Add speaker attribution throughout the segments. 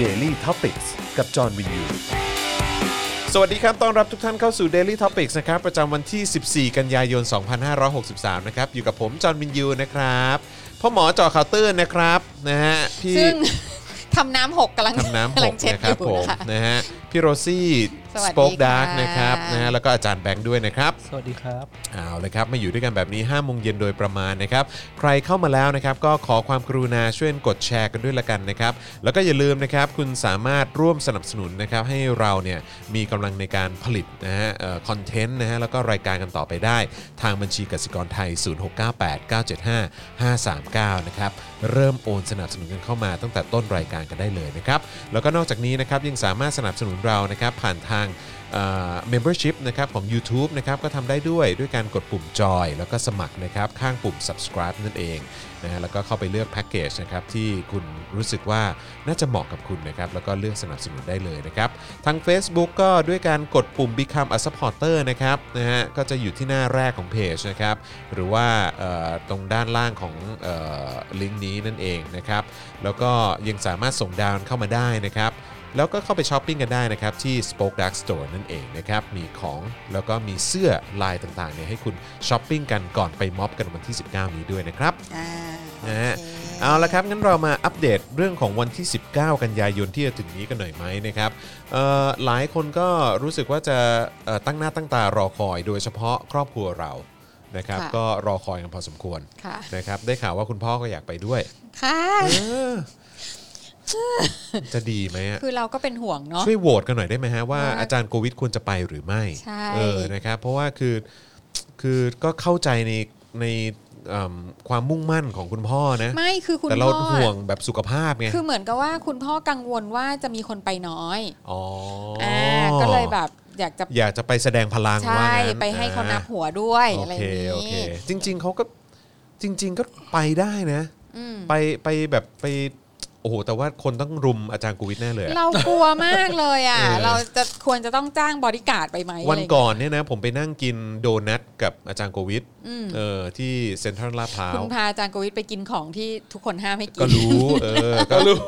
Speaker 1: Daily t o p i c กกับจอห์นวินยู สวัสดีครับ ต้อนรับทุกท่านเข้าสู่ Daily Topics นะครับ ประจำวันที่ 14 กันยายน 2563 นะครับ อยู่กับผม จอห์นวินยูนะครับ พ่อหมอจอข่าวตื้นนะครับนะฮะพี่
Speaker 2: ซึ่ง ทำน้ำหกกำลัง
Speaker 1: ทำน้ำห
Speaker 2: กำลั
Speaker 1: ก
Speaker 2: งเช็ด
Speaker 1: นะค
Speaker 2: อ
Speaker 1: รับ
Speaker 2: ยู่
Speaker 1: ผม
Speaker 2: นะ
Speaker 1: นะ
Speaker 2: คะ
Speaker 1: ฮะพี่โรซี่
Speaker 2: สวัส
Speaker 1: ส
Speaker 2: ดี
Speaker 1: ป็อกดาร์ก
Speaker 2: ค่ะ
Speaker 1: นะครับนะฮะแล้วก็อาจารย์แบงค์ด้วยนะครับ
Speaker 3: สวัสดีครับ
Speaker 1: เอาเลยครับมาอยู่ด้วยกันแบบนี้5โมงเย็นโดยประมาณนะครับ ใครเข้ามาแล้วนะครับ ก็ขอความกรุณาช่วยกดแชร์กันด้วยละกันนะครับ แล้วก็อย่าลืมนะครับ คุณสามารถร่วมสนับสนุนนะครับ ให้เราเนี่ยมีกำลังในการผลิตนะฮะคอนเทนต์นะฮะแล้วก็รายการกันต่อไปได้ ทางบัญชีกสิกรไทย 0698975539 นะครับ เริ่มโอนสนับสนุนกันเข้ามาตั้งแต่ต้นรายการกันได้เลยนะครับ แล้วก็นอกจากนี้นะครับยังสามารถสนับสนุนเรานะครับผ่านทางเอ่อ membership นะครับของ YouTube นะครับก็ทำได้ด้วยด้วยการกดปุ่มจอยแล้วก็สมัครนะครับข้างปุ่ม subscribe นั่นเองนะฮะแล้วก็เข้าไปเลือกแพ็กเกจนะครับที่คุณรู้สึกว่าน่าจะเหมาะกับคุณนะครับแล้วก็เลือกสนับสนุนได้เลยนะครับ ทาง Facebook ก็ด้วยการกดปุ่ม Become a supporter นะครับนะฮะก็จะอยู่ที่หน้าแรกของเพจนะครับหรือว่าเอ่อตรงด้านล่างของเอ่อลิงก์นี้นั่นเองนะครับแล้วก็ยังสามารถส่งดาวน์เข้ามาได้นะครับ แล้วก็เข้าไปช้อปปิ้งกันได้นะครับ ที่ Spoke Dark Store นั่นเองนะครับ มีของแล้วก็มีเสื้อลายต่างๆเนี่ยให้คุณช้อปปิ้งกันก่อนไปม็อบกันวันที่ 19 นี้ด้วยนะครับ
Speaker 2: อ่า
Speaker 1: นะฮะ
Speaker 2: โอเค
Speaker 1: เอาละครับงั้นเรามาอัปเดตเรื่องของวันที่ 19 กันยายนที่จะถึงนี้กันหน่อยไหมนะครับเอ่อหลายคนก็รู้สึกว่าจะเอ่อตั้งหน้าตั้งตารอคอย โดยเฉพาะครอบครัวเรานะครับก็รอคอยกันพอสมควร
Speaker 2: ค่ะ
Speaker 1: นะครับได้ข่าวว่าคุณพ่อก็อยากไปด้วย
Speaker 2: ค่ะ
Speaker 1: เอ อจะดีไหมอะ
Speaker 2: คือเราก็เป็นห่วงเนาะ
Speaker 1: ช่วยโหวตกันหน่อยได้ไหมฮะว่า
Speaker 2: ว่า
Speaker 1: อาจารย์โควิดควรจะไปหรือไม่
Speaker 2: ใช่
Speaker 1: เออนะครับเพราะว่าคือคือก็เข้าใจในในเอิ่มความมุ่งมั่นของคุณพ่อนะ
Speaker 2: ไม่คือคุณ
Speaker 1: แต่เรา
Speaker 2: พ่อ
Speaker 1: ห่วงแบบสุขภาพไง
Speaker 2: คือเหมือนกับว่าคุณพ่อกังวลว่าจะมีคนไปน้อย
Speaker 1: อ๋ออ
Speaker 2: อ่าก็เลยแบบอยากจะ
Speaker 1: อยากจะไปแสดงพลัง
Speaker 2: ใช่
Speaker 1: ว่างั้น
Speaker 2: ไปให้เขานับ
Speaker 1: อ่
Speaker 2: หัวด้วย
Speaker 1: โอ
Speaker 2: อะไรอ
Speaker 1: เค
Speaker 2: ย่าง
Speaker 1: โอเค
Speaker 2: นี้
Speaker 1: จริง ๆเขาก็จริง ๆ ก็ไปได้นะ
Speaker 2: อืม
Speaker 1: ไปไปแบบไปโอ้โหแต่ว่าคนต้องรุมอาจารย์โควิดแน่เลยอะ
Speaker 2: เรากลัวมากเลยอ่ะ
Speaker 1: เออ
Speaker 2: เราจะควรจะต้องจ้างบอดี้การ์ดไปไหม
Speaker 1: วัน
Speaker 2: อะไรอย่างเงี้ย
Speaker 1: ก่อนเนี่ยนะผมไปนั่งกินโดนัทกับอาจารย์โควิด
Speaker 2: อืม
Speaker 1: เออที่เซ็นทรัลลาดพร้าว
Speaker 2: คุณพาอาจารย์โกวิทไปกินของที่ทุกคนห้ามให้กิน
Speaker 1: ก็รู้ เออก็รู้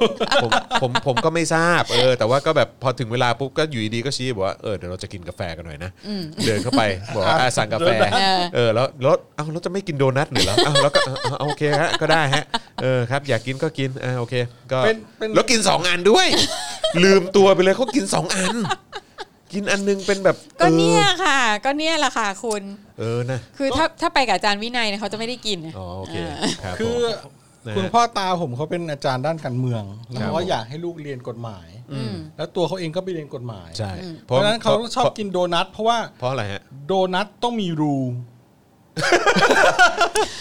Speaker 1: ผมผมผมก็ไม่ทราบเออแต่ว่าก็แบบพอถึงเวลาปุ๊บก็อยู่ดีๆก็ชี้บอกว่าเออเดี๋ยวเราจะกินกาแฟกันหน่อยนะ
Speaker 2: อืม
Speaker 1: เดินเข้าไปบอกว่าอ่ะสั่งกาแฟ
Speaker 2: เออ
Speaker 1: เออแล้วแล้วเอ้าเราจะไม่กินโดนัทเหรือแล้วเอ้าแล้วก็เออเออโอเคฮะก็ได้ฮะเออครับ อยากกินก็กินเออโอเคก็
Speaker 3: เป็นเป็น
Speaker 1: แล้วกิน 2 อันด้วย ลืมตัวไปเลยเขากิน 2 อัน กินอันนึงเป็นแบบ
Speaker 2: ก็เนี่ยค่ะ ก็เนี่ยแหละค่ะคุณ
Speaker 1: เออเออนะ
Speaker 2: คือถ้าถ้าไปกับอาจารย์วินัยเนี่ยเขาจะไม่ได้กิน
Speaker 1: อ๋อโอเค
Speaker 2: า
Speaker 1: ครับ
Speaker 3: คือ
Speaker 1: ผมนะ
Speaker 3: คุณ
Speaker 1: ฮะ
Speaker 3: พ่อตาผมเขาเป็นอาจารย์ด้านการเมือง แล้ว
Speaker 1: ครับผม
Speaker 3: เขาก็อยากให้ลูกเรียนกฎหมาย
Speaker 2: อืม
Speaker 3: แล้วตัวเขาเองก็ไปเรียนกฎหมาย
Speaker 1: ใช่
Speaker 3: เพราะฉะนั้นเขาชอบกินโดนัทเพราะว่า
Speaker 1: เพราะอะไรฮะ
Speaker 3: โดนัทต้องมีรู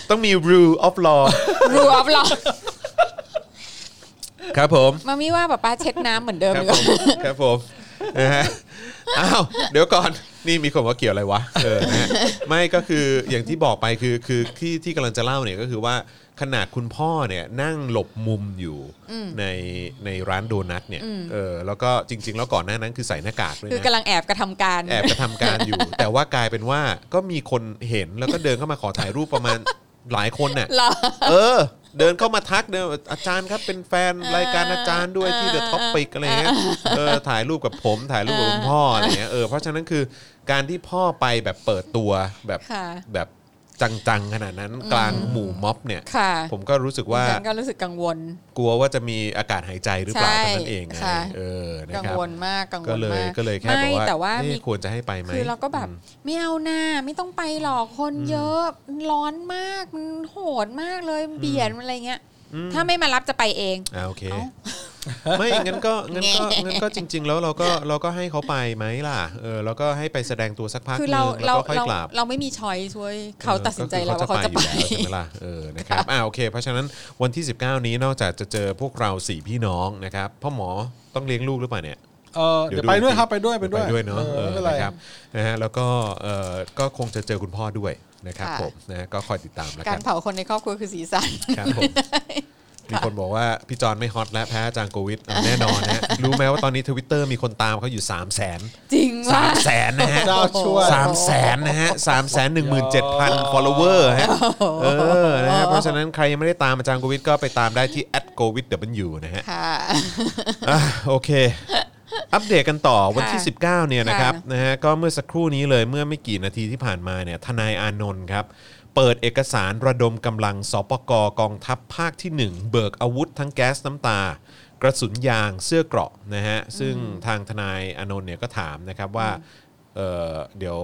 Speaker 1: ต้องมี rule of law
Speaker 2: รวมหรอ
Speaker 1: ครับผม
Speaker 2: มามี่ว่าป๊าป้าเช็ดน้ำเหมือนเดิม
Speaker 1: ครับผ
Speaker 2: เลย
Speaker 1: มครับผมนะฮะอ้าวเดี๋ยวก่อนนี่มีคนว่าเกี่ยวอะไรวะเออนะฮะไม่ก็คืออย่างที่บอกไปคือคือที่ที่กำลังจะเล่าเนี่ยก็คือว่าขนาดคุณพ่อเนี่ยนั่งหลบมุมอยู่ในในร้านโดนัทเนี่ยเออแล้วก็จริง ๆ แล้วก่อนหน้านั้นคือใส่หน้ากากด้วย
Speaker 2: คือ
Speaker 1: นะ
Speaker 2: กำลังแอบกระทำการ
Speaker 1: แอบกระทำการอยู่ แต่ว่ากลายเป็นว่าก็มีคนเห็นแล้วก็เดินเข้ามาขอถ่ายรูปประมาณหลายคนน่ะ
Speaker 2: เหรอ
Speaker 1: เออ เดินเข้ามาทักเดินอาจารย์ครับเป็นแฟนรายการอาจารย์ด้วยที่เดอะท็อปปิกอะไรเงี้ยเออถ่ายรูปกับผมถ่ายรูปกับคุณพ่ออะไรเงี้ยเออเพราะฉะนั้นคือการที่พ่อไปแบบเปิดตัวแบบ
Speaker 2: ค่ะ
Speaker 1: แบบจังๆ ขนาดนั้นกลางหมู่ม็อบเนี่ย
Speaker 2: ค่ะ
Speaker 1: ผมก็รู้สึกว่า
Speaker 2: ฉันก็รู้สึกกังวล
Speaker 1: กลัวว่าจะมีอากาศหายใจหรือเปล่าเท่า
Speaker 2: ใช่
Speaker 1: นั้นเองไง
Speaker 2: ค่ะ
Speaker 1: เออนะ
Speaker 2: กัง
Speaker 1: ครับ
Speaker 2: วลมากกังว
Speaker 1: ก็
Speaker 2: ล
Speaker 1: เลย
Speaker 2: มาก
Speaker 1: ก็เลยแค่
Speaker 2: ไม่
Speaker 1: บอก
Speaker 2: แต่ว่า
Speaker 1: ว่า
Speaker 2: มี
Speaker 1: นี่ควรจะให้ไปไหม
Speaker 2: คือเราก็แบบ
Speaker 1: ม
Speaker 2: ไม่เอาหน้าไม่ต้องไปหรอกคนเยอะร้อนมากมันโหดมากเลยเบียดมันอะไรเงี้ย
Speaker 1: อืม
Speaker 2: ถ้าไม่มารับจะไปเอง
Speaker 1: อ่าโอเค
Speaker 2: เอ้า
Speaker 1: ไม่งั้นก็งั้นก็งั้นก็จริง ๆ แล้วเราก็เราก็ให้เขาไปไหมล่ะเออเราก็ให้ไปแสดงตัวสักพักห
Speaker 2: คื
Speaker 1: นึ
Speaker 2: อง เรา
Speaker 1: แล้
Speaker 2: เรา
Speaker 1: วก็ค่อย
Speaker 2: เรา
Speaker 1: กลับ
Speaker 2: เราไม่มีช้อยช่วยเขาตัดสินใจแล้วว่าเขาจะไป
Speaker 1: ก็คือเขาจะไปอยู่แล้วใช่ไหมล่ะเออนะครับอ่าโอเค เพราะฉะนั้นวันที่ 19 นี้นอกจากจะเจอพวกเราสี่พี่น้องนะครับพ่อหมอต้องเลี้ยงลูกหรือเปล่าเนี่ย
Speaker 3: เออเดี๋ยวไปด้วยครับไปด้วยไปด้วย
Speaker 1: ไปด้วยเนาะ
Speaker 3: ออไม่เป็น
Speaker 1: เอ
Speaker 3: ไร
Speaker 1: อนะครับนะฮะแล้วก็เอ่อก็คงจะเจอคุณพ่อด้วยนะครับ
Speaker 2: ค่ะ
Speaker 1: ผมนะก็คอยติดตามแล้ว
Speaker 2: กา
Speaker 1: กั
Speaker 2: ร
Speaker 1: น
Speaker 2: เผาคนในครอบครัวคือสีสัน
Speaker 1: ครับผม มีคนบอกว่า พี่จอนไม่ฮอตแล้วแพ้อาจารย์โควิดอ่ะแน่นอนนะ รู้ไหมว่าตอนนี้ทวิตเตอร์มีคนตามเขาอยู่ 3 0 0 0 0 0
Speaker 2: จริง
Speaker 1: สา
Speaker 2: ว่าม
Speaker 1: แสนนะฮะ
Speaker 3: เจ้าช่วย
Speaker 1: สามแสนนะฮะสามแสนหนึ่งหมื่นเจ็ด พัน follower ฮะเออนะฮะเพราะฉะนั้นใครยังไม่ได้ตามอาจารย์โควิดก็ไปตามได้ที่ at covid w นะฮะ
Speaker 2: ค่ะ
Speaker 1: อ่ะโอเค อัปเดตกันต่อวันที่
Speaker 2: ค่ะ
Speaker 1: 19 เนี่ยนะครับ
Speaker 2: ค่ะ
Speaker 1: นะฮะก็เมื่อสักครู่นี้เลยเมื่อไม่กี่นาทีที่ผ่านมาเนี่ยทนายอานนท์ครับ เปิดเอกสารระดมกำลังสปกกองทัพภาคทีหนึ่ง เบิกอาวุธทั้งแก๊สน้ำตา กระสุนยางเสื้อเกราะนะฮะซึ่งทางทนายอานนท์เนี่ยก็ถามนะครับว่าเอ่อเดี๋ยว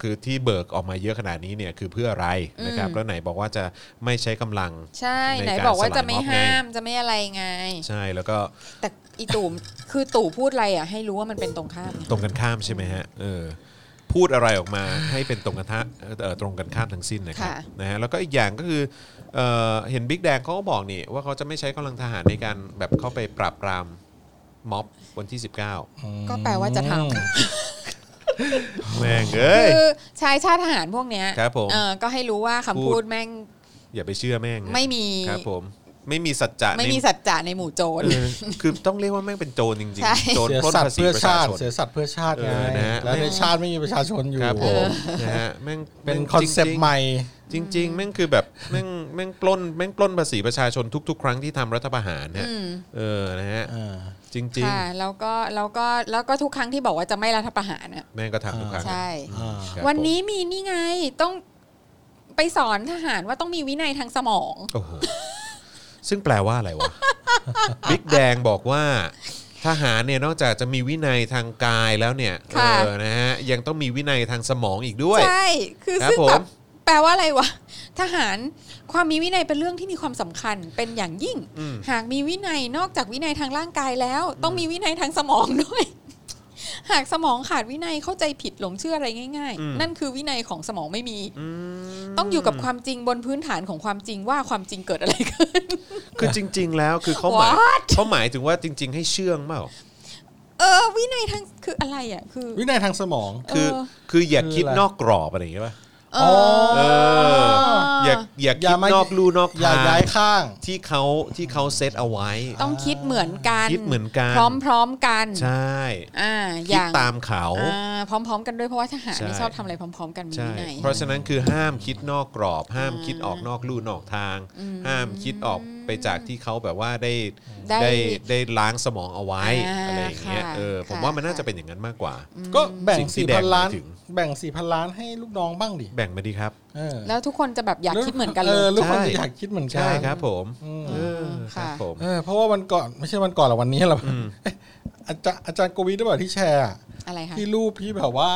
Speaker 1: คือที่เบิกออกมาเยอะขนาดนี้เนี่ยคือเพื่ออะไรนะครับแล้วไหนบอกว่าจะไม่ใช้กำลัง
Speaker 2: ใช่
Speaker 1: ใน
Speaker 2: ไหน
Speaker 1: การ
Speaker 2: บอกว่า
Speaker 1: สลาย
Speaker 2: จะไม่
Speaker 1: ม็อบไง
Speaker 2: ห้ามจะไม่อะไรไง
Speaker 1: ใช่แล้วก็
Speaker 2: แต่อีตู่คือตู่พูดอะไรอ่ะ ให้รู้ว่ามันเป็นตรงข้าม
Speaker 1: ตรงกันข้ามใช่ไหมฮะ เออ พูดอะไรออกมาให้เป็นตรงกันท่าเอ่อตรงกันข้ามทั้งสิ้นนะครับ
Speaker 2: ค่ะ
Speaker 1: นะฮะ แล้วก็อีกอย่างก็คือ เอ่อ เห็นบิ๊กแดงเขาก็บอกนี่ ว่าเขาจะไม่ใช้กำลังทหารในการแบบเข้าไปปราบปรามม็อบวันที่ 19
Speaker 2: ก็แปลว่าจะทำ
Speaker 1: แม่งเอ้ย
Speaker 2: คือชายชาติทหารพวกเนี้ย
Speaker 1: ครับผม
Speaker 2: เออก็ให้รู้ว่าคำพูดแม่ง
Speaker 1: อย่าไปเชื่อแม่งฮะ
Speaker 2: ไม่มี
Speaker 1: ครับผม ไม่มีสัจจะใน
Speaker 2: ไม่มีสัจจะในหมู่โจร
Speaker 1: เออ คือต้องเรียกว่าแม่งเป็นโจรจริง
Speaker 2: ใช่
Speaker 1: ๆ โจร
Speaker 3: เสีย
Speaker 1: ปล้น
Speaker 3: สัต
Speaker 1: ภา
Speaker 3: ว์
Speaker 1: ษี
Speaker 3: เพื่อ
Speaker 1: ประ
Speaker 3: ชา
Speaker 1: ชา
Speaker 3: ติ
Speaker 1: ชน
Speaker 3: เสียสัตว์เพื่อชาติไง
Speaker 1: เออนะฮะ
Speaker 3: แล้วในชาติไม่มีประชาชนอยู่
Speaker 1: ครับผมนะฮะ แม่ง
Speaker 3: เป็น
Speaker 1: แม่ง
Speaker 3: คอนเซ
Speaker 1: จ
Speaker 3: ป
Speaker 1: ริง
Speaker 3: ต์
Speaker 1: ๆ
Speaker 3: ใหม่
Speaker 1: จริงๆแม่งคือแบบแม่งแม่งปล้นแม่งปล้นภาษีประชาชนทุก ๆ ครั้งที่ทำรัฐประหารเนี่ย
Speaker 2: อืม
Speaker 1: เออนะฮะ
Speaker 3: อ่า
Speaker 1: จริง
Speaker 2: ค่ะแล้วก็แล้วก็แล้วก็ทุกครั้งที่บอกว่าจะไม่รัฐประหารน่ะ
Speaker 1: ๆ แม่งก็ทำทุกครั้ง
Speaker 2: ใช่
Speaker 3: อ่า
Speaker 1: ครับ
Speaker 2: วันนี้มีนี่ไงต้องไปสอนทหารว่าต้องมีวินัยทางสมอง
Speaker 1: ผมโอ้โหซึ่งแปลว่าอะไรวะ บิ๊กแดงบอกว่าทหารเนี่ยนอกจากจะมีวินัยทางกายแล้วเนี่ยเอ
Speaker 2: ค่ะ
Speaker 1: อนะฮะยังต้องมีวินัยทางสมองอีกด้วย
Speaker 2: ใช่ คือ
Speaker 1: ครับ
Speaker 2: ซึ่ง
Speaker 1: ผม
Speaker 2: แบบแปลว่าอะไรวะ ทหารความมีวินัยเป็นเรื่องที่มีความสำคัญเป็นอย่างยิ่ง
Speaker 1: อืม
Speaker 2: หากมีวินัยนอกจากวินัยทางร่างกายแล้ว ต้องมีวินัยทางสมองด้วย หากสมองขาดวินัยเข้าใจผิดหลงเชื่ออะไรง่าย
Speaker 1: อืม
Speaker 2: ๆ นั่นคือวินัยของสมองไม่มี
Speaker 1: อืม
Speaker 2: ต้องอยู่กับความจริงบนพื้นฐานของความจริงว่าความจริงเกิดอะไรขึ้น
Speaker 1: คือจริง ๆ แล้วคือเขาหมาย
Speaker 2: What?
Speaker 1: เขาหมายถึงว่าจริง ๆ ให้เชื่องเปล่า
Speaker 2: เออ วินัยทางคืออะไรอ่ะ คือ
Speaker 3: วินัยทางสมอง
Speaker 1: คือ
Speaker 2: เออ
Speaker 1: คืออย่าคิด
Speaker 3: คืออะไร
Speaker 1: นอกกรอบอะไรอย่างเงี้ยป่ะ
Speaker 2: เอ
Speaker 3: อ
Speaker 1: เอออย่าอย่า
Speaker 3: อ
Speaker 1: คิ
Speaker 3: ย่า
Speaker 1: ด
Speaker 3: มา
Speaker 1: นอกลู่นอก
Speaker 3: อย่า
Speaker 1: ทาง
Speaker 3: ย้ายข้าง
Speaker 1: ที่เขาที่เขาเซตเอาไว้
Speaker 2: ต้องคิดเหมือนกัน
Speaker 1: คิดเหมือนกัน
Speaker 2: พร้อมๆกัน
Speaker 1: ใช่
Speaker 2: อ่า อ
Speaker 1: คิด
Speaker 2: ย่าง
Speaker 1: ตามเขา
Speaker 2: อ่าพร้อม ๆ กันด้วยเพราะว่าทหารไม่
Speaker 1: ใช่
Speaker 2: ชอบทำอะไรพร้อม ๆ กันมี
Speaker 1: ใช่
Speaker 2: วินัย
Speaker 1: เพราะฉะนั้นคือห้ามคิดนอกกรอบ ห้ามคิดออกนอกลู่นอกทาง
Speaker 2: อืม
Speaker 1: ห้ามคิดออกไปจากที่เขาแบบว่าได้
Speaker 2: ได้
Speaker 1: ได้ได้ล้างสมองเอาไว้
Speaker 2: อ่า
Speaker 1: อะไรอย่างเงี้ย
Speaker 2: ค่ะ
Speaker 1: เออผม
Speaker 2: ค่ะ
Speaker 1: ว่ามันน่าจะเป็นอย่างนั้นมากกว่า
Speaker 3: ก็แบ่ง
Speaker 1: สิ่งที่
Speaker 3: สี่
Speaker 1: แด
Speaker 3: พั
Speaker 1: ง
Speaker 3: นล้า
Speaker 1: ห
Speaker 3: น
Speaker 1: มายถึง
Speaker 3: แบ่งสี่พันล้านให้ลูกน้องบ้างดิ
Speaker 1: แบ่งมาดีครับ
Speaker 3: เออ
Speaker 2: แล้วทุกคนจะแบบอยากคิดเหมือนกัน
Speaker 3: เอ
Speaker 2: เล
Speaker 3: อย ลูกคน
Speaker 1: ใช่
Speaker 3: จะอยากคิดเหมือนกัน
Speaker 1: ใช่ครับผม
Speaker 3: อืม
Speaker 1: เออค
Speaker 2: ค่ะ
Speaker 1: รับผม
Speaker 3: เออเพราะว่าวันก่อนไม่ใช่วันก่อนหรอกวันนี้หรอก
Speaker 1: อืม
Speaker 3: เอ๊ะอาจารย์อาจารย์โกวิทหรือเปล่าที่แชร์อะ
Speaker 2: อะไรคะ
Speaker 3: ที่รูปที่แบบว่า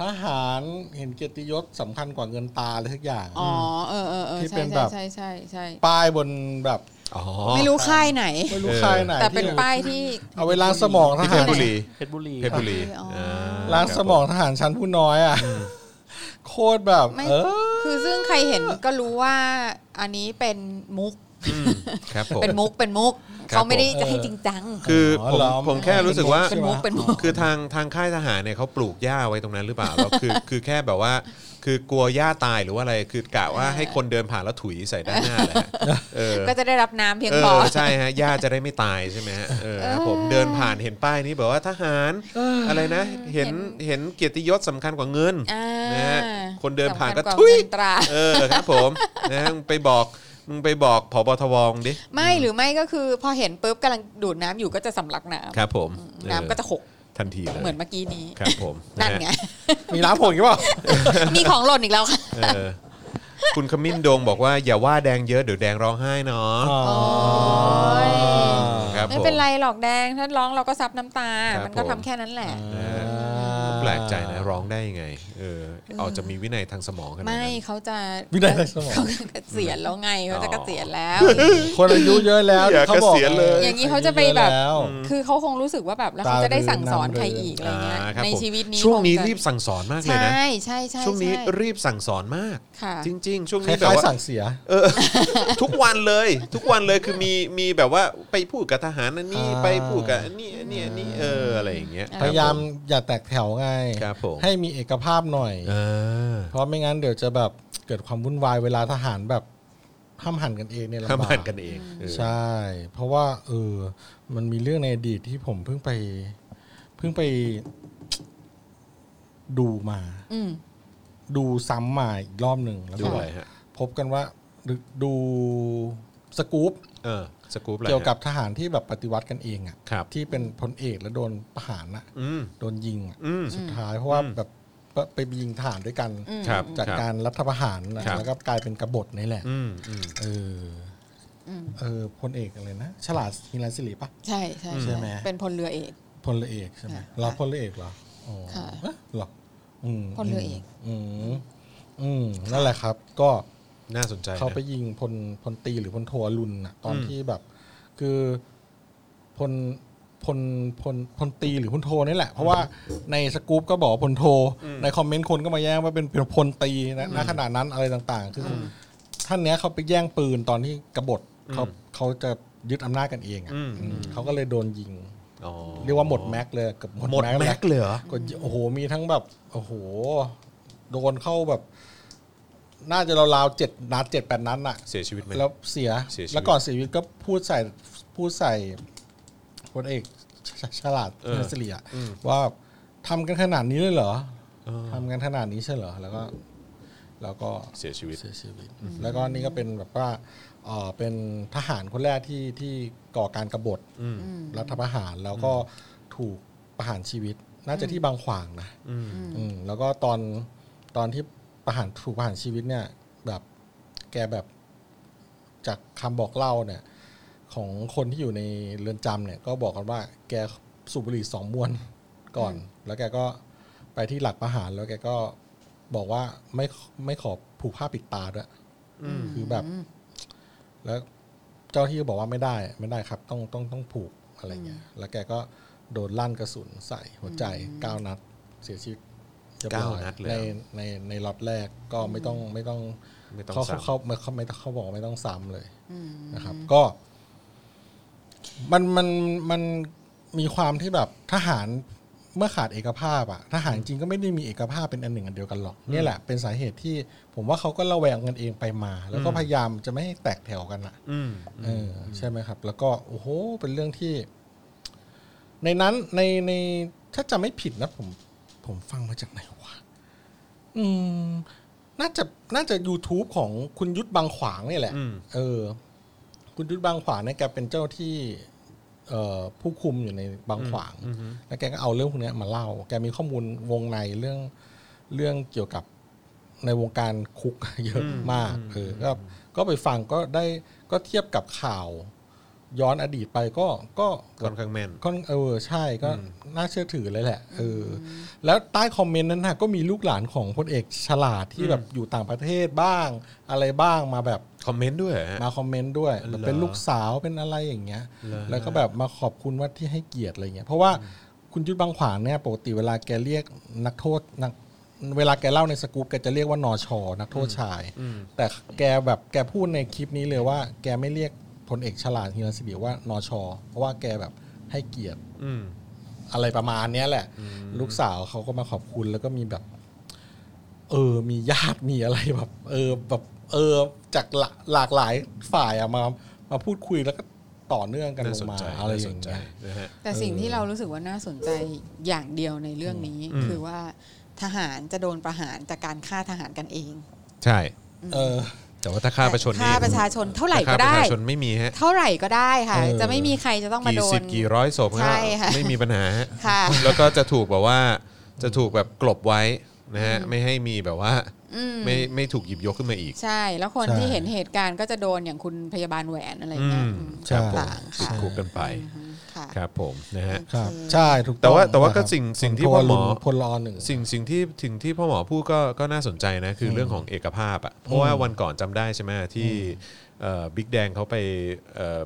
Speaker 3: ทหารเห็นเกียรติยศสำคัญกว่าเงินตาเลยทุกอย่าง
Speaker 2: อ๋อเออเออเออ
Speaker 3: ที่
Speaker 2: ใช่
Speaker 3: เป็นแบ
Speaker 2: ใช่
Speaker 3: บ
Speaker 2: ใช่ใช่ใช่
Speaker 3: ป้ายบนแบบ
Speaker 1: อ๋อ
Speaker 2: ไม่รู้ค่ายไหน
Speaker 3: ไม่รู้ค่ายไหน
Speaker 2: แต่เป็น
Speaker 3: ที่
Speaker 2: ป้ายที่
Speaker 3: เอาไวลางสมองท
Speaker 1: ที่เพช
Speaker 3: หาร
Speaker 1: รบุรี
Speaker 4: เพชรบุรี
Speaker 1: เพชรบุรี
Speaker 2: อ๋ออ่
Speaker 1: า
Speaker 3: ล้างสมองทหารชั้นผู้น้อยอ่ะโคตรแบบ
Speaker 2: ไม่
Speaker 3: เออ
Speaker 2: คือซึ่งใครเห็นก็รู้ว่าอันนี้เป็นมุก
Speaker 1: อืมครับผม
Speaker 2: เป็นมุกเป็นมุก
Speaker 1: ครับ
Speaker 2: เขาไม่ได้จะ
Speaker 3: ผม
Speaker 2: ให้จริงจัง
Speaker 1: คือ
Speaker 3: อ๋
Speaker 1: ผ
Speaker 3: อ
Speaker 1: ม
Speaker 3: เหรอ
Speaker 1: ผมแค่รู้สึกว่า
Speaker 2: เป็นมุกเป็นมุก
Speaker 1: คือทางทางค่ายทหารเนี่ยเขาปลูกหญ้าไว้ตรงนั้นหรือเปล่าแล้วคือ คือแค่แบบว่า คือกลัวหญ้าตายหรือว่าอะไรคือกะว่าให้คนเดินผ่านแล้วถุยใส่ด้านหน้าแหละเออ
Speaker 2: ก็จะได้รับน้ำเพียง
Speaker 1: เอ
Speaker 2: พอ
Speaker 1: อใช่ฮะหญ้าจะได้ไม่ตายใช่ไหมฮะเออครับผมเดินผ่านเห็นป้ายนี้แบบว่าทหารอะไรนะ เห็นเห็นเกียรติยศสำคัญกว่าเงิน
Speaker 2: อ่า
Speaker 1: นะฮะคนเดินผ่านก็
Speaker 2: สำคัญว่
Speaker 1: ทุย
Speaker 2: เงินตรา
Speaker 1: เออครับผมนะฮะมึงไปบอกมึงไปบอกผบทวงดิ
Speaker 2: ไม่หรือไม่ก็คือพอเห็นปุ๊บกำลังดูดน้ำอยู่ก็จะสำลักน้
Speaker 1: ครับผม
Speaker 2: ำน้ำก็จะหก
Speaker 1: เออทันทีเลย
Speaker 2: เหมือนเมื่อกี้นี้
Speaker 1: ครับผมะ
Speaker 2: นั่น
Speaker 1: ฮะ
Speaker 2: ไง
Speaker 3: มีล้างผมอีกเปล่า
Speaker 2: มีของหล่นอีกแล้วค่ะ
Speaker 1: เออคุณขมิ้นโดงบอกว่าอย่าว่าแดงเยอะเดี๋ยวแดงร้องไห้เนาะ
Speaker 2: โอ้ย
Speaker 1: ครับ
Speaker 2: ไม่
Speaker 1: ผม
Speaker 2: เป็นไรหรอกแดง ถ้าร้องเราก็ซับน้ำตา
Speaker 1: ครับ
Speaker 2: มันก็
Speaker 1: ผม
Speaker 2: ทำแค่นั้นแหละ
Speaker 1: นะฮะแปลกใจนะร้องได้ยังไงเออเอาจะมีวินัยทางสมองขนาด
Speaker 2: ไม่
Speaker 1: นั้น
Speaker 2: เขาจะ
Speaker 3: วินัยทางสมอง
Speaker 2: เขาจะเกษียณแล้วไงเขาจะเกษียณแล้ว
Speaker 3: คนอายุเยอะแล้ว
Speaker 1: อย่า
Speaker 3: เขาบอก
Speaker 1: เกษียณเลย
Speaker 2: อย่างนี้เขาจะไปแบบ
Speaker 3: อายุเยอะแล้ว
Speaker 2: คือเขาคงรู้สึกว่าแบบแล้วเขาจะได้สั่งสอนใครอีกอะไรเงี้ย
Speaker 1: อ่าครับ
Speaker 2: ใน
Speaker 1: ผม
Speaker 2: ชีวิตนี้
Speaker 1: ช่วงนี้
Speaker 2: คจะ
Speaker 1: รีบสั่งสอนมากเลยนะ
Speaker 2: ใช่ใช่ใช่
Speaker 1: ช่วงนี้
Speaker 2: ใ
Speaker 1: รีบสั่งสอนมาก
Speaker 2: ค่ะ
Speaker 1: จริง ๆ ช่วง
Speaker 3: ค
Speaker 1: นี้แบบ
Speaker 3: ล้ายๆ
Speaker 1: ว่า
Speaker 3: สั่งเสีย
Speaker 1: เออ ทุกวันเลย ทุกวันเลยคือมีมีแบบว่าไปพูดกับทหารนั่นนี่
Speaker 3: อ่า
Speaker 1: ไปพูดกับอันนี่อันนี่อันนี่เอออะไรอย่างเงี้ย
Speaker 3: พยายามอย่าแตกแถวไง
Speaker 1: ครับผม
Speaker 3: ให้มีเอกภาพหน่อย
Speaker 1: เออ
Speaker 3: เพราะไม่งั้นเดี๋ยวจะแบบเกิดความวุ่นวายเวลาทหารแบบ ห้ามหันกันเองเนี่ยลำบาก
Speaker 1: ห้ามหันกันเองเออ
Speaker 3: ใช่ เพราะว่าเออ มันมีเรื่องในอดีตที่ผมเพิ่งไป เพิ่งไป ดูมา
Speaker 2: อืม
Speaker 3: ดูซ้ำมาอีกรอบหนึ่งแล้ว
Speaker 1: ดู
Speaker 3: ก็
Speaker 1: อะไรฮะ
Speaker 3: พบกันว่าดูดูสกู๊ป
Speaker 1: เออสกู๊ปอะไรฮะ
Speaker 3: เกี่ยวกับทหารที่แบบปฏิวัติกันเองอะ
Speaker 1: ครับ
Speaker 3: ที่เป็นพลเอกแล้วโดนประหารอะ
Speaker 1: อืม
Speaker 3: โดนยิงอะ
Speaker 1: อืม
Speaker 3: สุดท้ายเพราะว่า
Speaker 1: อืม
Speaker 3: แบบไปยิงทหารด้วยกัน
Speaker 2: อืม
Speaker 1: ครับ
Speaker 3: จาก
Speaker 1: คบ
Speaker 3: การรัฐประหารนะครับ แล้วก็กลายเป็นกบฏนี่แหละ
Speaker 1: อืมอืม
Speaker 3: เออ
Speaker 2: อืม
Speaker 3: เออพลเอกอะไรนะฉลาดมีรันสิริปะ
Speaker 2: ใช่ใช่
Speaker 1: ใช่
Speaker 2: ใช่
Speaker 1: ไหม
Speaker 2: เป็นพลเรือเอก
Speaker 3: พลเอกใช่ไหม
Speaker 2: ค่ะ
Speaker 3: เราพลเอกเหรออ๋อ
Speaker 2: ค่ะ
Speaker 3: เอ๊เหรออืม
Speaker 2: พลเรือเอก
Speaker 3: อืมอืมนั่นแหละครับ ก็
Speaker 1: น่าสนใจนะ
Speaker 3: เขาไปยิงพลพลตรีหรือพลโทอรุณน่ะ ตอน
Speaker 1: อืม
Speaker 3: ที่แบบ คือพลพลพลพลตรีหรือพลโทนี่แหละ เพราะว่าในสกู๊ปก็บอกว่าพลโท ในคอมเมนต์คนก็มาแย้งว่าเป็นเป็นพลตรีนะณขณะนั้นอะไรต่าง ๆ คืออท่านเนี้ยเขาไปแย่งปืนตอนที่กบฏเขาเขาจะยึดอำนาจกันเองอ่ะ
Speaker 1: อืม
Speaker 3: อืมเขาก็เลยโดนยิง
Speaker 1: อ๋อ
Speaker 3: เรียกว่าหมดแม็กเลยเกับ
Speaker 1: หมดแม็ก
Speaker 3: เลย
Speaker 1: เลยเหรอ
Speaker 3: ก็โอ้โหมีทั้งแบบโอ้โหโดนเข้าแบบ น่าจะราวๆเจ็ดนัดเจ็ดแปดนัดน่ะ
Speaker 1: เสียชีวิตไหม
Speaker 3: แล้วเสีย
Speaker 1: เสียชีวิต
Speaker 3: แล้วก่อนเสียชีวิตก็พูดใส่พูดใส่พลเอกฉฉฉลาด
Speaker 1: เออ
Speaker 3: เสลีย
Speaker 1: อืม
Speaker 3: ว่าทำกันขนาดนี้เลยเหรอ
Speaker 1: เออ
Speaker 3: ทำกันขนาดนี้ใช่เหรอแล้วก็ แล้วก็
Speaker 1: เสียชีวิต
Speaker 3: เสียชีวิต แล้วก็นี่ก็เป็นแบบว่าเออเป็นทหารคนแรกที่ที่ก่อการกบฏ
Speaker 1: อืม
Speaker 2: อืม
Speaker 3: รัฐประหารแล้วก็ถูกประหารชีวิต น่าจะที่บางขวางนะ
Speaker 1: อืม
Speaker 3: อืมแล้วก็ตอนตอนที่ประหารถูกประหารชีวิตเนี่ย แบบแกแบบจากคำบอกเล่าเนี่ย ของคนที่อยู่ในเรือนจำเนี่ย ก็บอกกันว่า แกสูบบุหรี่สองมวนก่อน แล้วแกก็ไปที่หลักประหารแล้วแกก็บอกว่าไม่ไม่ขอผูกผ้าปิดตาด้วย
Speaker 1: อืม
Speaker 3: คือแบบ แล้วเจ้าที่ก็บอกว่าไม่ได้ไม่ได้ครับ ต้องต้องต้องผูกอะไรเงี้ยแล้วแกก็โดนลั่นกระสุนใส่หัวใจเก้านัด เสียชีวิตรียบร้อย
Speaker 1: เก้านัดเลยเห
Speaker 3: ใน
Speaker 1: รอ
Speaker 3: ในในล็อตแรกก็ไม่ต้องไม่ต้อง
Speaker 1: ไม่ต้อง
Speaker 3: เขา
Speaker 1: ซ้ำ
Speaker 3: เขาเขาเขาไม่ต้องเขาบอกว่าไม่ต้องซ้ำเลย
Speaker 2: อืม
Speaker 3: นะครับ ก็ มันมันมันมีความที่แบบทหารเมื่อขาดเอกภาพอะทหารจริงก็ไม่ได้มีเอกภาพเป็นอันหนึ่งอันเดียวกันหรอกเนี่ยแหละเป็นสาเหตุที่ ผมว่าเขาก็ระแวงกันเองไปมา แล้วก็พยายามจะไม่ให้แตกแถวกันอะ
Speaker 1: อืม
Speaker 3: เออใช่ไหมครับ แล้วก็โอ้โหเป็นเรื่องที่ ในนั้นในในถ้าจำไม่ผิดนะผมผมฟังมาจากไหนวะอืม น่าจะน่าจะ YouTube ของคุณยุทธบางขวางนี่แหละ
Speaker 1: อืม
Speaker 3: เออ คุณยุทธบางขวางเนี่ยแกเป็นเจ้าที่ เอ่อผู้คุมอยู่ในบางขวาง
Speaker 1: อืม
Speaker 3: แล้วแกก็เอาเรื่องพวกเนี้ยมาเล่า แกมีข้อมูลวงในเรื่องเรื่องเกี่ยวกับในวงการคุก เยอะมาก
Speaker 1: อืม
Speaker 3: เออก็ก็ไปฟังก็ได้ก็เทียบกับข่าว ย้อนอดีตไปก็ก็
Speaker 1: ค่อนข้างแม่น
Speaker 3: ก็เออใช่ก็น่าเชื่อถือเลยแหละเอออแล้วใต้คอมเมนต์นั้นนะก็มีลูกหลานของพลเอกฉลาดที่
Speaker 1: อืม
Speaker 3: แบบอยู่ต่างประเทศบ้าง อะไรบ้างมาแบบ
Speaker 1: คอมเมนต์ด้วยเหรอฮะ
Speaker 3: มาคอมเมนต์ด้วย
Speaker 1: เหรอ
Speaker 3: เป็นลูกสาวเป็นอะไรอย่างเงี้ย
Speaker 1: เหรอ
Speaker 3: แล้วก็แบบมาขอบคุณว่าที่ให้เกียรติอะไรเงี้ย เพราะว่าคุณยุทธบางขวางเนี่ยปกติเวลาแกเรียกนักโทษนักเวลาแกเล่าในสกู๊ปแกจะเรียกว่านอชอนักโทษชาย
Speaker 1: อืม
Speaker 3: แต่แกแบบแกพูดในคลิปนี้เลยว่า แกไม่เรียกพลเอกฉลาดฮิรันสิริว่านอชอเพราะว่าแกแบบให้เกียรติ
Speaker 1: อืม
Speaker 3: อะไรประมาณเนี้ยแหละ ลูกสาวเขาก็มาขอบคุณแล้วก็มีแบบ เออ มีญาติมีอะไรแบบ เออ แบบ เออ จากหลาหลากหลายฝ่ายอะมา มาพูดคุยแล้วก็ต่อเนื่องกันล
Speaker 1: น่าง สน
Speaker 3: มา
Speaker 1: ใจ
Speaker 3: อะไร
Speaker 1: น่า
Speaker 3: อ
Speaker 1: ส
Speaker 3: ย่าน ง
Speaker 1: ใจ
Speaker 3: เงี้ย
Speaker 1: นะฮะ
Speaker 2: แต่สิ่งที่เรารู้สึกว่าน่าสนใจอย่างเดียวในเรื่องนี้
Speaker 1: อืม
Speaker 2: คือว่าทหารจะโดนประหารจากการฆ่าทหารกันเอง
Speaker 1: ใช่
Speaker 3: เออ
Speaker 1: แต่ว่าถ้าค่าประชาชน
Speaker 2: ฆ่า
Speaker 1: นี่
Speaker 2: ประชาชนเท่าไหร่
Speaker 1: ถ้
Speaker 2: ก็
Speaker 1: ค่ประ
Speaker 2: ได้
Speaker 1: ชาชนไม่มีฮะ
Speaker 2: เท่าไหร่ก็ได้ค่ะ
Speaker 3: เออ
Speaker 2: จะไม่มีใครจะต้องมา
Speaker 1: กี่
Speaker 2: โด
Speaker 1: สิ
Speaker 2: น
Speaker 1: บกี่ร้อยศพฮะ
Speaker 2: ใช่ค่ะ
Speaker 1: ไม่มีปัญหาฮะ
Speaker 2: ค่ะ
Speaker 1: แล้วก็จะถูกแบบว่าจะถูกแบบกลบไว้นะฮะไม่ให้มีแบบว่า
Speaker 2: อืม
Speaker 1: ไม่ไม่ถูกหยิบยกขึ้นมาอีก
Speaker 2: ใช่ แล้วคน
Speaker 3: ใช่
Speaker 2: ที่เห็นเหตุการณ์ก็จะโดนอย่างคุณพยาบาลแหวนอะไร
Speaker 1: อื
Speaker 2: เงี้ย
Speaker 1: ม
Speaker 2: อืม
Speaker 1: ครับผม
Speaker 2: ต่างๆค่ะ
Speaker 1: ติดคุกกันไป
Speaker 2: อืมค่ะ
Speaker 1: ครับผมนะฮะ
Speaker 3: ครับ
Speaker 2: โอเค
Speaker 3: ใช่ถูก
Speaker 1: แต่ว่า
Speaker 3: อง
Speaker 1: แต่ว่าก็
Speaker 3: นะครับ
Speaker 1: สิ่งสิ่งที่
Speaker 3: โท
Speaker 1: พ่อหมอ
Speaker 3: รลุนพลอหนึ่ง
Speaker 1: สิ่งสิ่งที่สิ่งที่พ่อหมอพูดก็ก็น่าสนใจนะคือเรื่องของเอกภาพอ่ะเพราะว่าวันก่อนจำได้ใช่ไหมที่บิ๊กแดงเขาไปเอ่อ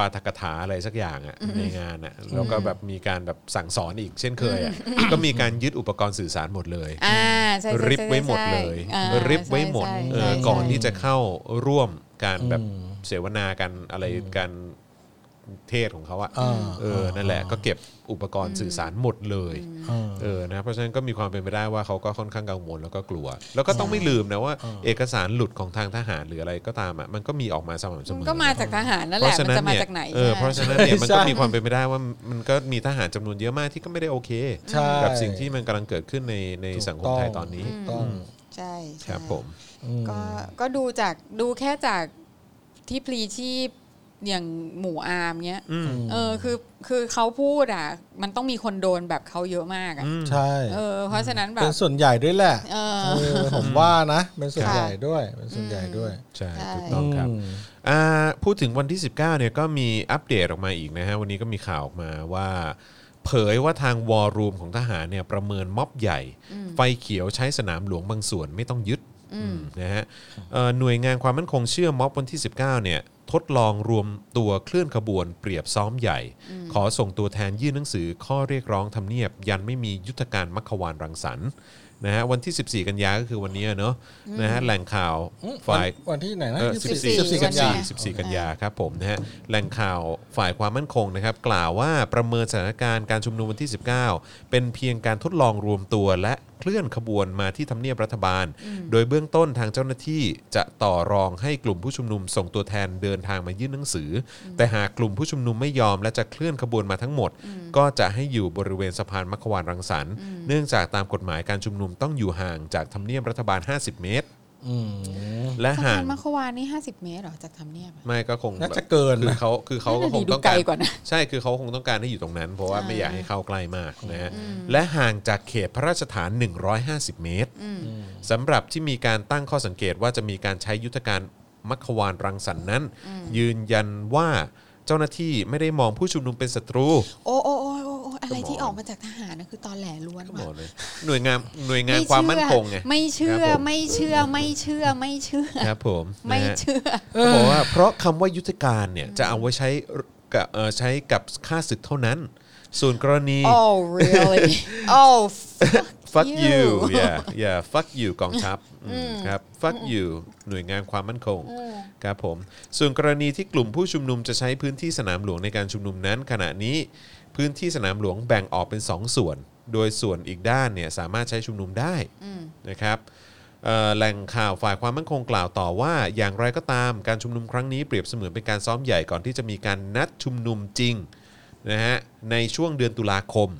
Speaker 1: ปาฐกถาอะไรสักอย่างอ่ะในงานอ่ะแล้วก็แบบมีการแบบสั่งสอนอีกเช่นเคยอ่ะก็มีการยึดอุปกรณ์สื่อสารหมดเลย
Speaker 2: อ่าใช่ใช่ใช่
Speaker 1: ริบไว้หมดเลย
Speaker 2: อ่า
Speaker 1: ริบไว้หมด
Speaker 2: ใช่
Speaker 1: เอ
Speaker 2: ใช่
Speaker 1: อ
Speaker 2: ใช่
Speaker 1: ก่อนที่จะเข้าร่วมการแบบ
Speaker 3: อืม
Speaker 1: เสวนากันอะไรกัน เทศของเขาอะ
Speaker 3: อ่า
Speaker 1: เออนั่นแหละก็เก็บอุปกรณ์สื่อสารหมดเลย
Speaker 3: เออ
Speaker 1: เออนะเพราะฉะนั้นก็มีความเป็นไปได้ว่าเขาก็ค่อนข้างกังวลแล้วก็กลัว แล้วก็ต้องไม่ลืมนะว่า
Speaker 3: เออ
Speaker 1: เอกสารหลุดของทางทหารหรืออะไรก็ตามอ่ะมันก็มีออกมาสม่ำเสม
Speaker 2: มัน
Speaker 1: อ
Speaker 2: ก็มาจากทหารนั่นแห
Speaker 1: เพ
Speaker 2: ละ
Speaker 1: ราะฉะ
Speaker 2: มัน
Speaker 1: นั้น
Speaker 2: จะมา
Speaker 1: เนี่ย
Speaker 2: จากไหน
Speaker 1: เออ
Speaker 2: ใช่
Speaker 1: เพราะฉะนั้นเนี่ยมันก็
Speaker 3: ใช่
Speaker 1: มีความเป็นไปได้ว่ามันก็มีทหารจำนวนเยอะมากที่ก็ไม่ได้โอเค
Speaker 3: ใช่
Speaker 1: กับสิ่งที่มันกำลังเกิดขึ้นในใน
Speaker 3: ถูก
Speaker 1: สังคมไทยตอนนี้
Speaker 3: ถูกต้อง
Speaker 2: ใช่ใช่
Speaker 1: ครับผม
Speaker 3: อืม
Speaker 2: ก็ก็ดูจากดูแค่จากที่พลีชีพอย่างหมู่อาร์มเนี้ย
Speaker 1: อืม
Speaker 3: ม
Speaker 2: เออคือคือเขาพูดอ่ะ มันต้องมีคนโดนแบบเขาเยอะมากอ่ะ
Speaker 1: อืม
Speaker 3: ใช่
Speaker 2: เออ เพราะฉะนั้นแบ
Speaker 3: เป็
Speaker 2: บ
Speaker 3: นส่วนใหญ่ด้วยแหละ
Speaker 2: เอ
Speaker 3: เอ
Speaker 2: อ
Speaker 3: อผมว่านะ เป็นส่วน
Speaker 2: ค่ะ
Speaker 3: ใหญ่ด้วย เป็นส่วนใหญ่ด้วย
Speaker 1: ใช่
Speaker 2: ใช่
Speaker 1: ถูกต้องครับ
Speaker 3: ม
Speaker 1: อ่าพูดถึงวันที่ 19เนี่ยก็มีอัปเดตออกมาอีกนะฮะวันนี้ก็มีข่าวออกมาว่า เผยว่าทางวอร o มของทหารเนี่ยประเมินม็อบใหญ่
Speaker 2: อืม
Speaker 1: ไฟเขียวใช้สนามหลวงบางส่วนไม่ต้องยึด
Speaker 2: อืม
Speaker 1: นะฮะเอ่อหน่วยงานความมั่นคงเชื่อม็อบวันที่ 19เนี่ยทดลองรวมตัวเคลื่อนขบวนเปรียบซ้อมใหญ่ ขอส่งตัวแทนยื่นหนังสือข้อเรียกร้องทำเนียบ ยันไม่มียุทธการมัคควานรังสรรค์นะฮะวันที่ 14 กันยาก็คือวันนี้อะเนาะนะฮะแหล่งข่าวฝ่าย
Speaker 3: วันที่ไหนนะ
Speaker 1: เออ
Speaker 3: ยี่
Speaker 1: 14
Speaker 3: สิบสี่
Speaker 2: วั
Speaker 3: กัน น
Speaker 2: ที่
Speaker 3: ยา
Speaker 1: 14 14 กันยาครับผมนะฮะแหล่งข่าวฝ่ายความมั่นคงนะครับกล่าวว่าประเมินสถานการณ์การชุมนุมวันที่ 19 เป็นเพียงการทดลองรวมตัวและเคลื่อนขบวนมาที่ทำเนียบรัฐบาล โดยเบื้องต้นทางเจ้าหน้าที่จะต่อรองให้กลุ่มผู้ชุมนุมส่งตัวแทนเดินทางมายื่นหนังสืออแต่หากกลุ่มผู้ชุมนุมไม่ยอมและจะเคลื่อนขบวนมาทั้งหมด ก็จะให้อยู่บริเวณสะพานมัควานรังสรรค์เนื่องจากตามกฎหมายการชุมนุมต้องอยู่ห่างจากทำเนียบรัฐบาล 50 เมตร
Speaker 3: อืม
Speaker 1: และ
Speaker 2: สะ
Speaker 1: ห่า
Speaker 2: พาน
Speaker 1: ง
Speaker 2: มัควานนี่ห้าสิบเมตรเหรอจากทำเนียบอะ
Speaker 1: ไม่ก็คง
Speaker 3: น่าจะ
Speaker 1: แบบ
Speaker 3: เกินนะ
Speaker 1: คือเขาคือเขาก็
Speaker 2: นั่
Speaker 1: คง
Speaker 2: นน่ะดีดู
Speaker 1: ต้อง
Speaker 2: ไกล
Speaker 1: การ
Speaker 2: กว่านะ
Speaker 1: ใช่คือเขาคงต้องการให้อยู่ตรงนั้น เพราะว่าไม่อยากให้เข้าใกล้มากนะฮะ
Speaker 2: อืม
Speaker 1: และห่างจากเขตพระราชฐาน 150 เมตร
Speaker 2: อืม
Speaker 3: อืม
Speaker 1: สำหรับที่มีการตั้งข้อสังเกตว่าจะมีการใช้ยุทธการมัคควานรังสรรค์นั้น
Speaker 2: อืม
Speaker 1: ยืนยันว่าเจ้าหน้าที่ไม่ได้มองผู้ชุมนุมเป็นศัตรู
Speaker 2: โอ้โอ้โอ้โอ้โอ้อะไรที่
Speaker 1: ก็หมอ
Speaker 2: ออกมาจากทหารนะคือตอนแหลล้วน
Speaker 1: ก็บ
Speaker 2: ว่ะ
Speaker 1: อกเลยหน่วยงานหน่วยงานความมั่นคงไง
Speaker 2: ไม่เชื่อ
Speaker 1: ครับผม
Speaker 2: ไม่เชื่อไม่เชื่อไม่เชื่อ
Speaker 1: ครับผม
Speaker 2: ไม่
Speaker 1: นะฮะ
Speaker 2: เชื่อ
Speaker 1: เขาบอกว่าเพราะคำว่ายุทธการเนี่ยจะเอาไว้ใช้กับเอ่อใช้กับค่าศึกเท่านั้น ส่วนกรณี
Speaker 2: oh really oh fuck
Speaker 1: fuck you
Speaker 2: you
Speaker 1: yeah yeah fuck you กองทั พอืมครับ fuck you หน่วยงานความมั่นคงครับผม ส่วนกรณีที่กลุ่มผู้ชุมนุมจะใช้พื้นที่สนามหลวงในการชุมนุมนั้น ขณะนี้พื้นที่สนามหลวงแบ่งออกเป็น 2 ส่วน โดยส่วนอีกด้านเนี่ยสามารถใช้ชุมนุมได้
Speaker 2: อืม
Speaker 1: นะครับเอ่อแหล่งข่าวฝ่ายความมั่นคงกล่าวต่อว่า อย่างไรก็ตามการชุมนุมครั้งนี้เปรียบเสมือนเป็นการซ้อมใหญ่ก่อนที่จะมีการนัดชุมนุมจริงนะฮะในช่วงเดือนตุลาคม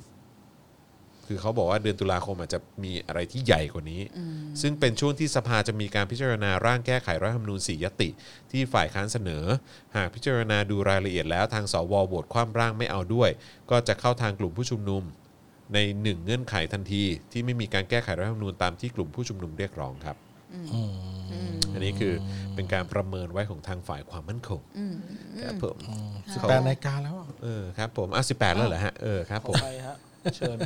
Speaker 1: คือเขาบอกว่าเดือนตุลาคมอาจจะมีอะไรที่ใหญ่กว่านี้ ซึ่งเป็นช่วงที่สภาจะมีการพิจารณาร่างแก้ไขรัฐธรรมนูญ4ยติ ที่ฝ่ายค้านเสนอ หากพิจารณาดูรายละเอียดแล้วทางสวโหวตความร่างไม่เอาด้วย ก็จะเข้าทางกลุ่มผู้ชุมนุม ในหนึ่งเงื่อนไขทันที ที่ไม่มีการแก้ไขรัฐธรรมนูญตามที่กลุ่มผู้ชุมนุมเรียกร้องครับ อันนี้คือเป็นการประเมินไว้ของทางฝ่ายความมั่นคง
Speaker 2: อืม
Speaker 1: ครับผม
Speaker 3: สิบแปดนาฬิกาแล้วอะ
Speaker 1: เออครับผมอ่ะสิบแปดแล้วเหรอฮะเออครับ
Speaker 4: ข
Speaker 1: ผ
Speaker 4: อ
Speaker 1: ม
Speaker 4: ไปฮะเชิญ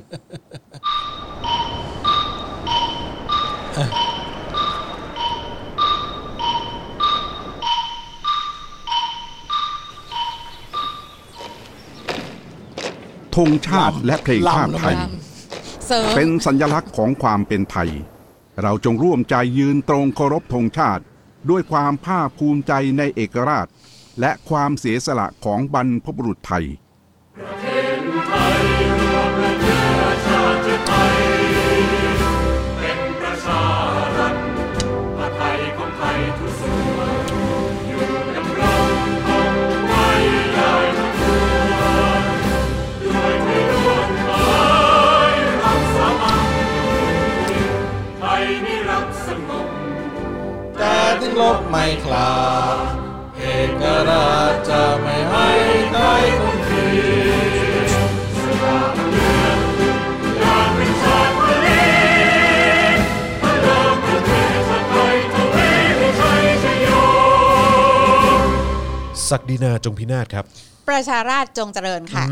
Speaker 5: ธงชาติและเพลงชาติไทย
Speaker 2: เสริม
Speaker 5: เป็นสัญลักษณ์ของความเป็นไทย เราจงร่วมใจยืนตรงเคารพธงชาติ ด้วยความภาคภูมิใจในเอกราช และความเสียสละของบรรพบุรุษไทย
Speaker 6: ไทยนิรักสงบ
Speaker 3: แต่ถึงลบไม่คลาดเอกราชจะไม่ให้ใครคนผิ
Speaker 1: ศักดินาจงพินาศครับ
Speaker 2: ประชาราชจงเจริญค่ะ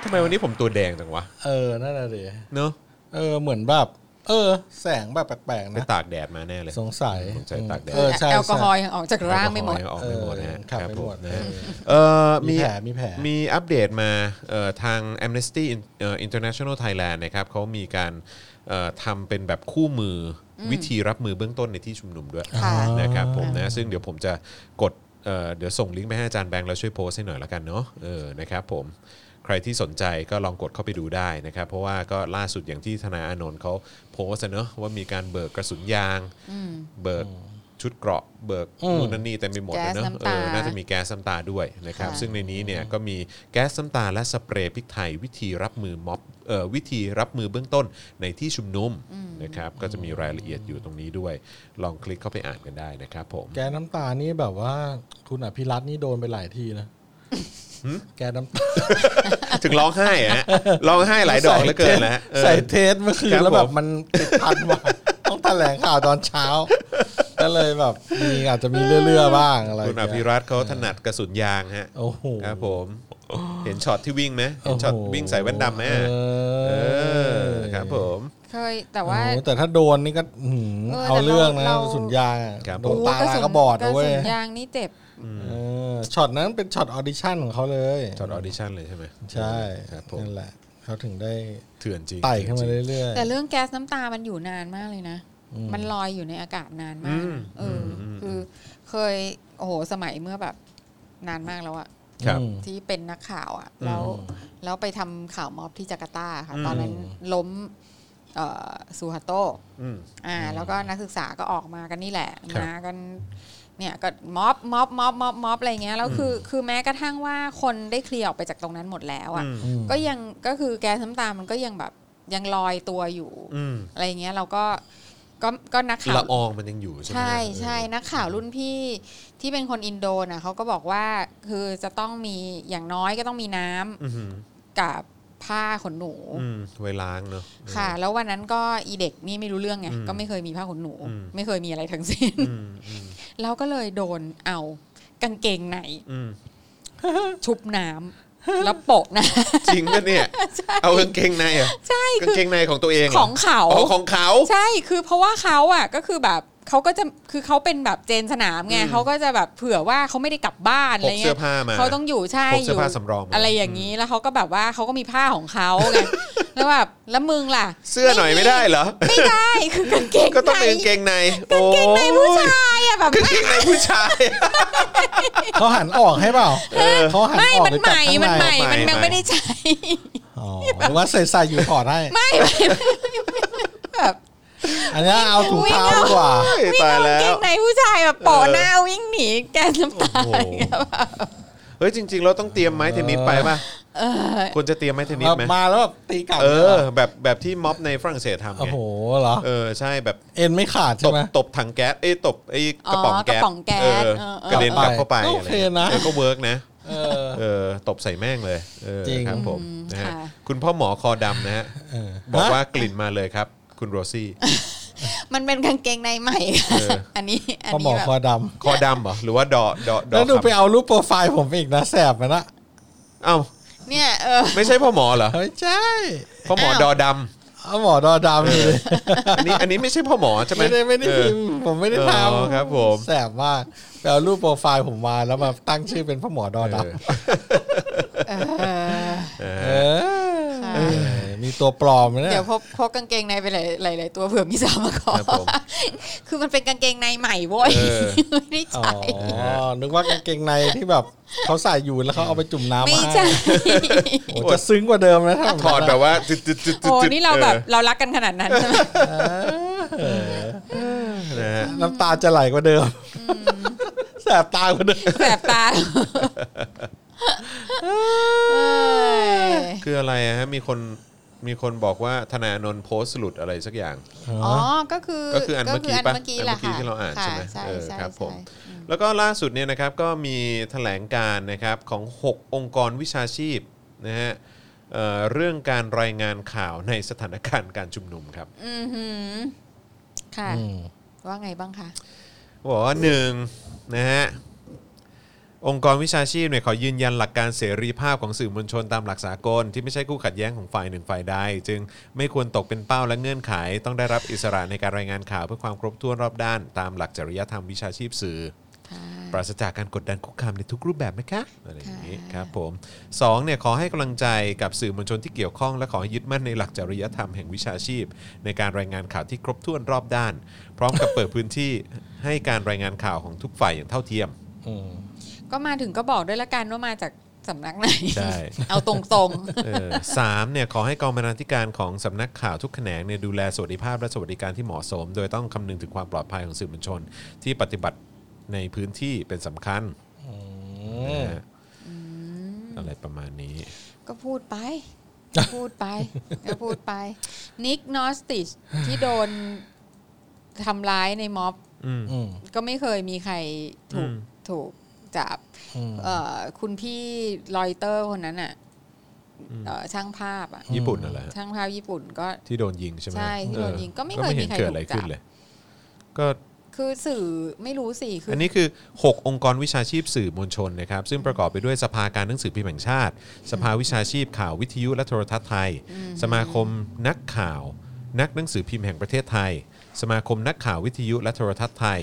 Speaker 1: ทำไมวันนี้ผมตัวแดงจังวะ
Speaker 3: เออ นั่นแหละดิ
Speaker 1: เนอะ
Speaker 3: เออ เหมือนแบบ เออ แสงแบบแปลกๆ
Speaker 1: ไป
Speaker 3: นะ
Speaker 1: ตากแดดมาแน่เลย
Speaker 3: สงสัย
Speaker 1: ผมใช้ตากแดด
Speaker 3: เออใช่
Speaker 2: แอลกอฮอล์
Speaker 3: ใช่
Speaker 2: ยังออกจากร่างไม่หมด
Speaker 1: แอลกอฮอล์ยังออกไม่หมดนะฮะครับผนะ
Speaker 3: เออขับไม่หมด
Speaker 1: ฮะเอ
Speaker 3: เออ
Speaker 1: อ
Speaker 3: มีแผลมีแผล
Speaker 1: มีอัปเดตมาเอ่อทาง Amnesty In- เอ่อ International Thailand นะครับเขามีการเอ่อทำเป็นแบบคู่มืออ วิธีรับมือเบื้องต้นในที่ชุมนุมด้วย
Speaker 2: ค่ะ
Speaker 1: นะครับผมนะซึ่งเดี๋ยวผมจะกดเอ่อเดี๋ยวส่งลิงก์ไปให้อาจารย์แบงค์แล้วช่วยโพสต์ให้หน่อยละกันเนาะเออนะครับผมใครที่สนใจก็ลองกดเข้าไปดูได้นะครับ เพราะว่าก็ล่าสุดอย่างที่ธนาอานนท์เขาโพสต์อะเนอะว่ามีการเบิกกระสุนยาง
Speaker 2: อืม
Speaker 1: เบิกชุดเกราะเบิก
Speaker 3: อืม
Speaker 1: นู่นนั่นนี่เต็มไปหมดเลยเนอะ
Speaker 2: แก๊ส
Speaker 1: เออ
Speaker 2: น้ำตา
Speaker 1: น่าจะมีแก๊สน้ำตาด้วยนะครับ
Speaker 2: ค่ะ
Speaker 1: ซึ่งในนี้เนี่ยก็มีแก๊สน้ำตาและสเปรย์พริกไทย วิธีรับมือม็อบเอ่อวิธีรับมือเบื้องต้นในที่ชุมนุมนะครับก็จะมีรายละเอียดอยู่ตรงนี้ด้วย ลองคลิกเข้าไปอ่านกันได้นะครับผม
Speaker 3: แกน้ำตานี่แบบว่าคุณอภิรัตน์นี่โดนไปหลายทีนะแกน้ำตา
Speaker 1: ถึงร้องไห้ อะฮะร้องไห้หลายดอกเหลือเกินนะฮะเออ
Speaker 3: ใส่เทสเมื่อคื
Speaker 1: ครั
Speaker 3: น
Speaker 1: บ
Speaker 3: แล้วแบ
Speaker 1: ผ
Speaker 3: บ
Speaker 1: ม
Speaker 3: มันติดพันมาต้องแถลงข่าวตอนเช้า ก็เลยแบบมีอาจจะมีเรื่อๆบ้างอะไร
Speaker 1: คุณอ
Speaker 3: เงี้ย
Speaker 1: ภิรัตน์เขาถนัดกระสุนยางฮะ
Speaker 3: โอ้โห
Speaker 1: ครับผมเห็นช็อตที่วิ่งไหมเห็นช็อตวิ่งใส่แว่นดำไหมอะเออครับผม
Speaker 2: เคยแต่ว่า
Speaker 3: โอ้โหแต่ถ้าโดนนี่ก็หืม
Speaker 2: เออ
Speaker 3: เอาเรื่องนะ
Speaker 2: แต่เรา
Speaker 3: กระสุนยางอะ
Speaker 1: ครับ
Speaker 3: โดน
Speaker 2: โอ้
Speaker 3: ตาลายกระบอดนะเว้
Speaker 2: ก
Speaker 3: ย
Speaker 2: ระสุนยางนี่เจ็บ
Speaker 3: เออช็อตนั้นเป็นช็อตออดิชั่นของเขาเลย
Speaker 1: ช็อตออดิชั่นเลยใช่ไหม
Speaker 3: ใช่
Speaker 1: ครับผม
Speaker 3: นั่นแหละเขาถึงได้
Speaker 1: เถื่อนจริง
Speaker 3: ไต่ขึ้นมาเรื่อย
Speaker 2: แต่เรื่องแก๊สน้ำตา มันอยู่นานมากเลยนะ มันลอยอยู่ในอากาศนาน
Speaker 1: อื
Speaker 2: มาก
Speaker 1: ม
Speaker 2: เอออ
Speaker 1: ม
Speaker 2: คือเคย โอ้โห สมัยเมื่อแบบนานมากแล้วอะ
Speaker 1: ครับ
Speaker 3: อืม
Speaker 2: ที่เป็นนักข่าวอะแล้ว แล้วไปทำข่าวม็อบที่จาการ์ตาค่ะ ตอนนั้นล้มเอ่อซูฮาโต
Speaker 1: อืม
Speaker 2: อ่าแล้วก็นักศึกษาก็ออกมากันนี่แหละ
Speaker 1: ครับ
Speaker 2: มากันเนี่ยก็ม็อบม็อบม็อบม็อบม็อบอะไรเงี้ยแล้วคือคือแม้กระทั่งว่าคนได้เคลียร์ออกไปจากตรงนั้นหมดแล้วอ่ะ
Speaker 1: อืม
Speaker 3: อืม
Speaker 2: ก็ยังก็คือแก๊สน้ำตามันก็ยังแบบยังลอยตัวอยู่
Speaker 1: อืม
Speaker 2: อะไรเงี้ยเราก็ก็ก็นักข่าว
Speaker 1: ละอองมันยังอยู่ใช่ไหม
Speaker 2: ใช่
Speaker 1: เออ
Speaker 2: ใช่นักข่าวรุ่นพี่ที่เป็นคนอินโดน่ะเขาก็บอกว่าคือจะต้องมีอย่างน้อยก็ต้องมีน้ำ
Speaker 1: อือหือ
Speaker 2: กับผ้าขนหนู
Speaker 1: อืมไวล้างเนอะ
Speaker 2: ค่ะ แล้ววันนั้นก็อีเด็กนี่ไม่รู้เรื่องไง
Speaker 1: อืม
Speaker 2: ก็ไม่เคยมีผ้าขนหนู
Speaker 1: อืม
Speaker 2: ไม่เคยมีอะไรทั้งสิ้น
Speaker 1: อืมอืม
Speaker 2: แล้วก็เลยโดนเอากางเกง ใน
Speaker 1: อืม
Speaker 2: ชุบน้ำแล้วโปะหนะ
Speaker 1: จริงปะเนี่ย เอากางเกงในเหรอ่ะ
Speaker 2: ใช่
Speaker 1: กาง
Speaker 2: คือ
Speaker 1: เกงในของตัวเองหร
Speaker 2: ของเขา
Speaker 1: อ๋อของเขา
Speaker 2: ใช่คือเพราะว่าเขาอ่ะก็คือแบบเขาก็จะคือเขาเป็นแบบเจนสนามไง
Speaker 1: อืม
Speaker 2: เขาก็จะแบบเผื่อว่าเขาไม่ได้กลับบ้าน
Speaker 1: พ
Speaker 2: อะไร
Speaker 1: กเสื้
Speaker 2: เงี้
Speaker 1: อย ผ้ามา
Speaker 2: เขาต้องอยู่ใช่
Speaker 1: พกเสื้
Speaker 2: อยู่
Speaker 1: อผ้าสำรองมา
Speaker 2: อะไรอย่างนี้แล้วเขาก็แบบว่าเขาก็มีผ้าของเขาไงแล้วแบบแล้วมึงล่ะ
Speaker 1: เสื้อหน่อยไม่ได้เหรอ
Speaker 2: ไม่ได้ คือกางเกง
Speaker 1: ก็ต้อง
Speaker 2: ใน
Speaker 1: เป็นกางเกงใน
Speaker 2: กางเกงในผู้ชายอะแบบ
Speaker 1: โอ้ยกางเกงในผู้ชาย
Speaker 3: ๆ เขาหันออกให้เปล่าเขาหัน
Speaker 2: ไม่
Speaker 3: ออก
Speaker 2: มัน
Speaker 3: รือ
Speaker 2: ให
Speaker 3: จับ
Speaker 2: ม่
Speaker 3: ข้าง
Speaker 2: มันใหม่
Speaker 1: ใหม่
Speaker 2: มันยัง
Speaker 1: ใหม่
Speaker 2: ไม่ได้ใช้
Speaker 3: อ๋อหรือว่าใส่ใส่อยู่ถอดให้
Speaker 2: ไม่ไม่ไม่ไม่แบบ
Speaker 3: อันนี้เอาถุงเท้าดีกว่า
Speaker 1: เฮ้ย
Speaker 2: วิ่ง
Speaker 1: ตาย
Speaker 2: เอา
Speaker 1: แล้
Speaker 2: เก
Speaker 1: ว
Speaker 2: งในผู้ชายแบบโปะ
Speaker 1: เออ
Speaker 2: หน้าวิ่งหนีแกนน้ำตา
Speaker 1: โอ้โหเฮ้ยจริงๆเราต้องเตรียมไม้เทนนิสไปป่ะ
Speaker 2: เออ
Speaker 1: ควรจะเตรียมไม้เทนนิส
Speaker 3: แบบ
Speaker 1: ไหม
Speaker 3: มาแล้วแบบตีกลับ
Speaker 1: เออ แบบแบบที่ม็อบในฝรั่งเศสทำ
Speaker 3: โอ้
Speaker 1: ไง
Speaker 3: โหเหรอ
Speaker 1: เออใช่แบบ
Speaker 3: เอ็นไม่ขาด
Speaker 1: ต
Speaker 3: ใช่
Speaker 1: บ
Speaker 3: ไหม
Speaker 1: ตบถังแก๊สเอ้ยตบไอ้กระป๋องแก๊ส
Speaker 2: กระป๋องแก๊ส
Speaker 1: เออ
Speaker 2: เออเออ
Speaker 1: กระเด็นกลับเข้าไป
Speaker 3: ก็โอ
Speaker 1: ไร
Speaker 3: เค
Speaker 1: งี้ย
Speaker 3: นะ
Speaker 1: เออก็เวิร์กนะ
Speaker 3: เออ
Speaker 1: เออตบใส่แม่งเลยเออ
Speaker 3: จริง
Speaker 1: ครับผม
Speaker 2: อืม
Speaker 1: นะฮะ
Speaker 2: ค่ะ
Speaker 1: คุณพ่อหมอคอดำนะฮะ
Speaker 3: เออ
Speaker 1: บอกว่า
Speaker 3: ฮะ
Speaker 1: กลิ่นมาเลยครับ คุณโรซี่
Speaker 2: มันเป็นกางเกงในใหม่ค่ะ
Speaker 1: เออ
Speaker 2: อันนี้ อัน
Speaker 3: พอหม
Speaker 2: นี้
Speaker 3: อ
Speaker 2: แบบ
Speaker 3: คอด
Speaker 1: คอดำเหรอหรือว่าดอดอ
Speaker 3: ำ
Speaker 1: ดอ
Speaker 3: แล้วดูไป
Speaker 1: ค
Speaker 3: เอารูปโปรไฟล์ผมไปอีกนะแสบมันละ
Speaker 1: ำเอ้า
Speaker 2: เนี่ยเออ
Speaker 1: ไม่ใช่พ่อหมอเหรอ
Speaker 3: ไม่ใช่
Speaker 1: พ่อหมอ
Speaker 2: อ้าว
Speaker 1: ดอด
Speaker 3: เอาหมอดอดามเลย
Speaker 1: ำอันนี้อันนี้ไม่ใช่พ่อหมอใช่ไหม
Speaker 3: ไม่ได้ไม่ได้
Speaker 1: เออ
Speaker 3: พิมพ์ผมไม่ได้ท
Speaker 1: เออ
Speaker 3: ำ
Speaker 1: ครับผม
Speaker 3: แสบมากไปเอารูปโปรไฟล์ผมมาแล้วมาตั้งชื่อเป็นพ่อหมอดอดาม
Speaker 2: เออ
Speaker 1: เอ
Speaker 3: เอ
Speaker 1: อ
Speaker 3: อ
Speaker 2: ค่ะ
Speaker 3: เออมีตัวปลอมไหมเนี่
Speaker 2: เดี๋ย
Speaker 3: ยว
Speaker 2: พกพกกางเกงในไปหลายหลายหลายตัวเผื่อมีสาวมาขอ
Speaker 1: ครับผม
Speaker 2: คือมันเป็นกางเกงในใหม่โว้ย
Speaker 1: เออ
Speaker 2: ไม่ได้
Speaker 3: อ๋
Speaker 2: ใช้
Speaker 3: อนึกว่ากางเกงในที่แบบเขาใส่อยู่แล้วเขาเอาไปจุ่มน้ำ
Speaker 2: ไม่
Speaker 3: มา
Speaker 2: ใช่
Speaker 3: โอ้จะซึ้งกว่าเดิมนะถ้า
Speaker 1: ถอดแบบว่าจุดจุดจุดจุด
Speaker 2: โอ้
Speaker 1: จุด
Speaker 2: นี่เราแบบเรารักกันขนาดนั้นใช่ไหม
Speaker 3: เออ
Speaker 1: เออนะฮะ
Speaker 3: น้ำตาจะไหลกว่าเดิมแสบตากว่าเดิม
Speaker 2: แสบตาเอ้ย
Speaker 1: คืออะไรอะฮะมีคนมีคนบอกว่าธนาโนนท์โพสต์หลุดอะไรสักอย่าง
Speaker 2: อ๋อ ก็คือ
Speaker 1: ก็คืออันเมื่อกี้
Speaker 2: ก็
Speaker 1: ปะ
Speaker 2: คืนเมื่อกี้แหละค่ะ
Speaker 1: ที่เราอ่านใช่ไหม
Speaker 2: ใช่
Speaker 1: เออ
Speaker 2: ใช่
Speaker 1: ครับ
Speaker 2: ใช่
Speaker 1: ผมแล้วก็ล่าสุดเนี่ยนะครับก็มีแถลงการนะครับของ 6 องค์กรวิชาชีพนะฮะเอ่อเรื่องการรายงานข่าวในสถานการณ์การชุมนุมครับ
Speaker 2: อือหือค่ะ
Speaker 3: อืม
Speaker 2: ว่าไงบ้างคะ
Speaker 1: บอกว่าหนึ่งนะฮะองค์กรวิชาชีพเนี่ยขอยืนยันหลักการเสรีภาพของสื่อมวลชนตามหลักสากล ที่ไม่ใช่คู่ขัดแย้งของฝ่ายหนึ่งฝ่ายใดจึงไม่ควรตกเป็นเป้าและเงื่อนไข ต้องได้รับอิสระในการรายงานข่าวเพื่อความครบถ้วนรอบด้าน ตามหลักจริยธรรมวิชาชีพสื่อ
Speaker 2: ค่ะ
Speaker 1: ปราศจากการกดดันคุกคามในทุกรูปแบบนะคะอะไรอย่างนี้
Speaker 2: ค่ะ
Speaker 1: ครับผมสองเนี่ยขอให้กำลังใจกับสื่อมวลชนที่เกี่ยวข้อง และขอให้ยึดมั่นในหลักจริยธรรมแห่งวิชาชีพ ในการรายงานข่าวที่ครบถ้วนรอบด้าน พร้อมกับเปิดพื้นที่ให้การรายงานข่าวของทุกฝ่ายอย่างเท่าเทียม
Speaker 3: อืม
Speaker 2: ก็มาถึงก็บอกด้วยละกันว่ามาจากสำนักไหน
Speaker 1: ใช่
Speaker 2: เอาตรง
Speaker 1: เออสามเนี่ยขอให้กองบรรณาธิการของสำนักข่าวทุกแขนงเนี่ยดูแลสวัสดิภาพและสวัสดิการที่เหมาะสม โดยต้องคำนึงถึงความปลอดภัยของสื่อมวลชน ที่ปฏิบัติในพื้นที่เป็นสำคัญ
Speaker 3: อืม
Speaker 1: นะฮะอะไรประมาณนี้
Speaker 2: ๆ ก็พูดไป พูดไปก็พูดไป นิกนอสติชที่โดนทำร้ายในม็อบ
Speaker 1: อืม
Speaker 3: อืม
Speaker 2: ก็ไม่เคยมีใครถูก
Speaker 1: อืม
Speaker 2: ถูกจับ
Speaker 3: อืม
Speaker 2: เอ่อคุณพี่รอยเตอร์คนนั้นอ่ะเอ่อช่างภาพอ่ะ
Speaker 1: ญี่ปุ่นนั่นแหละ
Speaker 2: ช่างภาพญี่ปุ่นก็
Speaker 1: ที่โดนยิงใช่ไหม
Speaker 2: ใช่ที่โดนยิง
Speaker 1: ออ
Speaker 2: ก็ไม่เคยมีใคร
Speaker 1: เกิดอะไร
Speaker 2: ถูกจับ
Speaker 1: ขึ้นเลย ก็
Speaker 2: คือสื่อไม่รู้สิคือ
Speaker 1: อั
Speaker 2: อน
Speaker 1: นี้คือ 6 องค์กรวิชาชีพสื่อมวลชนนะครับ ซึ่งประกอบไปด้วยสภาการหนังสือพิมพ์แห่งชาติ สภาวิชาชีพข่าววิทยุและโทรทัศน์ไทย สมาคมนักข่าว นักหนังสือพิมพ์แห่งประเทศไทย สมาคมนักข่าววิทยุและโทรทัศน์ไทย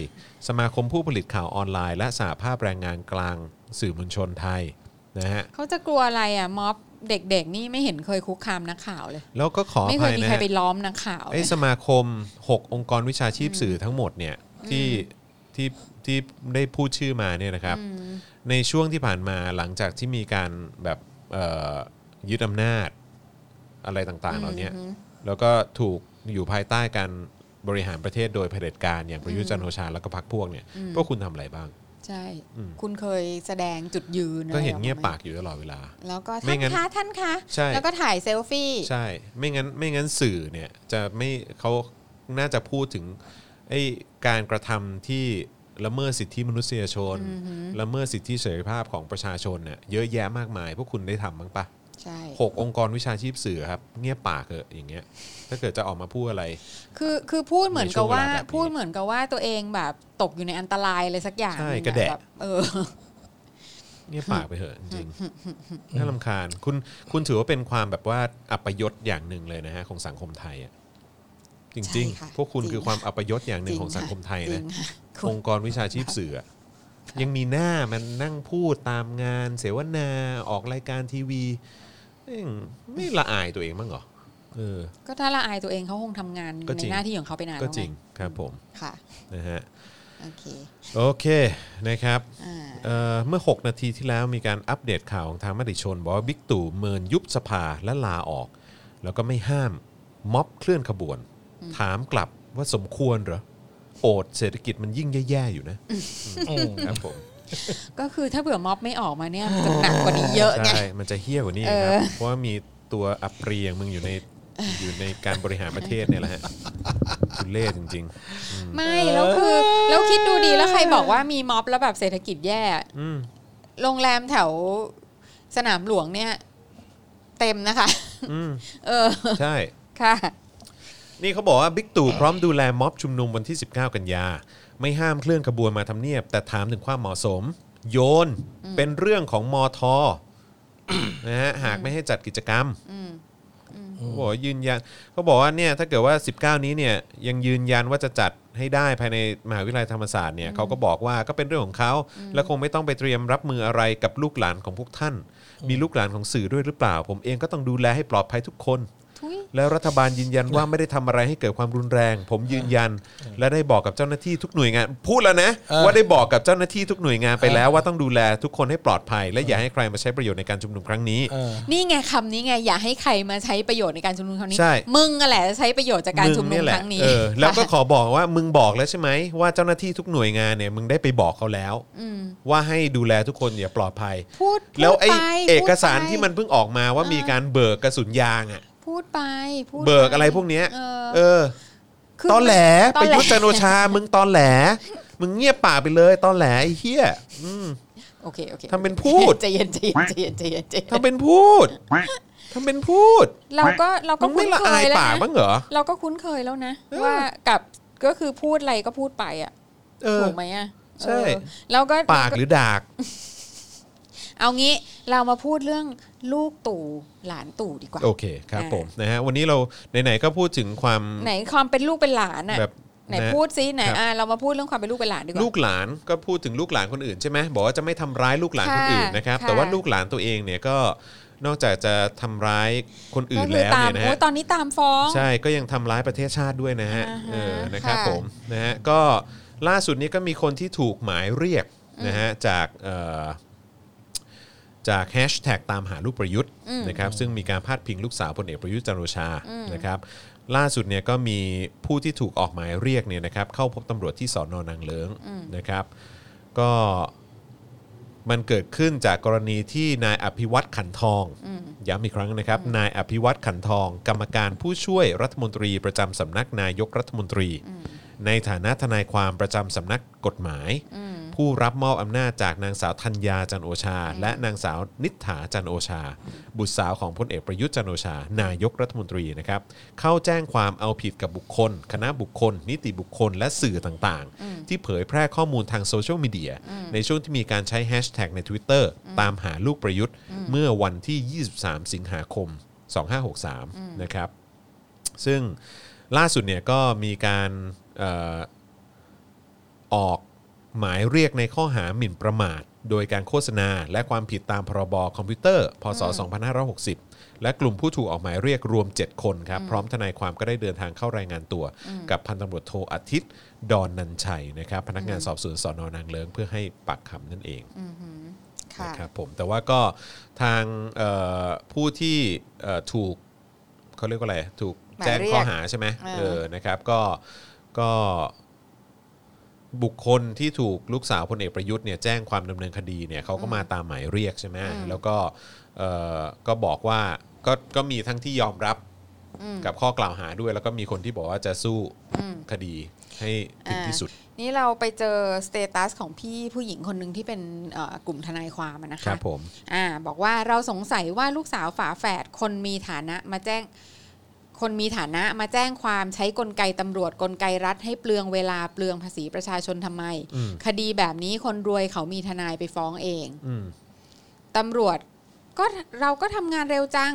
Speaker 1: สมาคมผู้ผลิตข่าวออนไลน์ และสหภาพแรงงานกลางสื่อมวลชนไทยนะฮะ
Speaker 2: เขาจะกลัวอะไรอ่ะม็อบเด็กๆ นี่ไม่เห็นเคยคุกคามนักข่าวเลย
Speaker 1: แล้วก็ขออ
Speaker 2: ไม่เค
Speaker 1: ภั
Speaker 2: ย
Speaker 1: ย
Speaker 2: มี
Speaker 1: นะ
Speaker 2: ใคร
Speaker 1: ฮะ
Speaker 2: ไปล้อมนักข่าวเล
Speaker 1: ไอ้
Speaker 2: ย
Speaker 1: สมาคม 6 องค์กรวิชาชีพสื่อทั้งหมดเนี่ยที่ที่ที่ได้พูดชื่อมาเนี่ยนะครับ ในช่วงที่ผ่านมาหลังจากที่มีการแบบเอ่อยึดอำนาจอะไรต่างๆ เหล่าเนี้ยแล้วก็ถูกอยู่ภายใต้การบริหารประเทศโดยเผด็จการอย่างประยุทธ์จันทร์โอชาแล้วก็พรรคพวกเนี่ย
Speaker 2: อืม
Speaker 1: พวกคุณทำอะไรบ้าง
Speaker 2: ใช่
Speaker 1: อืม
Speaker 2: คุณเคยแสดงจุดยืน
Speaker 1: ก็
Speaker 2: อะไร
Speaker 1: เห็นเงียบ
Speaker 2: ออม
Speaker 1: ปากอยู่ตลอดเวลา
Speaker 2: แล้วก็
Speaker 1: ไม่
Speaker 2: ท่าน
Speaker 1: งั้น
Speaker 2: คะท่านคะ
Speaker 1: ใช่
Speaker 2: แล้วก็ถ่ายเซลฟี่
Speaker 1: ใช่ ไม่งั้นไม่งั้นสื่อเนี่ยจะไม่เขาน่าจะพูดถึงไอ้การกระทำที่ละเมิดสิทธิมนุษยชน
Speaker 2: อือหือ
Speaker 1: ละเมิดสิทธิเสรีภาพของประชาชนเนี่ยเยอะแยะมากมาย พวกคุณได้ทำบ้างปะ
Speaker 2: ใช่
Speaker 1: หกองค์กรวิชาชีพสื่อครับ เงียบปากเถอะอย่างเงี้ย ถ้าเกิดจะออกมาพูดอะไร
Speaker 2: คือคือพูดเหมือนกับว่า
Speaker 1: ในช่วงเวลาแบบนี้
Speaker 2: พูดเหมือนกับว่าตัวเองแบบตกอยู่ในอันตรายอะไรสักอย่าง
Speaker 1: ใช่
Speaker 2: หนึ่ง
Speaker 1: กระแดะ
Speaker 2: แบบเออ
Speaker 1: เงียบปากไปเถอะจริงๆน่าลำคาญคุณคุณถือว่าเป็นความแบบว่าอัปยศอย่างหนึ่งเลยนะฮะของสังคมไทยอ่ะจ
Speaker 2: ใช่
Speaker 1: ริง
Speaker 2: ค่ะ
Speaker 1: ๆ พวกคุณ
Speaker 2: จริง
Speaker 1: คือความอัปยศอย่างหนึ่งของสังคมไทย
Speaker 2: จริ
Speaker 1: นะ
Speaker 2: งค่ะคุ
Speaker 1: อ
Speaker 2: ณ
Speaker 1: งค์กรวิชาชีพสื่ออะยังมีหน้ามันนั่งพูดตามงาน เสวนาออกรายการทีวีเอ้ยไม่ละอายตัวเองบ้างเหรอเออ
Speaker 2: ก็ถ้าละอายตัวเองเขาคงทำงาน
Speaker 1: ก็จ
Speaker 2: ใน
Speaker 1: ริง
Speaker 2: หน้าที่ของเขาไปนา
Speaker 1: ก็
Speaker 2: นแล้วไ
Speaker 1: จริงครับผม
Speaker 2: ค่ะ
Speaker 1: นะฮะ
Speaker 2: โอเค
Speaker 1: โอเคนะครับ
Speaker 2: อ่า
Speaker 1: เอ่อเมื่อ 6 นาทีที่แล้วมีการอัปเดตข่าวของทางมติชน บอกว่าบิ๊กตู่เมินยุบสภาและลาออก แล้วก็ไม่ห้ามม็อบเคลื่อนขบวน ถามกลับว่าสมควรเหรอโอดเศรษฐกิจมันยิ่งแย่ๆอยู่นะ
Speaker 3: อืม
Speaker 1: ครับผม
Speaker 2: ก็คือถ้าเบื่อม็อบไม่ออกมาเนี่ยมันจะหนักกว่านี้เยอะไง
Speaker 1: ใช่ มันจะเฮี้ยกว่านี้
Speaker 2: เออ
Speaker 1: ครับ เพราะว่ามีตัวอัปเรียงมึงอยู่ในอยู่ในการบริหารประเทศเนี่ยแหละฮะทุเล่จริง
Speaker 2: ไม่แล้วคือแล้วคิดดูดีแล้วใครบอกว่ามีม็อบแล้วแบบเศรษฐกิจแย่
Speaker 1: ๆ อืม
Speaker 2: โรงแรมแถวสนามหลวงเนี่ย เต็มนะคะ
Speaker 1: อืม
Speaker 2: เออ
Speaker 1: ใช่
Speaker 2: ค่ะ
Speaker 1: นี่เขาบอกว่าบิ๊กตู่พร้อมดูแลม็อบชุมนุมวันที่ 19 กันยา ไม่ห้ามเคลื่อนขบวนมาทำเนียบ แต่ถามถึงความเหมาะสม โยนเป็นเรื่องของมอทนะฮะหากไม่ให้จัดกิจกรรม
Speaker 2: อืม
Speaker 1: เขาบอกว่ายืนยันเขาบอกว่าเนี่ยถ้าเกิดว่า 19 นี้เนี่ยยังยืนยันว่าจะจัดให้ได้ภายในมหาวิทยาลัยธรรมศาสตร์เนี่ยเขาก็บอกว่าก็เป็นเรื่องของเขาและคงไม่ต้องไปเตรียมรับมืออะไรกับลูกหลานของพวกท่าน มีลูกหลานของสื่อด้วยหรือเปล่า ผมเองก็ต้องดูแลให้ปลอดภัยทุกคน
Speaker 2: ทุย
Speaker 1: แล้วรัฐบาลยืนยันว่าไม่ได้ทำอะไรให้เกิดความรุนแรง ผมยืนยัน และได้บอกกับเจ้าหน้าที่ทุกหน่วยงาน พูดแล้วนะ
Speaker 3: เออ
Speaker 1: ว่าได้บอกกับเจ้าหน้าที่ทุกหน่วยงานไปแล้วว่าต้องดูแลทุกคนให้ปลอดภัย และอย่าให้ใครมาใช้ประโยชน์ในการชุมนุมครั้งนี้
Speaker 3: เออ
Speaker 2: นี่ไงคำนี้ไง อย่าให้ใครมาใช้ประโยชน์ในการชุมนุมครั้งนี้
Speaker 1: ใช่
Speaker 2: มึงอะแหละใช้ประโยชน์จากการชุมนุมครั้งนี้
Speaker 1: เออแล้วก็ขอบอกว่ามึงบอกแล้วใช่ไหมว่าเจ้าหน้าที่ทุกหน่วยงานเนี่ยมึงได้ไปบอกเขาแล้ว
Speaker 2: ม
Speaker 1: ว่าให้ดูแลทุกคนอย่าปลอดภัย
Speaker 2: พูด
Speaker 1: แล้วไอ
Speaker 2: พูดป
Speaker 1: เอกสาร
Speaker 2: พูดไป
Speaker 1: ที่มันเพิ่งออกมาว่า
Speaker 2: เออ
Speaker 1: มีการเบิกกระสุนยางอ่ะ
Speaker 2: พูดไปพูด
Speaker 1: เบิก
Speaker 2: ป
Speaker 1: อะไรพวกเนี้ย
Speaker 2: เออ
Speaker 1: เออ
Speaker 2: คื
Speaker 1: ตอนแหล
Speaker 2: ต
Speaker 1: ไประ
Speaker 2: อนแหล
Speaker 1: ยุทธ์จันทร์โอชา มึงตอนแหล มึงเงียบป่ากไปเลย ตอนแหลไอ้เฮียอืม
Speaker 2: โอเคโอเค
Speaker 1: ทำเป็นพูด
Speaker 2: ใจเย็นใจเย็นใจเย็นใจเย็นใจเย็น
Speaker 1: ทำเป็นพูดทำเป็นพูด
Speaker 2: เราก็เรา
Speaker 1: มึ
Speaker 2: ก็
Speaker 1: ง
Speaker 2: คุ้
Speaker 1: ไม่
Speaker 2: น
Speaker 1: ละ
Speaker 2: เค
Speaker 1: อาย
Speaker 2: ยแล้ว
Speaker 1: ปาก
Speaker 2: นะ
Speaker 1: บ้างเหรอ
Speaker 2: เราก็คุ้นเคยแล้วนะ
Speaker 1: เออ
Speaker 2: ว่ากับก็คือพูดอะไรก็พูดไปอ่ะ
Speaker 1: เออ
Speaker 2: ถูกไหมอ่ะ
Speaker 1: ใช่
Speaker 2: เออแล้วก็
Speaker 1: ปากหรือดาก
Speaker 2: เอางี้เรามาพูดเรื่องลูกตู่หลานตู่ดีกว่า
Speaker 1: โอเคครับ
Speaker 2: อ่า
Speaker 1: ผมนะฮะวันนี้เราไหนๆก็พูดถึงความ
Speaker 2: ไหนความเป็นลูกเป็นหลานอ่ะ
Speaker 1: แบบ
Speaker 2: ไหน
Speaker 1: นะ
Speaker 2: พูดซิไหน
Speaker 1: ครับ
Speaker 2: อ่ะเรามาพูดเรื่องความเป็นลูกเป็นหลานดีกว่า
Speaker 1: ลูกหลานก็พูดถึงลูกหลานคนอื่นใช่ไหมบอกว่าจะไม่ทำร้ายลูกหลานคนอื่นนะครับ
Speaker 2: ค่ะ
Speaker 1: แต่ว่าลูกหลานตัวเองเนี่ยก็นอกจากจะทำร้ายคนอื่
Speaker 2: ก็
Speaker 1: น
Speaker 2: คื
Speaker 1: แล้ว
Speaker 2: ตาม
Speaker 1: เนี่ยนะ
Speaker 2: โอ้
Speaker 1: ฮะ
Speaker 2: ยตอนนี้ตามฟ้อง
Speaker 1: ใช่ก็ยังทำร้ายประเทศชาติด้วยนะฮะ
Speaker 2: อ่าฮะ
Speaker 1: เออนะครับ
Speaker 2: ค่ะ
Speaker 1: ผมนะฮะก็ล่าสุดนี้ก็มีคนที่ถูกหมายเรียกนะฮะจากเอ่อจากแฮชแท็กตามหาลูกประยุทธ์
Speaker 2: อืม
Speaker 1: นะครับซึ่งมีการพาดพิงลูกสาวพลเอกประยุทธ์จันทร์โอชานะครับล่าสุดเนี่ยก็มีผู้ที่ถูกออกหมายเรียกเนี่ยนะครับเข้าพบตำรวจที่สอนอนางเลิ้งนะครับ ก็มันเกิดขึ้นจากกรณีที่นายอภิวัตขันทองย้ำอีกครั้งนะครับ นายอภิวัตขันทอง กรรมการผู้ช่วยรัฐมนตรีประจำสำนักนายกรัฐมนตรี ในฐานะทนายความประจำสำนักกฎหมาย ผู้รับมอบอำนาจจากนางสาวธัญญาจันทร์โอชา และนางสาวนิษฐาจันทร์โอชา บุตรสาวของพลเอกประยุทธ์จันทร์โอชา นายกรัฐมนตรีนะครับ เข้าแจ้งความเอาผิดกับบุคคล คณะบุคคล นิติบุคคล และสื่อต่างๆ ที่เผยแพร่ข้อมูลทางโซเชียลมีเดียในช่วงที่มีการใช้แฮชแท็กใน Twitter ตามหาลูกประยุทธ์ เมื่อวันที่ 23 สิงหาคม 2563 นะครับ ซึ่งล่าสุดเนี่ยก็มีการเอ่อออกหมายเรียกในข้อหาหมิ่นประมาท โดยการโฆษณาและความผิดตามพรบคอมพิวเตอร์ พศ 2560 และกลุ่มผู้ถูกออกหมายเรียกรวม 7 คนครับ พร้อมทนายความก็ได้เดินทางเข้ารายงานตัว กับพันตำรวจโทอาทิตย์ ดอนนันชัยนะครับ พนักงานสอบสวนสอนอนางเลิงเพื่อให้ปากคำนั่นเอง
Speaker 2: ค่ะ
Speaker 1: นะครับผมแต่ว่าก็ทางเอ่อผู้ที่เอ่อถูกเขาเรียกว่าอะไรถูก
Speaker 2: หมาย
Speaker 1: แจ้ง
Speaker 2: เรียก
Speaker 1: ข้อหาใช่ไหม
Speaker 2: เออ
Speaker 1: เออนะครับก็ก็บุคคลที่ถูกลูกสาวพลเอกประยุทธ์เนี่ยแจ้งความดำเนินคดีเนี่ยเขาก็มาตามหมายเรียกใช่ไหมแล้วก็เอ่อก็บอกว่าก็ก็มีทั้งที่ยอมรับกับข้อกล่าวหาด้วย แล้วก็มีคนที่บอกว่าจะสู้คดีให้ถึงที่สุด
Speaker 2: นี่เราไปเจอสเตตัสของพี่ผู้หญิงคนหนึ่งที่เป็นเอ่อกลุ่มทนายความอะนะ
Speaker 1: ครั
Speaker 2: คะ
Speaker 1: บผม
Speaker 2: อ่าบอกว่าเราสงสัยว่าลูกสาวฝาแฝดคนมีฐานะมาแจ้ง คนมีฐานะมาแจ้งความใช้กลไกตำรวจกลไกรัฐให้เปลืองเวลาเปลืองภาษีประชาชนทำไม
Speaker 1: อืม
Speaker 2: คดีแบบนี้คนรวยเขามีทนายไปฟ้องเอง
Speaker 1: อืม
Speaker 2: ตำรวจก็เราก็ทำงานเร็วจัง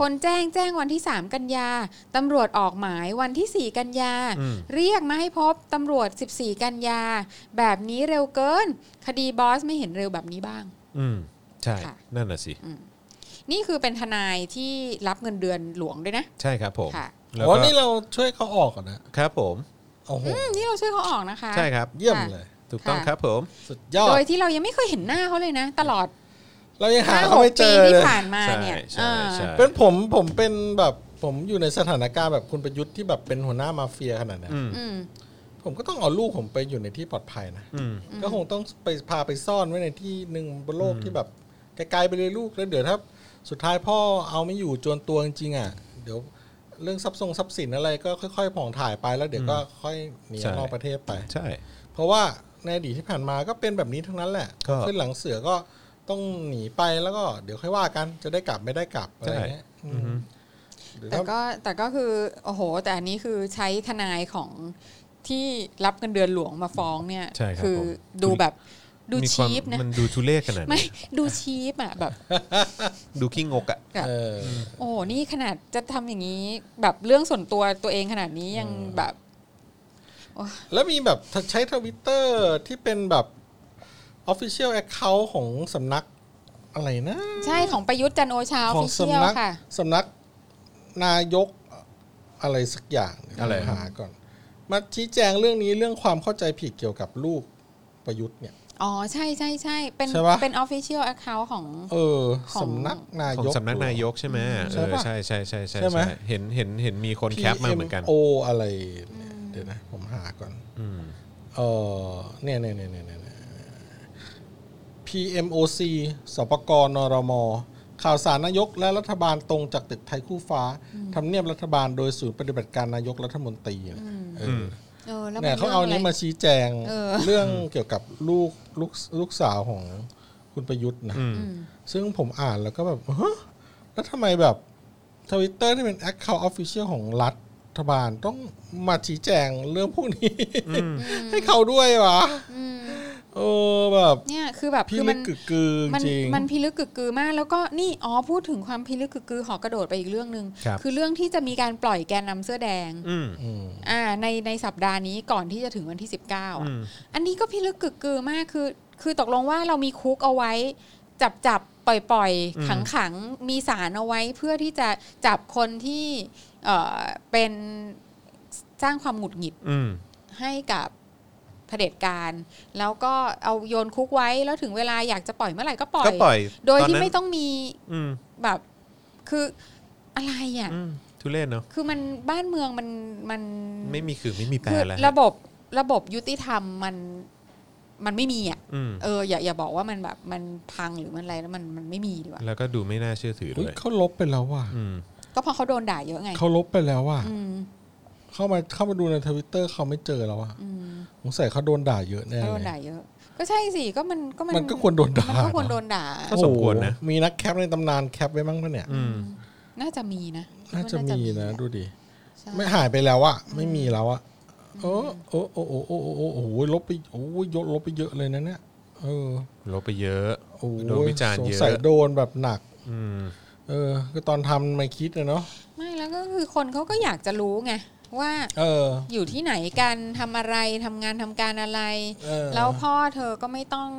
Speaker 2: คนแจ้งแจ้งวันที่ 3 กันยาตำรวจออกหมายวันที่ 4 กันยา
Speaker 1: อืม
Speaker 2: เรียกมาให้พบตำรวจ 14 กันยา แบบนี้เร็วเกิน คดีบอสไม่เห็นเร็วแบบนี้บ้าง
Speaker 1: อืมใช่
Speaker 2: ค่ะ
Speaker 1: นั่นน่ะสิ
Speaker 2: นี่คือเป็นทนายที่รับเงินเดือนหลวงด้วยนะ
Speaker 1: ใช่ครับผม
Speaker 2: ค่ะ
Speaker 1: แล้ว
Speaker 3: โอ้
Speaker 1: ก็
Speaker 3: นี่เราช่วยเขาออกก่อนนะครับ
Speaker 1: ผม
Speaker 3: โอ้โห
Speaker 2: นี่เราช่วยเขาออกนะคะ
Speaker 1: ใช่ครับ
Speaker 3: เยี่ยมเลย
Speaker 1: ถูกต้องครับผม
Speaker 3: สุดยอด
Speaker 2: โดยที่เรายังไม่เคยเห็นหน้าเขาเลยนะ ตลอด
Speaker 3: เรายังหา
Speaker 2: ห้า
Speaker 3: เขา
Speaker 2: หก
Speaker 3: ไม่เจ
Speaker 2: ปี
Speaker 3: อ
Speaker 2: ที่
Speaker 3: เลย
Speaker 2: ผ่านมาเนี่ย
Speaker 1: ใช่ใช่
Speaker 2: เออ
Speaker 3: เป็นผมผมเป็นแบบผมอยู่ในสถานการณ์แบบคุณประยุทธ์ที่แบบเป็นหัวหน้ามาเฟียขนาดเนี้ย
Speaker 1: อืม
Speaker 2: อืม
Speaker 3: ผมก็ต้องเอาลูกผมไปอยู่ในที่ปลอดภัยนะ
Speaker 1: อืม
Speaker 3: ก็คงต้องไปพาไปซ่อนไว้ในที่หนึ่งบนโลกที่แบบไกลๆไปเลยลูกแล้วเดี๋ยวถ้าสุดท้ายพ่อเอาไม่อยู่จวนตัวจริงๆอ่ะเดี๋ยวเรื่องทรัพย์ทรงทรัพย์สินอะไรก็ค่อยๆผ่องถ่ายไปแล้วเดี๋ยวก็ค่อยหนีออกนอกประเทศไป
Speaker 1: ใช่
Speaker 3: เพราะว่าในอดีตที่ผ่านมาก็เป็นแบบนี้ทั้งนั้นแหละ
Speaker 1: ก็
Speaker 3: ขึ้นหลังเสือก็ต้องหนีไปแล้วก็เดี๋ยวค่อยว่ากันจะได้กลับไม่ได้กลับอะไรเงี้ยอืมหรือ
Speaker 2: แต่
Speaker 3: ถ้า
Speaker 2: ก็แต่ก็คือโอ้โห แต่อันนี้คือใช้ทนายของที่รับเงินเดือนหลวงมาฟ้องเนี่ย
Speaker 1: ใช่ครับ
Speaker 2: อ
Speaker 1: ผม
Speaker 2: ดูแบบดู
Speaker 1: มีความ
Speaker 2: ชีพนะ
Speaker 1: มันดูทุเรศขนาดนั้น
Speaker 2: ไม่ดูชีพอ่ะแบบ
Speaker 1: ดูขี้งกอ่ะ
Speaker 2: แบบ
Speaker 3: เออ
Speaker 2: โอ้โหนี่ขนาดจะทำอย่างนี้แบบเรื่องส่วนตัวตัวเองขนาดนี้ยังแบบ
Speaker 3: แล้วมีแบบใช้ทวิตเตอร์ที่เป็นแบบ Official Account ของสำนักอะไรนะ
Speaker 2: ใช่ของประยุทธ์จันทร์โอชาออ
Speaker 3: ของ
Speaker 2: ฟิเชียล
Speaker 3: สำนัก
Speaker 2: ค่ะ
Speaker 3: สำนักนายกอะไรสักอย่างเนี่ย
Speaker 1: อะไร
Speaker 3: หาก่อน มาชี้แจงเรื่องนี้เรื่องความเข้าใจผิดเกี่ยวกับลูกประยุทธ์เนี่ย
Speaker 2: อ๋อ ใช่ใช่ใช่ เป็น
Speaker 3: ใช่ปะ
Speaker 2: เป็น official account ของ
Speaker 3: เออ
Speaker 2: ของ
Speaker 3: สำนักนา
Speaker 1: ของ
Speaker 3: ยก
Speaker 1: สำนักนายกใช่ไหมเอ
Speaker 3: ใช่
Speaker 1: อ
Speaker 3: ปะ
Speaker 1: ใช่ใช่ใช่ใช่
Speaker 3: ใช่ไหม
Speaker 1: ใช่เห็นเห็นเห็นมีคนแคปมาเหมือนกัน
Speaker 3: PMO อะไรเนี่ยเดี๋ยวนะผมหาก่อน
Speaker 1: อืม
Speaker 3: เออเนี่ยเนี่ยเนี่ยเนี่ยเนี่ยเนี่ย PMOC สปกรนรม ข่าวสารนายกและรัฐบาลตรงจากตึกไทยคู่ฟ้าทำเนียบรัฐบาลโดยศูนย์ปฏิบัติการนายกรัฐมนตรีเนี่ยเออ
Speaker 2: เออ แล้วมั
Speaker 3: เนี่ย
Speaker 2: น
Speaker 3: เขาเอาอันนี้
Speaker 2: รื่งะ
Speaker 3: มา
Speaker 2: ไร
Speaker 3: ชี้แจง
Speaker 2: เออ
Speaker 3: เรื่องเกี่ยวกับลูกลูกลูกสาวของคุณประยุทธ์นะ
Speaker 1: อืม
Speaker 2: อืม
Speaker 3: ซึ่งผมอ่านแล้วก็แบบฮะแล้วทำไมแบบทวิตเตอร์ที่เป็นแอคเคาท์ออฟฟิเชียลของรัฐบาลต้องมาชี้แจงเรื่องพวกนี้ ให้เขาด้วยวะ
Speaker 2: อืม
Speaker 3: เออแบบ
Speaker 2: เนี่ยคือแบบ
Speaker 3: พี่
Speaker 2: คือ
Speaker 3: ลึ
Speaker 2: มั
Speaker 3: ก
Speaker 2: น
Speaker 3: กึกกือ
Speaker 2: มัน
Speaker 3: จริง
Speaker 2: มันพิลึกกึกกือมาก แล้วก็นี่อ๋อพูดถึงความพิลึกกึกกือหอกระโดดไปอีกเรื่องหนึ่ง
Speaker 1: ครับ
Speaker 2: อเรื่องที่จะมีการปล่อยแกนนำเสื้อแดง
Speaker 1: อืม
Speaker 3: อืม
Speaker 2: อ่าในในสัปดาห์นี้ก่อนที่จะถึงวันที่ 19อ่ะ
Speaker 1: อืม
Speaker 2: อันนี้ก็พิลึกกึกกือมากคือ คือตกลงว่าเรามีคุกเอาไว้ จับจับปล่อยปล่อยขังขังๆมีสารเอาไว้เพื่อที่จะจับคนที่เอ่อเป็นสร้างความหงุดหงิด
Speaker 1: อืม
Speaker 2: ให้กับเผด็จการ แล้วก็เอาโยนคุกไว้แล้วถึงเวลาอยากจะปล่อยเมื่อไหร่ก็ปล่
Speaker 1: ก็ปล่อย
Speaker 2: โดยที่
Speaker 1: นนั้น
Speaker 2: ไม่ต้องมี
Speaker 1: อืม
Speaker 2: แบบคืออะไรอ่ะ
Speaker 1: อืมทุเรศเนาะ
Speaker 2: คือมันบ้านเมืองมันมัน
Speaker 1: ไม่มีคือไม่มีแปล
Speaker 2: คือ
Speaker 1: แล้ว
Speaker 2: ระบบระบบยุติธรรมมันมันไม่มีอ่ะ
Speaker 1: อืม
Speaker 2: เอออย่าอย่าบอกว่ามันแบบมันพังหรือมันอะไรแล้วมันมันไม่มีดีกว่า
Speaker 1: แล้วก็ดูไม่น่าเชื่อถือ
Speaker 3: อุ๊
Speaker 1: ด้วย ย
Speaker 3: เขาลบไปแล้วว่ะ
Speaker 1: อืม
Speaker 2: ก็เพราะเขาโดนด่าเยอะไง
Speaker 3: เขาลบไปแล้วว่ะ
Speaker 2: อืม
Speaker 3: เข้ามาเข้ามาดูในทวิตเตอร์เขาไม่เจอแล้วว่ะ
Speaker 2: อืม
Speaker 3: สงสัยเขาโดนด่าเยอะแน่
Speaker 2: เขาโด
Speaker 3: เล
Speaker 2: นด่าย เยอะ ก็ใช่สิก็มันก็มัน
Speaker 3: มันก็ควรโดนด่ามั
Speaker 2: นก็ควรโดนด่า
Speaker 1: ก็สมควรนะ
Speaker 3: โอ้โหมีนักแคปในตำนานแคปไว้มั้งปะเนี่ย
Speaker 1: อืม
Speaker 2: น่าจะมีนะ
Speaker 3: น่าจะมีนะดูดิ
Speaker 2: ใช่
Speaker 3: ไม่หายไปแล้วอะไม่มีแล้วอะโอ้โอ้โอ้โอ้โอ้โอ้โอ้โอ้โหลบไปโอ้ยยลบไปเยอะเลยนะเนี่ยเออ
Speaker 1: ลบไปเยอะ
Speaker 3: โอ้
Speaker 1: โดนวิจารณ์เยอะ
Speaker 3: สงสัยโดนแบบหนัก
Speaker 1: อืม
Speaker 3: เออก็ตอนทำไม่คิดเลยเนาะ
Speaker 2: ไม่แล้วก็คือคนเขาก็อยากจะรู้ไงว่า
Speaker 3: เออ
Speaker 2: อยู่ที่ไหนกันทำอะไรทำงานทำการอะไร
Speaker 3: เออ
Speaker 2: แล้วพ่อเธอก็ไม่ต้อง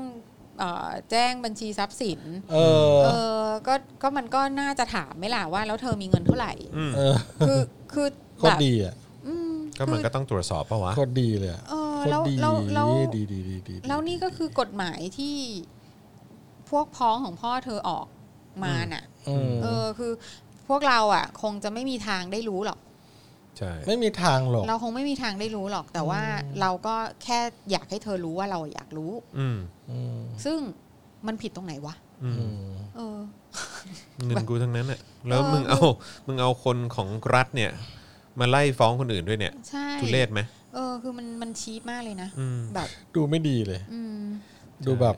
Speaker 2: เอ่อแจ้งบัญชีทรัพย์สิน
Speaker 3: เออ
Speaker 2: เออ ก็ ก็มันก็น่าจะถามไหม่ล่ะว่าแล้วเธอมีเงินเท่าไหร่
Speaker 1: อืม
Speaker 3: เออ
Speaker 2: คือ คือ
Speaker 3: โค
Speaker 2: แบ
Speaker 3: ตร
Speaker 2: บ
Speaker 3: ดีอ่ะ
Speaker 2: อืม
Speaker 1: ก็มันก็ต้องตรวจสอบปะวะ
Speaker 3: โคตรดีเลยอะ
Speaker 2: เออ
Speaker 3: โคตร
Speaker 2: แล้ว
Speaker 3: ดี
Speaker 2: แล้วแล้ว
Speaker 3: ดีดีดีดี
Speaker 2: แล้วนี่ก็คือกฎหมายที่พวกพ้องของพ่อเธอออกมาน่ะ
Speaker 3: อืม
Speaker 2: เออ คือพวกเราอ่ะ คงจะไม่มีทางได้รู้หรอก
Speaker 1: ใช่
Speaker 3: ไม่มีทางหรอก
Speaker 2: เราคงไม่มีทางได้รู้หรอก แต่ว่าเราก็แค่อยากให้เธอรู้ว่าเราอยากรู้
Speaker 1: อืม
Speaker 3: อืม
Speaker 2: ซึ่งมันผิดตรงไหนวะ
Speaker 1: อืม
Speaker 3: อืม
Speaker 2: เออ
Speaker 1: เงินกูทั้งนั้นอะแล้ว
Speaker 2: เออ
Speaker 1: มึงเอา มึงเอาคนของรัฐเนี่ย มาไล่ฟ้องคนอื่นด้วยเนี่ย
Speaker 2: ใช่
Speaker 1: ทุเรศไหม
Speaker 2: เออ คือมัน มันชีพมากเลยนะ
Speaker 1: อืม
Speaker 2: แบบ
Speaker 3: ดูไม่ดีเลย
Speaker 2: อืม
Speaker 3: ดูแบบ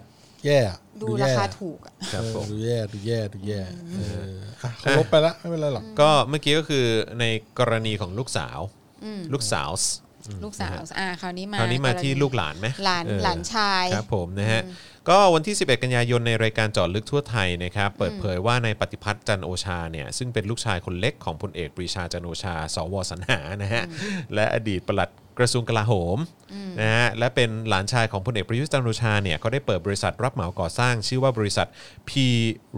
Speaker 3: แย่อะ
Speaker 2: ดูราคา
Speaker 3: แย่
Speaker 2: ถูกอะ
Speaker 1: ครับผม
Speaker 3: เออดูแย่ดูแย่ดูแย่เอออ่ะเขาลบไปละไม่เป็นไรหรอก
Speaker 1: ก็เมื่อกี้ก็คือในกรณีของลูกสาว
Speaker 2: อืม
Speaker 1: ลูกสาวส์อืม
Speaker 2: ลูกสาว
Speaker 1: นะฮะ
Speaker 2: อ่าคราวนี้มา
Speaker 1: คราวนี้มาก
Speaker 2: ณี
Speaker 1: ที่ลูกหลานไหม
Speaker 2: หลาน
Speaker 1: เออ
Speaker 2: หลานชาย
Speaker 1: ครับผมนะฮะ ก็วันที่ 11 กันยายนในรายการเจอดลึกทั่วไทยนะครับ เปิดเผยว่านายปฏิพัฒน์จันทร์โอชาเนี่ยซึ่งเป็นลูกชายคนเล็กของพลเอกปรีชาจันทร์โอชา สวสรรหานะฮะและอดีตปลัดกระทรวงกลาโหมนะฮะและเป็นหลานชายของพลเอกประยุทธ์จันทร์โอชาเนี่ยเขาได้เปิดบริษัทรับเหมาก่อสร้าง ชื่อว่าบริษัท P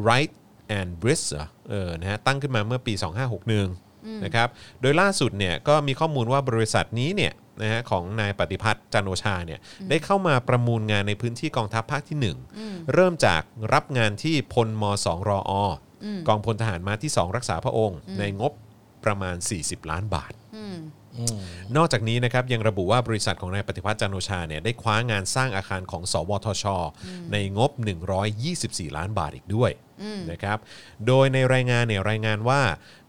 Speaker 1: Wright and b r i s เออนะฮะตั้งขึ้นมาเมื่อปี 2561นะครับโดยล่าสุดเนี่ยก็มีข้อมูลว่าบริษัทนี้เนี่ยนะฮะของนายปฏิพัฒน์จันทร์โอชาเนี่ยได้เข้ามาประมูลงานในพื้นที่กองทัพภาคที่ 1 เริ่มจากรับงานที่พลม2รออกองพลทหารมาที่ 2 รักษาพระองค์ ในงบประมาณ 40 ล้านบาท
Speaker 2: อืม
Speaker 3: อืม
Speaker 1: นอกจากนี้นะครับยังระบุว่าบริษัทของนายปฏิพัฒน์จันทร์โอชาเนี่ยได้คว้างานสร้างอาคารของ สวทช ในงบ 124 ล้านบาทอีกด้วยนะครับโดยในรายงานเนี่ยรายงานว่า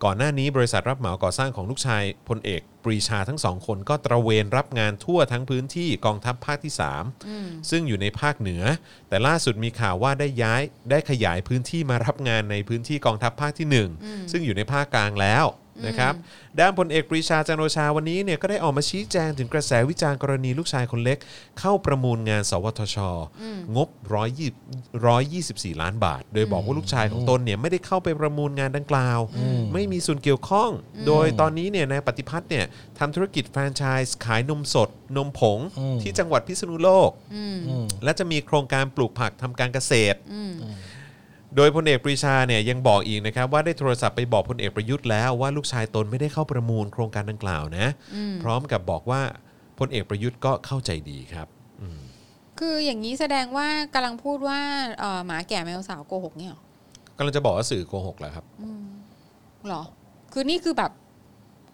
Speaker 1: ก่อนหน้านี้บริษัทรับเหมาก่อสร้างของลูกชายพลเอกปรีชาทั้งสองคนก็ตระเวนรับงานทั่วทั้งพื้นที่กองทัพภาคที่ 3 ซึ่งอยู่ในภาคเหนือ แต่ล่าสุดมีข่าวว่าได้ย้ายได้ขยายพื้นที่มารับงานในพื้นที่กองทัพภาคที่หนึ่งซึ่งอยู่ในภาคกลางแล้ว นะครับด้านพลเอกปรีชาจันทร์โอชาวันนี้เนี่ยก็ได้ออกมาชี้แจงถึงกระแสวิจารณ์กรณีลูกชายคนเล็ก เข้าประมูลงาน สวทช งบ124 ล้านบาท โดยบอกว่าลูกชายของตนเนี่ยไม่ได้เข้าไปประมูลงานดังกล่าว ไม่มีส่วนเกี่ยวข้อง โดยตอนนี้เนี่ยนายปฏิพัฒน์เนี่ยทำธุรกิจแฟรนไชส์ขายนมสด นมผงที่จังหวัดพิษณุโลก
Speaker 2: อืม
Speaker 3: อืม
Speaker 1: และจะมีโครงการปลูกผักทำการเกษตร
Speaker 2: อืม
Speaker 1: โดยพลเอกปรีชาเนี่ยยังบอกอีกนะครับว่าได้โทรศัพท์ไปบอกพลเอกประยุทธ์แล้วว่าลูกชายตนไม่ได้เข้าประมูลโครงการดังกล่าวนะ พร้อมกับบอกว่าพลเอกประยุทธ์ก็เข้าใจดีครับ
Speaker 2: คืออย่างนี้แสดงว่ากำลังพูดว่าเอ่อหมาแก่แมวสาวโกหกเนี่ยเหรอก
Speaker 1: ำลังจะบอกว่าสื่อโกหกแล้วครับ
Speaker 2: เหรอ คือนี่คือแบบ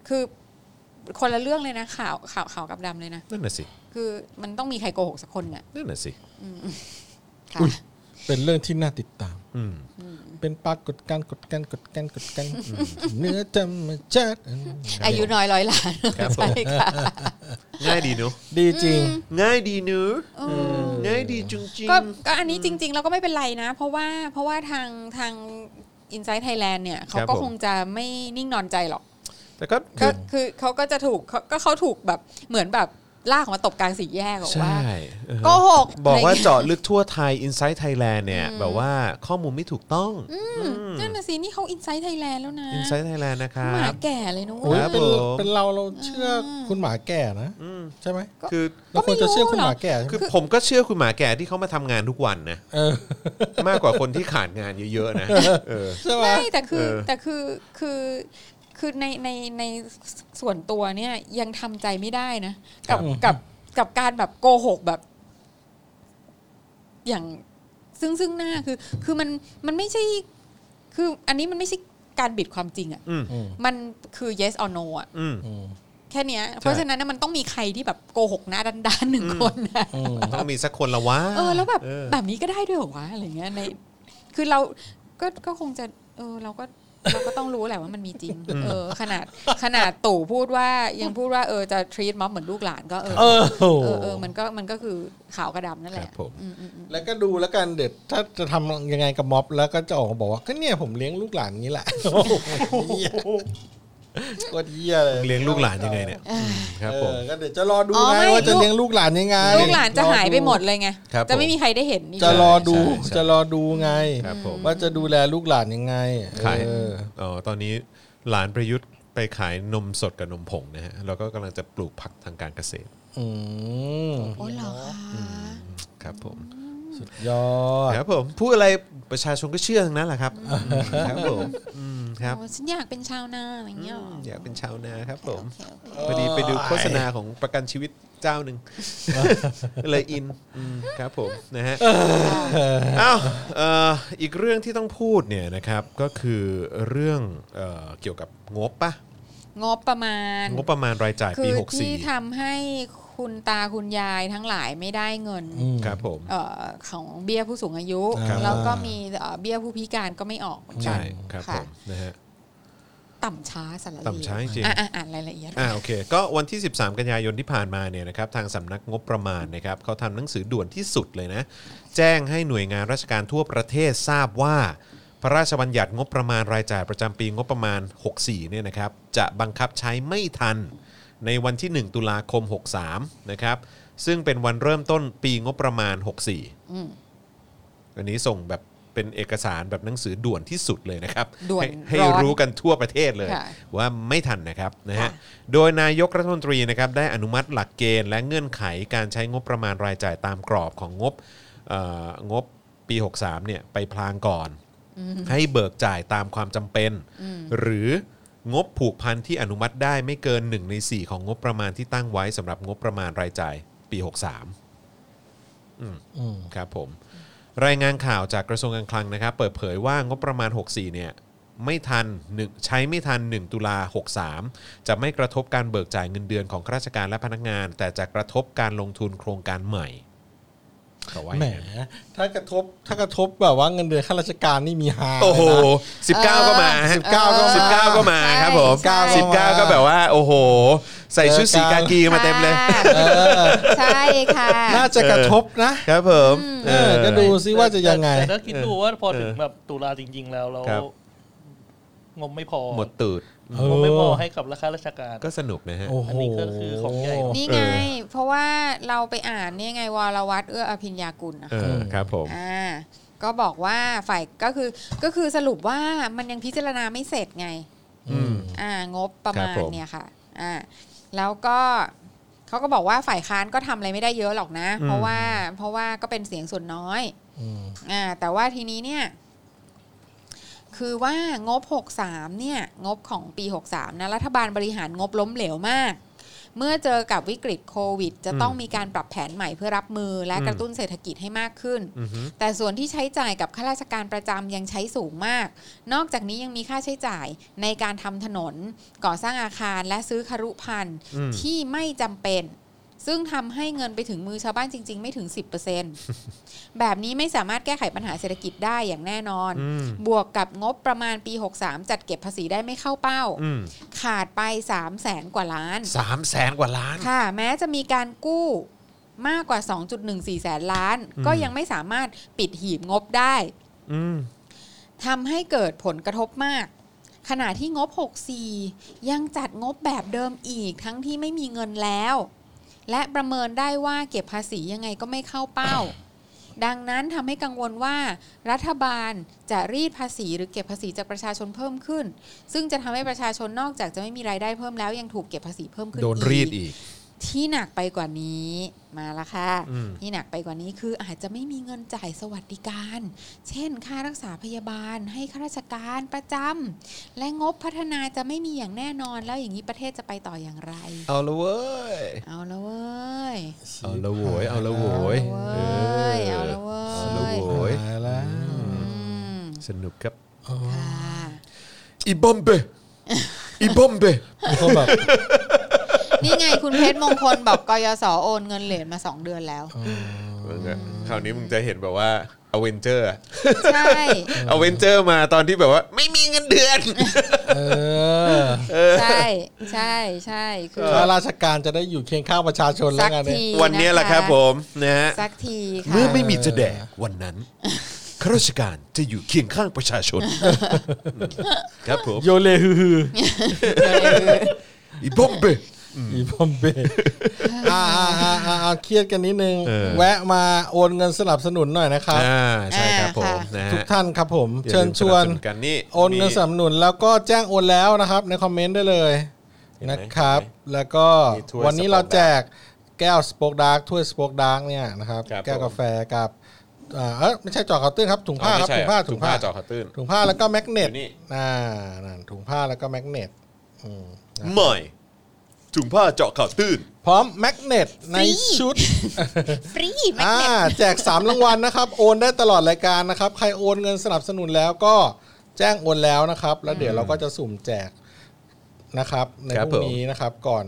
Speaker 2: คือคนละเรื่องเลยนะข่าวข่าวข่าวกับดำเลยนะ
Speaker 1: นั่นน่ะสิ
Speaker 2: คือมันต้องมีใครโกหกสักคนเนี่ย
Speaker 1: นั่นน่ะสิ
Speaker 2: ค่ะ
Speaker 3: เป็นเรื่องที่น่าติดตาม
Speaker 1: อืม
Speaker 3: เป็นปรากฏการณ์กดกันกดกันกดกันเนื้อจำมาจัดอืม
Speaker 2: อายุน้อยร้อยล้าน
Speaker 1: ครับผม
Speaker 2: ใช่ค่ะ
Speaker 1: ง่ายดีเนอะ
Speaker 3: ดีจริง
Speaker 1: ง่ายดีเนอะ
Speaker 2: เออ
Speaker 1: ง่ายดีจริง
Speaker 2: ก็ก็อันนี้จริง ๆ เราก็ไม่เป็นไรนะ เพราะว่าเพราะว่าทางทางอินไซต์ไทยแลนด์เนี่ยเขาก็คงจะไม่นิ่งนอนใจหรอก
Speaker 1: ๆแต่ก็
Speaker 2: ก็คือเขาก็จะถูกเขาก็เขาถูกแบบเหมือนแบบ ลากออกมาตบกลางสี่แยกบอกว่า
Speaker 1: ใช่เออ
Speaker 2: โกหก
Speaker 1: บอกว่า
Speaker 2: ะไรย่งเงี้ย
Speaker 1: เจาะลึกทั่วไทย Inside Thailand เนี่ยแบบว่าข้อมูลไม่ถูกต้อง
Speaker 2: นั่นน่ะสินี่เขาอินไซต์ไทยแลนด์แล้วนะ
Speaker 1: Inside Thailand นะครั
Speaker 2: หมา
Speaker 1: บ
Speaker 2: แก่เลยนุ้
Speaker 3: โอ้ย
Speaker 1: ครับ
Speaker 3: เป็น
Speaker 1: ผม
Speaker 3: เป็นเราเราเชื่อคุณหมาแก่นะ
Speaker 1: อืม
Speaker 3: ใช่ไหม
Speaker 1: คือ
Speaker 3: เราควรจะเชื่อคุณหมาแก่ใช่
Speaker 1: คือ
Speaker 3: ไหม
Speaker 1: ผมก็เชื่อคุณหมาแก่ที่เขามาทำงานทุกวันนะ
Speaker 3: เออ
Speaker 1: มากกว่าคนที่ขาดงานเยอะ ๆนะเออ
Speaker 3: ใช่ไหม
Speaker 2: ไม่แต่คือ
Speaker 1: เออ
Speaker 2: แต่คือคือคือในในในส่วนตัวเนี่ยยังทำใจไม่ได้นะ กับ
Speaker 3: ค
Speaker 2: กั
Speaker 3: รับ
Speaker 2: บกับการแบบโกหกแบบ อย่างซึ่งซึ่งหน้าคือ คือมันมันไม่ใช่ คืออันนี้มันไม่ใช่การบิดความจริงอะ
Speaker 1: อืม
Speaker 3: อืม
Speaker 2: มันคือ yes or no อะ
Speaker 1: อืม
Speaker 3: อืม
Speaker 2: แค่เนี้ย เพราะฉะนั้นนะมันต้องมีใครที่แบบโกหกหน้าด้านๆหนึ่งคนนะ
Speaker 3: อืม
Speaker 1: ต้องมีสักคนละวะ
Speaker 2: เออ แล้วแบบ
Speaker 1: เออ
Speaker 2: แบบนี้ก็ได้ด้วยเหรอวะอะไรเงี้ยใน คือเราก็ก็คงจะ เออ เราก็เราก็ต้องรู้แหละว่ามันมีจริง เออ ขนาดขนาดตู่พูดว่ายังพูดว่าเออจะทรีตม็อบเหมือนลูกหลานก็เออ
Speaker 3: เออโอ้โห
Speaker 2: เออเออมันก็มันก็คือขาวกระดำนั่น
Speaker 1: ค
Speaker 2: แห
Speaker 1: รั
Speaker 2: ละ
Speaker 1: บผม
Speaker 2: อืมอืมอืม
Speaker 3: แล้วก็ดูแล้วกันเด็ดถ้าจะทำยังไงกับม็อบแล้วก็จะออกมาบอกว่าก็เนี่ยผมเลี้ยงลูกหลานอย่างนี้แหละโอ้โหเหี้ยโคตรเยี่ยเลย
Speaker 1: เลี้ยงลูกหลานยังไงเนี่ยอืมครับผม
Speaker 3: เออก็เดี๋ยวจะรอดูไงว่าจะเลี้ยงลูกหลานยังไง
Speaker 2: ลูกหลานจะหายไปหมดเลยไง
Speaker 1: ครับ
Speaker 2: จะไม่มีใครได้เห็นนี่
Speaker 3: จะรอดู
Speaker 1: ใช่ใช่
Speaker 3: จะรอดูไง
Speaker 1: ครับผม
Speaker 3: ว่าจะดูแลลูกหลานยังไง
Speaker 1: ขาย
Speaker 3: เออ
Speaker 1: เอ๋อตอนนี้หลานประยุทธ์ไปขายนมสดกับนมผงนะฮะแล้วก็กำลังจะปลูกผักทางการเกษตร
Speaker 3: อืม
Speaker 2: โอ้เหรอคะ
Speaker 1: ครับผม
Speaker 3: สุดยอด
Speaker 1: ครับผมพูดอะไรประชาชนก็เชื่อทั้งนั้นแหละครับครับผมอืมครับ
Speaker 2: โอ้ฉันอยากเป็นชาวนาอะไรเงี้ยเหรอ
Speaker 1: อยากเป็นชาวนาครับผม
Speaker 2: โอ
Speaker 1: พอ
Speaker 2: เคโอเค
Speaker 1: ดีไปดูโฆษณาของประกันชีวิตเจ้าหนึ่งเลยอินอืมครับผมนะฮะอ้าวเอ่ออีกเรื่องที่ต้องพูดเนี่ยนะครับก็คือเรื่องเอ่อเกี่ยวกับงบปะ
Speaker 2: งบประมาณ
Speaker 1: งบประมาณรายจ่าย
Speaker 2: คื
Speaker 1: ปี
Speaker 2: อที่
Speaker 1: 64
Speaker 2: ทำให้คุณตาคุณยายทั้งหลายไม่ได้เงิน
Speaker 3: อืม
Speaker 1: ครับผม
Speaker 2: เอ่อของเบี้ยผู้สูงอายุ
Speaker 3: ครับ
Speaker 2: แล้วก็มีเอ่อเบี้ยผู้พิการก็ไม่ออกเหมือนกั
Speaker 1: ใช่
Speaker 2: น
Speaker 1: ครับผ
Speaker 2: ะ
Speaker 1: มนะฮะ
Speaker 2: ต่ำช้าสารเลว
Speaker 1: ต่ำช้าจริงๆ
Speaker 2: อ่ะอ่ะอ่านรายละเอียด
Speaker 1: อ่าโอเคก็วันที่ 13 กันยายนที่ผ่านมาเนี่ยนะครับทางสำนักงบประมาณนะครับเขาทำหนังสือด่วนที่สุดเลยนะแจ้งให้หน่วยงานราชการทั่วประเทศทราบว่า พระราชบัญญัติงบประมาณรายจ่ายประจำปีงบประมาณ 64เนี่ยนะครับจะบังคับใช้ไม่ทันในวันที่ 1 ตุลาคม 63นะครับซึ่งเป็นวันเริ่มต้นปีงบประมาณ 64
Speaker 2: อืม
Speaker 1: อันนี้ส่งแบบเป็นเอกสารแบบหนังสือด่วนที่สุดเลยนะครับ
Speaker 2: ด่วน
Speaker 1: ให้ให้
Speaker 2: ร้อน
Speaker 1: รู้ กันทั่วประเทศเลย
Speaker 2: ค่ะ
Speaker 1: ว่าไม่ทันนะครับนะฮะ
Speaker 2: ค่ะ
Speaker 1: โดยนายกรัฐมนตรีนะครับได้อนุมัติหลักเกณฑ์และเงื่อนไขการใช้งบประมาณรายจ่ายตามกรอบของงบเอ่องบปี 63เนี่ยไปพลางก่อน ให้เบิกจ่ายตามความจำเป็น หรืองบผูกพันที่อนุมัติได้ไม่เกิน 1 ใน 4 ของงบประมาณที่ตั้งไว้สำหรับงบประมาณรายจ่ายปี 63
Speaker 3: อืม
Speaker 1: ครับผมรายงานข่าวจากกระทรวงการคลังนะครับ เปิดเผยว่างบประมาณ 64 เนี่ยไม่ทันหนึ่งใช้ไม่ทัน 1 ตุลา 63 จะไม่กระทบการเบิกจ่ายเงินเดือนของข้าราชการและพนักงาน แต่จะกระทบการลงทุนโครงการใหม่เขาว่าอ
Speaker 3: แหม
Speaker 1: ย่างนั้น
Speaker 3: ถ้ากระทบถ้ากระทบแบบว่าเงินเดือนข้าราชการนี่มีฮา
Speaker 1: โอ้โห
Speaker 3: เลยนะ
Speaker 1: 19 ก็มาฮะ
Speaker 3: 19ก็มา
Speaker 1: 19 ก็มาครับผม
Speaker 2: ใช่
Speaker 1: 19 ก็แบบว่า โอ้โห ใส่ชุดสีกากีมาเต็มเลย
Speaker 2: ค่ะใช่ค่ะ
Speaker 3: น่าจะกระทบนะ
Speaker 1: ครับผม
Speaker 3: เออก็ดูซิว่าจะยังไง
Speaker 4: แต่แต่ถ้าคิดดูว่าพอถึงแบบตุลาจริง ๆ แล้วเรา
Speaker 1: ครับ
Speaker 4: งบไม่พอ
Speaker 1: หมดตูด
Speaker 4: งบไม่พอให้กับราคาราชการ
Speaker 1: ก็สนุกนะฮะ
Speaker 3: โอ้โห
Speaker 4: อันนี้ก็คือของใหญ่
Speaker 2: นี่ไง เพราะว่าเราไปอ่านเนี่ยไงวรวัตรเอื้ออภิญญากุลนะ
Speaker 1: เอ
Speaker 2: คะ
Speaker 1: อครับผม
Speaker 2: อ่าก็บอกว่าฝ่ายก็คือก็คือสรุปว่ามันยังพิจารณาไม่เสร็จไง
Speaker 1: อืม
Speaker 2: อ่างบประ
Speaker 1: ค
Speaker 2: มา
Speaker 1: รั
Speaker 2: ณ
Speaker 1: บผม
Speaker 2: เนี่ยค่ะอ่าแล้วก็เขาก็บอกว่าฝ่ายค้านก็ทำอะไรไม่ได้เยอะหรอกนะ เพราะว่าเพราะว่าก็เป็นเสียงส่วนน้อย
Speaker 3: อืม
Speaker 2: อ่าแต่ว่าทีนี้เนี่ยคือว่างบ 63เนี่ยงบของปี 63นะรัฐบาลบริหารงบล้มเหลวมาก เมื่อเจอกับวิกฤตโควิด จะต้องมีการปรับแผนใหม่เพื่อรับมือและกระตุ้นเศรษฐกิจให้มากขึ้น
Speaker 1: อือฮึ
Speaker 2: แต่ส่วนที่ใช้จ่ายกับข้าราชการประจำยังใช้สูงมาก นอกจากนี้ยังมีค่าใช้จ่ายในการทำถนน ก่อสร้างอาคารและซื้อครุพันธ์
Speaker 1: อืม
Speaker 2: ที่ไม่จำเป็น ซึ่งทำให้เงินไปถึงมือชาวบ้านจริง ๆ ไม่ถึง 10% แบบนี้ไม่สามารถแก้ไขปัญหาเศรษฐกิจได้อย่างแน่นอน
Speaker 1: อืม
Speaker 2: บวกกับงบประมาณปี 63 จัดเก็บภาษีได้ไม่เข้าเป้า
Speaker 1: อืม
Speaker 2: ขาดไป 3 0 0แสนกว่าล้าน
Speaker 1: สามแสนกว่าล้าน
Speaker 2: ค่ะ แม้จะมีการกู้มากกว่า 2.14 แสนล้าน
Speaker 1: อืม
Speaker 2: ก็ยังไม่สามารถปิดหีบงบได้
Speaker 1: อืม
Speaker 2: ทำให้เกิดผลกระทบมาก ขณะที่งบ 64 ยังจัดงบแบบเดิมอีกทั้งที่ไม่มีเงินแล้ว และประเมินได้ว่าเก็บภาษียังไงก็ไม่เข้าเป้า ดังนั้นทำให้กังวลว่ารัฐบาลจะรีดภาษีหรือเก็บภาษีจากประชาชนเพิ่มขึ้น ซึ่งจะทำให้ประชาชนนอกจากจะไม่มีรายได้เพิ่มแล้วยังถูกเก็บภาษีเพิ่มขึ้น
Speaker 1: โดนรีดอีก
Speaker 2: ที่หนักไปกว่านี้มาละค่ะ
Speaker 1: อืม
Speaker 2: ที่หนักไปกว่านี้คืออาจจะไม่มีเงินจ่ายสวัสดิการ เช่น ค่ารักษาพยาบาล ให้ข้าราชการประจำและงบพัฒนาจะไม่มีอย่างแน่นอนแล้วอย่างนี้ประเทศจะไปต่ออย่างไร
Speaker 1: เอาละเว้ย
Speaker 2: เอาละเว้ย
Speaker 1: เอาละโวยเอาละโวย
Speaker 2: เอาละเว้ยเอาละเว้ย
Speaker 1: เอาละโวย
Speaker 3: ตายแล้ว
Speaker 2: อืม
Speaker 1: สนุกครับ
Speaker 2: ค่ะ
Speaker 1: อีบอมเบอีบอมเบ
Speaker 3: มีคนแบบ
Speaker 2: นี่ไงคุณเพชรมงคลบอกกยศโอนเงินเหรียญมาสองเดือนแล้ว
Speaker 1: คราวนี้มึงจะเห็นแบบว่าอเวนเจอร์
Speaker 2: ใช่
Speaker 1: อเวนเจอร์มาตอนที่แบบว่า ไม่มีเงินเดือน
Speaker 3: เออ
Speaker 2: ใช่ใช่ใช่คือ
Speaker 3: ข้าราชการจะได้อยู่เคียงข้างประชาชนแล้
Speaker 2: สั
Speaker 3: ว
Speaker 2: ก
Speaker 3: กันเนี่ย
Speaker 2: ที
Speaker 1: วันเนี้ยแหละครับผมนะฮะ
Speaker 2: สักทีค่ะ
Speaker 1: เมื่อไม่มีจะแดกวันนั้นข้าราชการจะอยู่เคียงข้างประชาชน ครับผม
Speaker 3: โยเลฮือฮือ
Speaker 1: อีบอมเบ
Speaker 3: อีพอมเบอ่าอ่าอ่าอ่าอ่าเครียดกันนิดนึง
Speaker 1: เออ
Speaker 3: แวะมาโอนเงินสนับสนุนหน่อยนะครับ
Speaker 1: อ่าใช่ครับผม
Speaker 2: อ่าค่ะ
Speaker 1: นะฮะ
Speaker 3: ทุกท่านครับผม
Speaker 1: อย่า
Speaker 3: เชิญ
Speaker 1: ลืม
Speaker 3: ชวน
Speaker 1: สบสกันนี่
Speaker 3: โอนเงิน
Speaker 1: มี
Speaker 3: สนับสนุนแล้วก็แจ้งโอนแล้วนะครับ ในคอมเมนต์ได้เลย
Speaker 1: เห็นไหม
Speaker 3: นะครับ
Speaker 1: เห็นไหม
Speaker 3: แล้วก็
Speaker 1: มีถ้วย
Speaker 3: วันนี้เรา
Speaker 1: Spoke Dark
Speaker 3: แจกแก้วสป o อกดาร์กถ้วยสป o อกดาร์กเนี่ยนะครับ
Speaker 1: ครับ
Speaker 3: แก้
Speaker 1: ผ
Speaker 3: ว
Speaker 1: ม
Speaker 3: กาแฟกับอ่าเอยไม่ใช่จอคาวน์เตื้นครับถุงผ้า
Speaker 1: อ๋อ
Speaker 3: ครั
Speaker 1: ไม่
Speaker 3: บ
Speaker 1: ใช่
Speaker 3: ถุงผ้า
Speaker 1: ถุงผ้า
Speaker 3: ถุงผ้า
Speaker 1: จอขอตื้น
Speaker 3: ถุงผ้าแล้วก็แมกเน
Speaker 1: อ
Speaker 3: ต
Speaker 1: ยู่นี่
Speaker 3: อ่านั่นถุงผ้าแล้วก็แมกเนตอืม
Speaker 1: ใหม่ถุงผ้าเจาะข่าวตื้น
Speaker 3: พร้อมแมกเนตใน
Speaker 2: ฟรี
Speaker 3: ชุด
Speaker 2: ฟรีแมก
Speaker 3: อ่า
Speaker 2: เนต
Speaker 3: แจก 3 รางวัลนะครับ โอนได้ตลอดรายการนะครับ ใครโอนเงินสนับสนุนแล้วก็แจ้งโอนแล้วนะครับ แล้วเดี๋ยวเราก็จะสุ่มแจกนะครับ ใน
Speaker 1: ครั
Speaker 3: พ
Speaker 1: บ
Speaker 3: รุ่
Speaker 1: ผม
Speaker 3: งนี้นะครับก่อน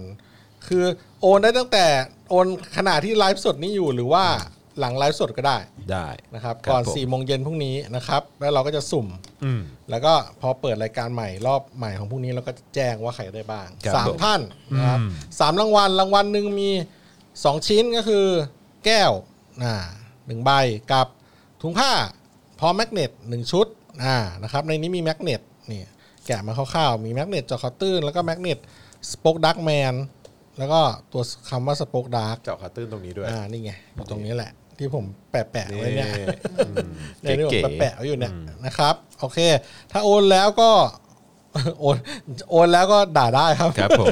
Speaker 3: คือโอนได้ตั้งแต่โอนขณะที่ไลฟ์สดนี้อยู่หรือว่าหลังไลฟ์สดก็ได้
Speaker 1: ได้
Speaker 3: นะครับ
Speaker 1: ครับ
Speaker 3: ก่อน
Speaker 1: ผม
Speaker 3: 4ี่โมงเย็นพรุ่งนี้นะครับ แล้วเราก็จะสุ่ม
Speaker 1: อืม
Speaker 3: แล้วก็พอเปิดรายการใหม่รอบใหม่ของพวกนี้เราก็จะแจ้งว่าใครได้บ้าง
Speaker 1: ครับ
Speaker 3: สาม
Speaker 1: ผม
Speaker 3: ท่านนะครับ
Speaker 1: อืม
Speaker 3: สามรางวัลรางวัลหนึ่งมีสองชิ้นก็คือ แก้วอ่าหนึ่งใบกับถุงผ้าพร้อมแมกเนตหนึ่งชุดอ่านะครับในนี้มีแมกเนตนี่แกะมาคร่าวๆมีแมกเนตจอคอตื้นแล้วก็แมกเนตสป็อกดักแมนแล้วก็ตัวคำว่าสป็อกดัก
Speaker 1: เจาะข่าวตื้นตรงนี้ด้วย
Speaker 3: อ่านี่ไงอยู่ตรงนี้แหละ ที่ผมแปะๆไว้เนี่ย ใน
Speaker 1: นี่
Speaker 3: เรื่อง
Speaker 1: เก๋
Speaker 3: แปะๆอยู่เนี่ยนะครับ โอเค ถ้าโอนแล้วก็ โอนโอนแล้วก็ด่าได้ครับ
Speaker 1: ๆครับผม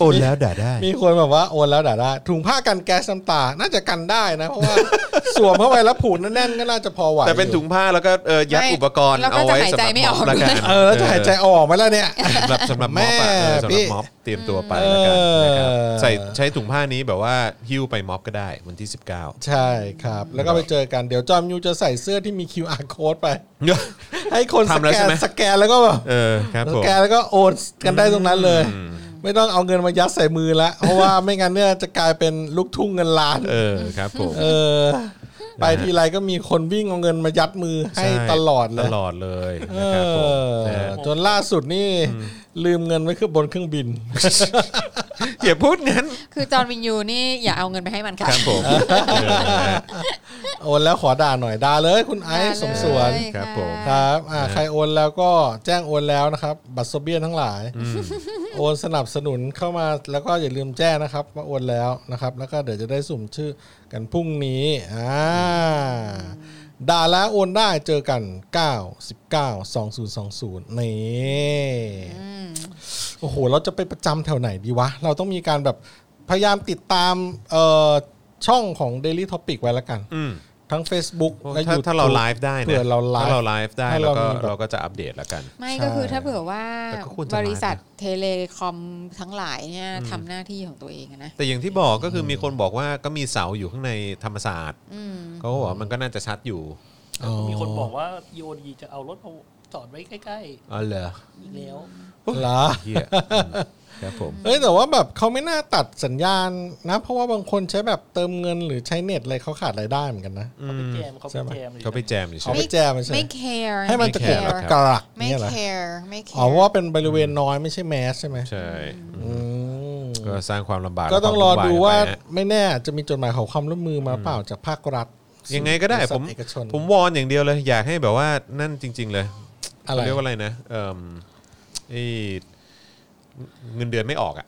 Speaker 1: โอนแล้วด่าได้
Speaker 3: มีคนแบบว่าโอนแล้วด่าได้ถุงผ้ากันแก๊สน้ำตา น่าจะกันได้นะ เพราะว่า สวมเข้าไปแล้วผูดแน่นๆก็น่าจะพอไหว
Speaker 1: แต่เป็นถุงผ้าแล้วก็เอ่อยัด
Speaker 2: ไม่
Speaker 1: อุปกรณ์
Speaker 2: แล้วก็
Speaker 1: เอาไว้
Speaker 2: จะหาย
Speaker 1: สำห
Speaker 2: ใจ
Speaker 1: รับ
Speaker 2: ไม่
Speaker 1: ม็อ
Speaker 2: ออบก
Speaker 1: ละกัน
Speaker 2: ด้วย
Speaker 3: เออแล้วจะหายใจออกไหมล่ะเนี่ย
Speaker 1: สำหรับสำหรับม็อบอะเออสำห
Speaker 3: แม่พี่
Speaker 1: รับม็อบเตรียมตัวไปแล้วกันนะครับ
Speaker 3: เออ
Speaker 1: ใส่ใช้ถุงผ้านี้แบบว่าหิ้วไปม็อบก็ได้วันที่ 19
Speaker 3: ใช่ครับ แล้วก็ไปเจอกันเดี๋ยวจอมยูจะใส่เสื้อที่มี QR code ไป ให้คนส
Speaker 1: ทำแล้ว
Speaker 3: แก
Speaker 1: ใช่
Speaker 3: น
Speaker 1: ไหม
Speaker 3: สแกนแล้วก็แบบ
Speaker 1: เออครับ
Speaker 3: ส
Speaker 1: ผม
Speaker 3: แกนแล้วก็โอนกันได้ตรงนั้นเลย ไม่ต้องเอาเงินมายัดใส่มือละ เพราะว่าไม่งั้นเนี่ยจะกลายเป็นลูกทุ่งเงินล้าน
Speaker 1: เออครับผม
Speaker 3: เออ ไปทีไรก็มีคนวิ่งเอาเงินมายัดมือให้
Speaker 1: ช่
Speaker 3: ตลอดเล
Speaker 1: ต
Speaker 3: ย
Speaker 1: ลอดเลย
Speaker 3: เอ
Speaker 1: นะครับผม
Speaker 3: อ
Speaker 1: นะฮะ
Speaker 3: จนล่าสุดนี่ลืมเงินไว้ขึ้นบนเครื่องบิน
Speaker 1: อย่าพูดงั้น
Speaker 2: คือจอห์นวินยูนี่อย่าเอาเงินไปให้มันค่ะ
Speaker 1: ครับผมเออนะฮะ
Speaker 3: โอนแล้วขอด่าหน่อยด่าเลย คุณไอซ์สมสวน
Speaker 2: ได้เลย
Speaker 1: ครับผม
Speaker 3: คะ รับอ่าใครโอนแล้วก็แจ้งโอนแล้วนะครับ บัตรโซเบียนทั้งหลาย โอนสนับสนุนเข้ามาแล้วก็อย่าลืมแจ้งนะครับว่าโอนแล้วนะครับ แล้วก็เดี๋ยวจะได้สุ่มชื่อกันพรุ่งนี้อ่าด่าแล้วโอนได้เจอกัน 9 19 2020 นี่โอ้โห เราจะไปประจำแถวไหนดีวะ เราต้องมีการแบบพยายามติดตามเอ่อช่องของ Daily Topic ไว้แล้วกัน
Speaker 1: อืม
Speaker 3: ทั้ง Facebook และ
Speaker 1: ถ้า
Speaker 3: YouTube
Speaker 1: ถ้าเราไลฟ์ได้นะ
Speaker 3: เผื่อเราไล
Speaker 1: ถ้า
Speaker 3: ฟ์
Speaker 1: เราไลฟ์ได้
Speaker 3: ให้
Speaker 1: เรา
Speaker 3: เรา
Speaker 1: ก็
Speaker 3: มีแบบ
Speaker 1: เราก็จะอัปเดตแล้วกัน
Speaker 2: ไม่
Speaker 3: ใช่
Speaker 2: ก็คือถ้าเผื่อว่า
Speaker 1: แต่ก็ควรจะ
Speaker 2: บ
Speaker 1: มานะ
Speaker 2: ริษัทเทเลคอมทั้งหลายเนี่ยทำหน้าที่ของตัวเองอะนะ
Speaker 1: แต่อย่างที่บอกก็คือมีคนบอกว่าก็มีเสาอยู่ข้างในธรรมศาสตร์
Speaker 2: อืม
Speaker 1: เขาก็บอกว่ามันก็น่าจะชัดอยู่
Speaker 4: มีคนบอกว่าโยดีจะเอารถเอาจอดไว้ใกล้
Speaker 1: อ๋อเหรอ
Speaker 4: ๆอีกแล้ว
Speaker 3: เหรอ
Speaker 1: เฮียอืมครับผม
Speaker 3: เอ้ยแต่ว่าแบบเขาไม่น่าตัดสัญญาณนะ เพราะว่าบางคนใช้แบบเติมเงินหรือใช้เน็ตอะไรเขาขาดรายได้เหมือนกันนะ
Speaker 1: อื
Speaker 4: เขาไป
Speaker 1: ม
Speaker 4: แจมเขาไปแจมลย
Speaker 1: เขาไปแจมเฉ
Speaker 3: เอา
Speaker 1: ย
Speaker 3: ไปแจมไม่ใช่
Speaker 2: ไม่ care
Speaker 3: ให้มันจะ
Speaker 2: ไ
Speaker 3: เกิด
Speaker 1: care
Speaker 3: แบบกรัก
Speaker 2: ไม่
Speaker 3: เนี่ยเหรอ
Speaker 2: care ไม่ care
Speaker 3: อ๋อเพราะว่าเป็นบริเวณน้อยไม่ใช่แมสใช่ไหม
Speaker 1: ๆใช่
Speaker 3: อืม
Speaker 1: ก็สร้างความลำบาก
Speaker 3: ก็ต้องรอดูว่า
Speaker 1: และคมยกันไปนะ
Speaker 3: ไม่แน่อาจจะมีจดหมายขอความร่วมมือมาเปล่าจากภาครัฐ
Speaker 1: ยังไงก็ได้
Speaker 3: บริษัท
Speaker 1: ผม
Speaker 3: เอกชน
Speaker 1: ผมวอนอย่างเดียวเลยอยากให้แบบว่านั่นจริง ๆ เลย
Speaker 3: อะไร
Speaker 1: เขาเรียกว่าอะไรนะ เอ่มไอ้ เงินเดือนไม่ออกอ่ะ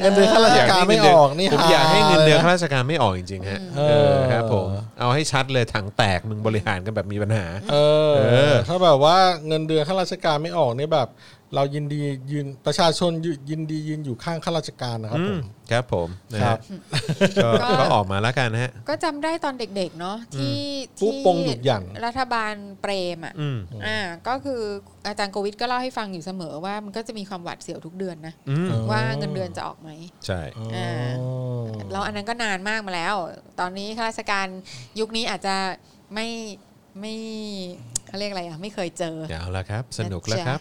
Speaker 3: เงินเดือนข้าราชการไม่ออกนี่
Speaker 1: ผมอยากให้เงินเดือน
Speaker 3: หา
Speaker 1: ข้า
Speaker 3: ลยะ
Speaker 1: ราชการไม่ออกจริงๆฮะ
Speaker 3: เอ
Speaker 1: เอ
Speaker 3: อ
Speaker 1: อครับผมเอาให้ชัดเลยถังแตกมึงบริหารกันแบบมีปัญหา
Speaker 3: เอ
Speaker 1: เอ
Speaker 3: อ
Speaker 1: อ
Speaker 3: ถ้าแบบว่าเงินเดือนข้าราชการไม่ออกเนี่ยแบบ เรายินดียืนประชาชนยืนยินดียืนอยู่ข้างข้าราชการนะครับ
Speaker 1: อื
Speaker 3: ผม ม
Speaker 1: ครับผมนะ
Speaker 3: ครั
Speaker 1: ฮะ
Speaker 3: บ
Speaker 1: ก็
Speaker 2: ก็
Speaker 1: ก็ออกมาแล้วกันนะฮะ
Speaker 2: ก็จำได้ตอนเด็กๆเนาะที่
Speaker 3: ผู้
Speaker 2: ที่
Speaker 3: ปงดุกหยั่น
Speaker 2: รัฐบาลเปรมอ่ะ
Speaker 1: อืม
Speaker 2: อ่าก็คืออาจารย์โกวิทก็เล่าให้ฟังอยู่เสมอว่ามันก็จะมีความหวาดเสียวทุกเดือนนะ
Speaker 1: อืม
Speaker 2: ว่าเงินเดือนจะออกไหม
Speaker 1: ใช่
Speaker 3: อ๋อ
Speaker 2: อ่า เราอันนั้นก็นานมากมาแล้ว ตอนนี้ข้าราชการยุคนี้อาจจะไม่ไม่เขาเรียกอะไรอ่ะ ไม่เคยเจอ
Speaker 1: เดี๋ยวเอาละครับ สนุกแล้วครับ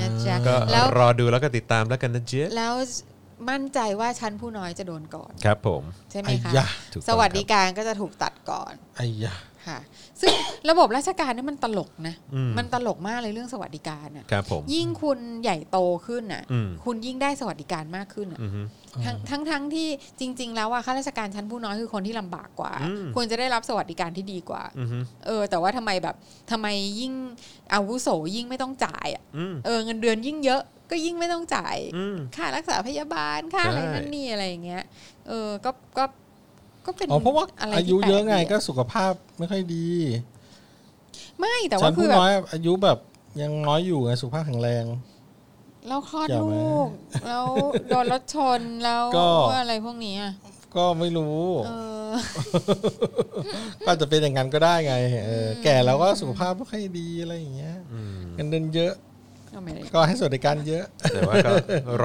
Speaker 2: นะจ๊ะ
Speaker 1: ก็
Speaker 2: แล้ว
Speaker 1: รอดูแล้วก็ติดตามแล้วกันนะเจ๊ยบ
Speaker 2: แล้วมั่นใจว่าชั้นผู้น้อยจะโดนก่อน
Speaker 1: ครับผม
Speaker 2: ใช่ไหม
Speaker 3: ไอ้
Speaker 2: คะ
Speaker 3: ยะ
Speaker 1: ถูกต้อง
Speaker 2: ส
Speaker 1: ครับ
Speaker 2: วัสดิการก็จะถูกตัดก่อน
Speaker 3: ไอ้ยะ
Speaker 2: ค่ะ ซึ่ง ระบบราชการนี่มันตลกนะ
Speaker 1: อืม
Speaker 2: มันตลกมากเลยเรื่องสวัสดิการน่ะ
Speaker 1: ครับผม
Speaker 2: ยิ่งคุณใหญ่โตขึ้นน่ะ
Speaker 1: อืม
Speaker 2: คุณยิ่งได้สวัสดิการมากขึ้นน่ะ
Speaker 1: อือฮึ
Speaker 2: ทั้งทั้งทั้งที่จริง ๆ แล้วว่าข้าราชการชั้นผู้น้อยคือคนที่ลำบากกว่า
Speaker 1: อืม
Speaker 2: ควรจะได้รับสวัสดิการที่ดีกว่า
Speaker 1: อือฮึ
Speaker 2: เออ แต่ว่าทำไมแบบทำไมยิ่งอาวุโสยิ่งไม่ต้องจ่ายอะ
Speaker 1: อืม
Speaker 2: เออเงินเดือนยิ่งเยอะก็ยิ่งไม่ต้องจ่าย
Speaker 1: อืม
Speaker 2: ค่ารักษาพยาบาลค่าอะไร
Speaker 1: ใช่
Speaker 2: นั่นนี่อะไรอย่างเงี้ย เออก็ก็ก็เป็น
Speaker 3: อ๋อเพราะว่า
Speaker 2: อะไร
Speaker 3: อา
Speaker 2: ที่
Speaker 3: ยุเยอะ
Speaker 2: แปล
Speaker 3: ไง
Speaker 2: ดี
Speaker 3: ก็สุขภาพไม่ค่อยดี
Speaker 2: ไม่แต่ว่า
Speaker 3: ชั้น
Speaker 2: คือ
Speaker 3: ผู้
Speaker 2: แบบ
Speaker 3: น้อยอายุแบบยังน้อยอยู่ไงสุขภาพแข็งแรง
Speaker 2: เราคลอด
Speaker 3: อย่ามา
Speaker 2: ลูกแล้วโดนรถชนแล้ว
Speaker 3: ก็
Speaker 2: อะไรพวกนี้อะ
Speaker 3: ก็ไม่รู้
Speaker 2: เออ
Speaker 3: ก็อาจจะเป็นอย่างนั้นก็ได้ไงเออแก่แล้วก็สุขภาพไม่ค่อยดีอะไรอย่างเงี้ย
Speaker 1: อืม
Speaker 3: เงินเดือนเยอะ
Speaker 2: ก็ไม่ได้
Speaker 3: ก็ให้สวัสดิการเยอะ
Speaker 1: แต่ว่าก็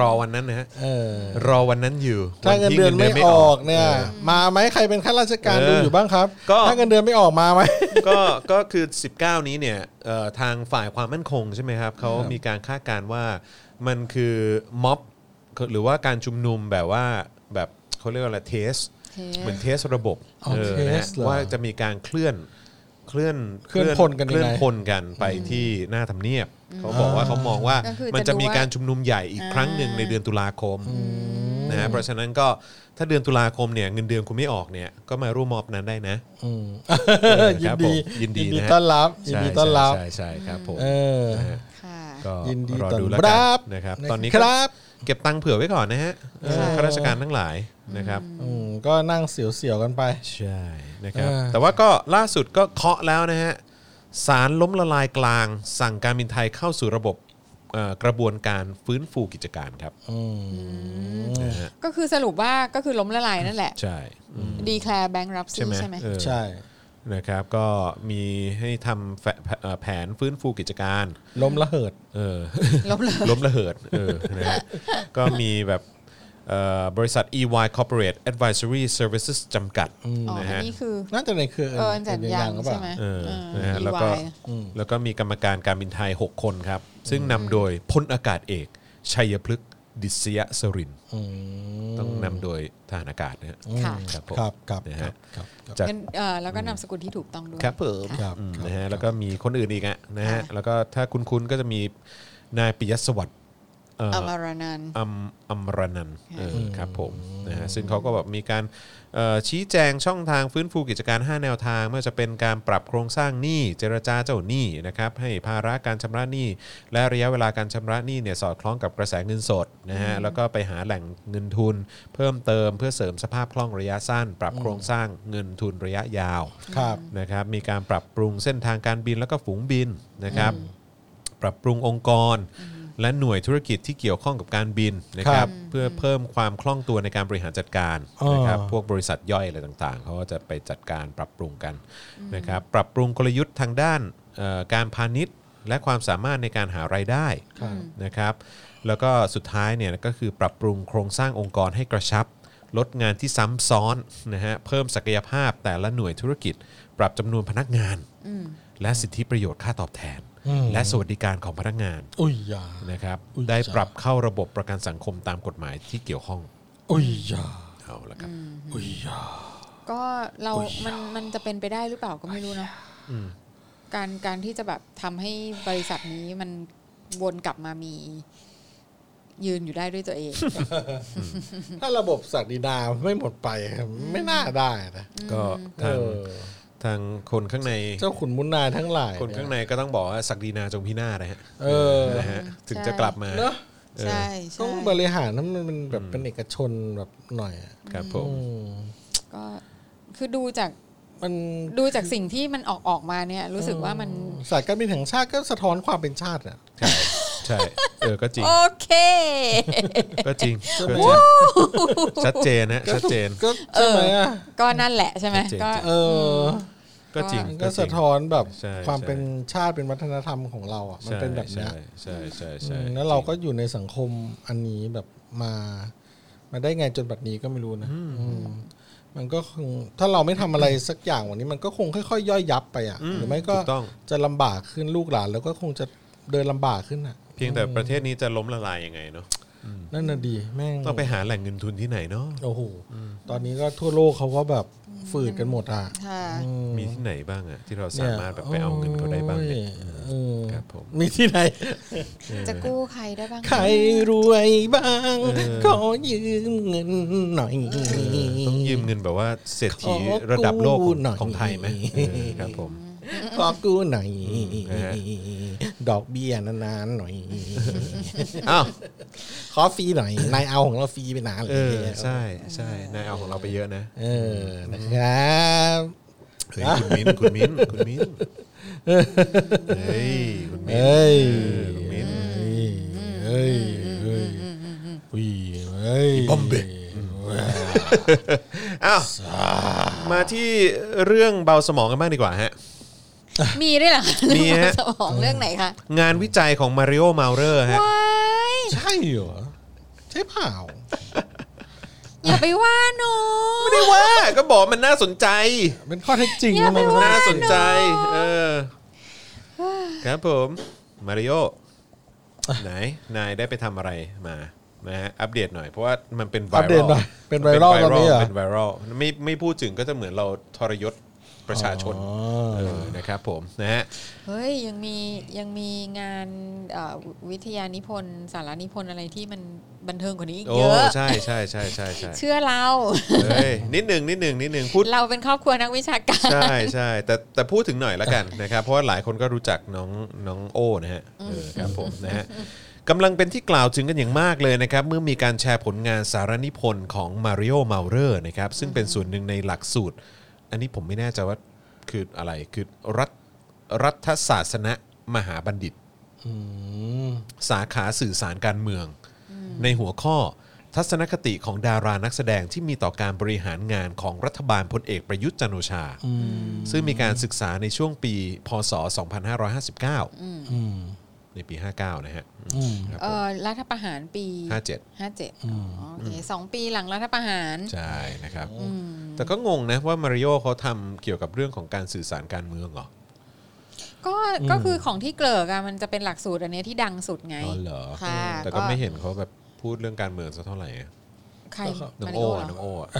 Speaker 1: รอวันนั้นนะฮะ
Speaker 3: เออ
Speaker 1: รอวันนั้นอยู่
Speaker 3: ถ้าเงิ
Speaker 1: วั
Speaker 3: น
Speaker 1: ที่
Speaker 3: เดือนไม่ออกเนี่ย
Speaker 1: อ
Speaker 3: มาไหมใครเป็นข้าราชการ
Speaker 1: เออ
Speaker 3: ดูอยู่บ้างครับ
Speaker 1: ก็
Speaker 3: ถ้าเงินเดือนไม่ออกมาไหม
Speaker 1: อก็ก็คือ 19 นี้เนี่ยเอ่อทางฝ่ายความมั่นคงใช่ไหมครับเขามีการคาดการณ์ว่ามันคือม็อบหรือว่าการชุมนุมแบบว่าแบบเขาเรียกว่าอะไรเทส
Speaker 2: เทส
Speaker 1: เหมือนเทสระบบ
Speaker 3: อ๋อเท
Speaker 1: นะ
Speaker 3: สเหรอ
Speaker 1: ว่าจะมีการเคลื่อนเคลื่อน
Speaker 3: เคลื่อนพลกันยังไง
Speaker 1: เคลื่อนพลกันไปที่หน้าทำเนียบ เขาบอกว่า
Speaker 3: อ่า
Speaker 1: เขามองว่า
Speaker 2: ก็คือ
Speaker 1: มัน
Speaker 2: จะ
Speaker 1: จะ
Speaker 2: ดู
Speaker 1: มี
Speaker 2: ว่า
Speaker 1: การชุมนุมใหญ่อีกครั้งหนึ่ง
Speaker 2: อ่า
Speaker 1: ในเดือนตุลาคมนะฮะเพราะฉะนั้นก็ถ้าเดือนตุลาคมเนี่ยเงินเดือนคุณไม่ออกเนี่ยก็มาร่วมมอบนั้นได้นะ
Speaker 3: อืม
Speaker 1: เออ
Speaker 3: ยิ
Speaker 1: คน รับ
Speaker 3: ดี
Speaker 1: ผมยินดีนะฮะ
Speaker 3: ต้อนรับยิน
Speaker 1: ใช่
Speaker 3: ดีต้อนรับ
Speaker 1: ใช่ใช่ใช่ครับผม
Speaker 3: เออ
Speaker 1: นะฮะ
Speaker 2: ค่ะ
Speaker 1: ก็
Speaker 3: ยินดี
Speaker 1: รอ
Speaker 3: ต้อน
Speaker 1: ดูแล้วกั
Speaker 3: รับ
Speaker 1: นนะครับ
Speaker 3: นะครับ
Speaker 1: ตอนนี้
Speaker 3: ค
Speaker 1: ก็
Speaker 3: รับ
Speaker 1: เก็บตังค์เผื่อไว้ก่อนนะฮะเออ
Speaker 2: ใช่
Speaker 1: ข้าราชการทั้งหลายนะครับ
Speaker 3: อืมก็นั่งเสียวๆกันไป
Speaker 1: ใช่นะครับ
Speaker 3: เออ
Speaker 1: แต่ว่าก็ล่าสุดก็เคาะแล้วนะฮะสารล้มละลายกลาง สั่งการบินไทยเข้าสู่ระบบเอ่อกระบวนการฟื้นฟูกิจการครับ
Speaker 3: อืม
Speaker 1: นะฮะ
Speaker 2: ก็คือสรุปว่าก็คือล้มละลายนั่นแหละ
Speaker 1: ใช่อืม
Speaker 2: ดีแคลร์แบงค์รับ
Speaker 1: ใช่
Speaker 2: ซี่
Speaker 1: ไหม
Speaker 2: ใช่ไหม
Speaker 1: เออ
Speaker 3: ใช่
Speaker 1: นะครับก็มีให้ทำแฟเอ่อแผนฟื้นฟูกิจการ
Speaker 3: ล้มละเหิด
Speaker 1: เออ
Speaker 2: ล้มเลย
Speaker 1: ล้มระเหิดเออนะฮะก็มีแบบเอ่อบริษัท EY Corporate Advisory Services จำกัด
Speaker 2: อ๋อ
Speaker 1: นะ
Speaker 2: อัน
Speaker 1: ฮะ
Speaker 2: นี้คือ
Speaker 3: น่าจะในเครือ
Speaker 2: เออสัญญาณ
Speaker 3: หรือเปล่
Speaker 2: ใช่ไหม
Speaker 1: เออ
Speaker 2: เอ
Speaker 1: นะ
Speaker 2: อ
Speaker 1: ฮะแล้วก็
Speaker 2: EY
Speaker 1: แล้วก็มีกรรมการการบินไทย 6 คนครับ ซึ่งนำโดยพลอากาศเอก ชัยพฤกษ์ดิษยสรินทร์
Speaker 3: อืม
Speaker 1: ต้องนำโดยทหารอากาศนะฮะ
Speaker 2: ค่ะ
Speaker 1: ครับผม
Speaker 3: ครับครับ
Speaker 1: นะ
Speaker 3: ครั
Speaker 1: ฮะ
Speaker 3: บครับครับ
Speaker 1: จาก
Speaker 2: เงินเออแล้วก็นามสกุลที่ถูกต้องด้วย
Speaker 1: ครับผม
Speaker 3: ครับ
Speaker 1: อืม
Speaker 3: ครับ
Speaker 1: นะฮะ
Speaker 3: ครับ
Speaker 1: แล้วก็มีคนอื่นอีกอะนะฮะ
Speaker 2: ค่ะ
Speaker 1: แล้วก็ถ้าคุณคุณก็จะมีนายปิยสวัสดิ์เอ่อ
Speaker 2: อมารนันท์
Speaker 1: อัมอัมรนันท์
Speaker 2: ค่ะ
Speaker 1: เออครับผมนะฮะซึ่งเขาก็แบบมีการเอ่อชี้แจงช่องทางฟื้นฟูกิจการ 5 แนวทาง ไม่ว่าจะเป็นการปรับโครงสร้างหนี้เจรจาเจ้าหนี้นะครับให้ภาระการชำระหนี้ และระยะเวลาการชำระหนี้เนี่ยสอดคล้องกับกระแสเงินสดนะฮะแล้วก็ไปหาแหล่งเงินทุน เพิ่มเติมเพื่อเสริมสภาพคล่องระยะสั้น ปรับโครงสร้างเงินทุนระยะยาว
Speaker 3: ครับ
Speaker 1: นะครับมีการปรับปรุงเส้นทางการบินแล้วก็ฝูงบินนะครับปรับปรุงองค์กร และหน่วยธุรกิจที่เกี่ยวข้องกับการบินนะค
Speaker 3: ครั
Speaker 1: รับบ เพื่อเพิ่มความคล่องตัวในการบริหารจัดการ
Speaker 3: อ๋อ
Speaker 1: นะครับพวกบริษัทย่อยอะไรต่างๆเขาก็จะไปจัดการปรับปรุงกันนะครับปรับปรุงกลยุทธ์ทางด้านเอ่อการพาณิชย์ และความสามารถในการหารายได้นะครับแล้วก็สุดท้ายเนี่ยก็คือปรับปรุงโครงสร้างองค์กรให้กระชับ ลดงานที่ซ้ำซ้อนนะฮะเพิ่มศักยภาพแต่ละหน่วยธุรกิจ ปรับจำนวนพนักงาน และสิทธิประโยชน์ค่าตอบแทน
Speaker 3: อืม
Speaker 1: และสวัสดิการของพนักงาน
Speaker 3: อุ้ยยา
Speaker 1: นะครับ
Speaker 3: อุ๊ย
Speaker 1: ได้
Speaker 3: จ้ะ
Speaker 1: ปรับเข้าระบบประกันสังคมตามกฎหมายที่เกี่ยวข้อง
Speaker 3: อุ้ยยา
Speaker 1: เอาละครับ
Speaker 3: อุ้ยยา
Speaker 2: ก็เรามันมันจะเป็นไปได้หรือเปล่าก็ไม่รู้เนอะการการที่จะแบบทำให้บริษัทนี้มันวนกลับมามี ยืนอยู่ได้ด้วยตัวเอง
Speaker 3: ถ้าระบบสัตดินาไม่หมดไปไม่น่าได้นะ
Speaker 1: ก็
Speaker 3: เอ
Speaker 1: ทาง
Speaker 3: อ
Speaker 1: ทางคนข้างใน
Speaker 3: เจ้าขุนมุนนายทั้งหลาย
Speaker 1: คนข้างในก็ต้องบอกว่าศักดินาจงพินาศนะฮะ
Speaker 3: เออ
Speaker 1: นะฮะถึง
Speaker 2: ใช่
Speaker 1: จะกลับมา
Speaker 3: เนอะ
Speaker 1: เออ
Speaker 2: ใช่
Speaker 3: ต้อ
Speaker 2: ใช่
Speaker 3: งบริหารนั้นมันเป็นแบบเป็นเอกชนแบบหน่อยอะ
Speaker 1: ครับผม
Speaker 3: อืม
Speaker 2: ก็คือดูจาก
Speaker 3: มัน
Speaker 2: ดูจากสิ่งที่มันออกออกมาเนี่ย รู้สึกว่ามัน
Speaker 3: สายการบินแห่งชาติก็สะท้อนความเป็นชาติอ่ะ
Speaker 1: ใช่ใช่เออก็จริง
Speaker 2: โอเค
Speaker 1: ก็จริง
Speaker 3: ใช่
Speaker 1: ก็
Speaker 3: ไหม
Speaker 1: จริงชัดเจนนะชัดเจน
Speaker 3: ก็ใช่ไหมอ่ะ
Speaker 2: ก็นั่นแหละใช่ไหม
Speaker 1: จริงๆ
Speaker 2: ก็
Speaker 3: เออ
Speaker 1: ก็จริง
Speaker 3: มัน
Speaker 1: ก็
Speaker 3: ก็
Speaker 1: จริ
Speaker 3: สะ
Speaker 1: ง
Speaker 3: ท้อนแบบ
Speaker 1: ใช่
Speaker 3: ความเป็น
Speaker 1: ใช่
Speaker 3: ชาติเป็นวัฒนธรรมของเราอ่ะมันเป็นแบบเนี้ย
Speaker 1: ใช่ใช่
Speaker 3: อืม
Speaker 1: ใช่
Speaker 3: แล้วเราก็อยู่ในสังคมอันนี้แบบมา มาได้ไงจนบัดนี้ก็ไม่รู้นะอืมมันก็คงถ้าเราไม่ทำอะไรสักอย่างวันนี้มันก็คงค่อยๆย่อยยับไปอ่ะหรือไม่ก็
Speaker 1: ถูกต้อง
Speaker 3: จะลำบากขึ้นลูกหลานแล้วก็คงจะเดินลำบากขึ้นอ่ะ
Speaker 1: เพียงแต่ประเทศนี้จะล้มละลายยังไงเนาะ
Speaker 3: นั่นน่ะดีแม่ง
Speaker 1: ต้องไปหาแหล่งเงินทุนที่ไหนเนาะ
Speaker 3: โอ้โหตอนนี้ก็ทั่วโลกเขาก็แบบฝืดกันหมดอ่ะ
Speaker 2: ค่ะ
Speaker 3: อื
Speaker 1: มีที่ไหนบ้างอะที่เราสา
Speaker 3: นี่ย
Speaker 1: มารถแบบไปเอาเงินเขาได้บ้างเนี่ย
Speaker 3: โอ้ยเออ
Speaker 1: ครับผม
Speaker 3: มีที่ไหน
Speaker 2: จะกู้ใครได้บ้าง
Speaker 3: ใครรวยบ้าง
Speaker 1: เออ
Speaker 3: ขอยืมเงินหน่อย
Speaker 1: ต้องยืมเงินแบบว่าเศรษฐีระดับโลกของของไทยไหมเออครับผม
Speaker 3: ขอกู้หน่อย
Speaker 1: นะฮะ
Speaker 3: ดอกเบี้ยนานๆหน่อย
Speaker 1: อ้าว
Speaker 3: ขอฟรีหน่อยนายเอาของเราฟรีไปนานเล
Speaker 1: เอย อใช่ใช่นายเอาของเราไปเยอะนะ
Speaker 3: เออ นะครับ
Speaker 1: เฮ้ยคุณมิ้นคุณมิ้นคุณมิ้นเฮ้ยคุณมิ้น
Speaker 3: เอ้ย
Speaker 1: เออคุณมิ้น
Speaker 3: เอ้ยเอ้ยอุ้ยเอ้ยบอมเบ้
Speaker 1: อ้าวมาที่เรื่องเบาสมองกันบ้างดีกว่าฮะ
Speaker 2: มีด้วยเหรอ
Speaker 1: มีฮะ
Speaker 2: สมองเรื่องไหนคะ
Speaker 1: งานวิจัยของมาริโอมาเรอร์ฮะ
Speaker 2: ว้าย
Speaker 3: ใช่เหรอ ใช่เปล่า
Speaker 2: อย่าไปว่าน้อง
Speaker 1: ไม่ได้ว่าก็บอกมันน่าสนใจ
Speaker 3: เป็นข้อเท็จจริง
Speaker 2: อย่าไป
Speaker 3: มัน
Speaker 2: ว่า
Speaker 1: น่าสนใจ เอ อ ครับผม มาริโอไหน นายได้ไปทำอะไรมานะฮะอัปเดตหน่อย เพราะว่ามันเป็นไว
Speaker 3: อัปเด
Speaker 1: รั
Speaker 3: ต
Speaker 1: ล
Speaker 3: หน่อยเป็นไวรัลตอนนี้เหรอ
Speaker 1: เป็นไวรัลไม่ไม่พูดถึงก็จะเหมือนเราทรยศประชาชน
Speaker 3: อ๋อ
Speaker 1: เออนะครับผมนะฮะ
Speaker 2: เฮ้ยยังมียังมีงานเอ่อวิทยานิพนธ์สารนิพนธ์อะไรที่มันบันเทิงกว่านี้อีก
Speaker 1: โอ้
Speaker 2: เยอะ
Speaker 1: ใช่ใช่ใช่ใช่ ใช่
Speaker 2: เชื่อเรา
Speaker 1: เฮ้ยนิดหนึ่งนิดหนึ่งนิดหนึ่งพูด
Speaker 2: เราเป็นครอบครัวนักวิชาการ
Speaker 1: ใช่ใช่แต่แต่พูดถึงหน่อยละกันนะครับเพราะว่าหลายคนก็รู้จักน้องน้องโอ้นะฮะเออครับผมนะฮะกำลังเป็นที่กล่าวถึงกันอย่างมากเลยนะครับเมื่อมีการแชร์ผลงานสารนิพนธ์ของมาริโอมาเรอร์นะครับซึ่งเป็นส่วนหนึ่งในหลักสูตร อันนี้ผมไม่แน่ใจว่าคืออะไรคือรัฐรัฐศาสนมหาบัณฑิต
Speaker 3: อืม
Speaker 1: สาขาสื่อสารการเมือง ในหัวข้อ ทัศนคติของดารานักแสดงที่มีต่อการบริหารงานของรัฐบาลพลเอกประยุทธ์จันทร์โอชา ซึ่งมีการศึกษาในช่วงปี พศ 2559
Speaker 3: อืม
Speaker 1: ในปี 59 นะฮะ
Speaker 3: อืม
Speaker 1: ครับ
Speaker 2: เอ
Speaker 1: ผม
Speaker 2: อรัฐประหารปี
Speaker 1: 57
Speaker 2: ห้าเจ็ดโอเคสองปีหลังรัฐประหาร
Speaker 1: ใช่นะครับ แต่ก็งงนะว่ามาริโอเขาทำเกี่ยวกับเรื่องของการสื่อสารการเมืองเหรอ
Speaker 2: ก็ก็คือของที่เกลิกอะมันจะเป็นหลักสูตรอันเนี้ยที่ดังสุดไง
Speaker 1: อ๋อเหรอ
Speaker 2: ค่ะ
Speaker 1: แต่ก็ไม่เห็นเขาแบบพูดเรื่องการเมืองสักเท่าไหร่อะ
Speaker 2: ใคร
Speaker 1: น้อง
Speaker 2: มาริ
Speaker 1: โอ้
Speaker 2: โอ้
Speaker 1: อะ
Speaker 2: เหร
Speaker 1: น้อ
Speaker 2: อง
Speaker 1: โอ้อะ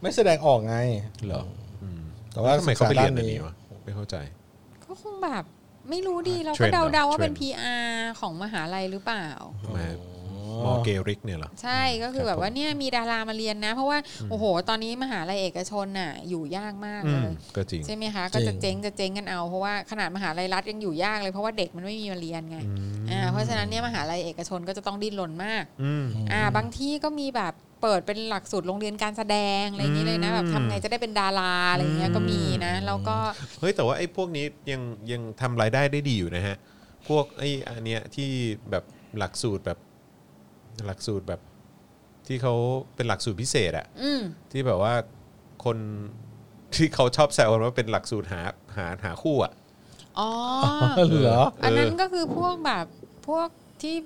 Speaker 3: ไม่แสดงออกไง
Speaker 1: เหรออืม
Speaker 3: แต่ว่า
Speaker 1: ทำไมเขาไปเรียนอัน
Speaker 3: ศึกษาด้านนี้
Speaker 1: นี้วะไม่เข้าใจ
Speaker 2: ก็คงแบบไม่รู้ดีเรา
Speaker 1: เทร
Speaker 2: ก็
Speaker 1: นด์เหรอ
Speaker 2: เดาๆว่าเป็น
Speaker 1: เทรนด์
Speaker 2: PR ของมหาลัยหรือเปล่า
Speaker 1: มามอเกริกเนี่ยเหรอ
Speaker 2: ใช่ก็คื
Speaker 1: ครั
Speaker 2: อ
Speaker 1: บ
Speaker 2: แบบว่าเนี่ยมีดารามาเรียนนะ เพราะว่าโอ้โห ตอนนี้มหาลัยเอกชนน่ะอยู่ยากมาก
Speaker 1: อื
Speaker 2: เล
Speaker 1: ม
Speaker 2: ย
Speaker 1: ก็จริง
Speaker 2: ใช่ไหมคะก็จะเจ๊งจะเจ๊งกันเอาเพราะว่าขนาดมหาลัยรัฐยังอยู่ยากเลยเพราะว่าเด็กมันไม่มีมาเรียนไงอ่าเพราะฉะนั้นเนี่ยมหาลัยเอกชนก็จะต้องดิ้นรนมาก
Speaker 1: อืม
Speaker 2: อ่าบางที่ก็มีแบบเปิดเป็นหลักสูตรโรงเรียนการแสดงอะไรอย่างนี้เลยนะแบบทำไงจะได้เป็นดาราอะไรอย่างเงี้ยก็มีนะแล้วก็
Speaker 1: เฮ้ยแต่ว่าไอ้พวกนี้ยังยังทำรายได้ได้ดีอยู่นะฮะ พวกไอ้อันเนี้ยที่แบบหลักสูตรแบบหลักสูตรแบบที่เขาเป็นหลักสูตรพิเศษอะ
Speaker 2: อืม
Speaker 1: ที่แบบว่าคนที่เขาชอบแซวกันว่าเป็นหลักสูตรหาหาหาคู่อะ
Speaker 2: อ๋อ
Speaker 3: เหรอ
Speaker 2: อันนั้นก็คือพวกแบบพวกที่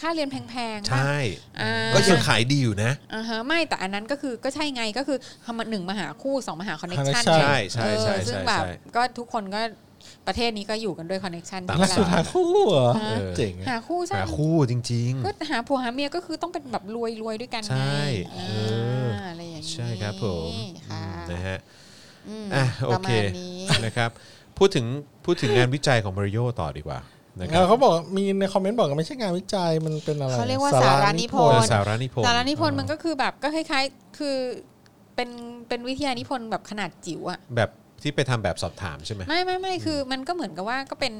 Speaker 2: ค่าเรียนแพงๆ
Speaker 1: ใช่
Speaker 2: อ่า
Speaker 1: ก็ยังขายดีอยู่นะ
Speaker 2: อ่าฮะไม่แต่อันนั้นก็คือก็ใช่ไงก็คือทำมาหนึ่งมาหาคู่สองมาหาคอนเน็กชัน
Speaker 3: connection
Speaker 1: ใช่ใช่ใช่
Speaker 2: ซึ่
Speaker 1: ใช่
Speaker 2: งแบบ
Speaker 1: ใช่
Speaker 2: ก็ทุกคนก็ประเทศนี้ก็อยู่กันด้วยคอนเน็ชัน
Speaker 1: ตาม
Speaker 3: หลักสูตรหาคู่เหรอ
Speaker 1: เออ
Speaker 3: เจ๋งอะ
Speaker 2: หาคู่ใช่
Speaker 1: หาคู่จริง
Speaker 2: ก็หาผัวหาเมียก็คือต้องเป็นแบบรวยรวยด้วยกันไง
Speaker 1: ใช่
Speaker 2: อ่า
Speaker 1: เอออ
Speaker 2: อะไรอย่างนี้
Speaker 1: ๆ ใช่ครับผม
Speaker 2: ค่ะ
Speaker 1: นะฮะ
Speaker 2: อืม
Speaker 1: อ่ะโอ
Speaker 2: ประ
Speaker 1: เค
Speaker 2: มาณนี้
Speaker 1: นะครับพูดถึงพูดถึงงานวิจัยของมาริโอต่อดีกว่านะค
Speaker 3: เอ
Speaker 1: รั
Speaker 3: อบ เขาบอกมีในคอมเมนต์บอกกันไม่ใช่งานวิจัยมันเป็นอะไร
Speaker 2: เขาเรียกว่าสารานิพ
Speaker 1: เอนอ
Speaker 2: ธ์
Speaker 1: สารานิพนธ์
Speaker 2: สารานิพนธ์มันก็คือแบบก็คล้ายๆคือเป็นเป็นวิทยานิพนธ์แบบขนาดจิ๋วอะ
Speaker 1: แบบ ที่ไปทำแบบสอบถามใช่ไหม
Speaker 2: ไม่ไม่ไม่คือมันก็เหมือนกับว่าก็เป็น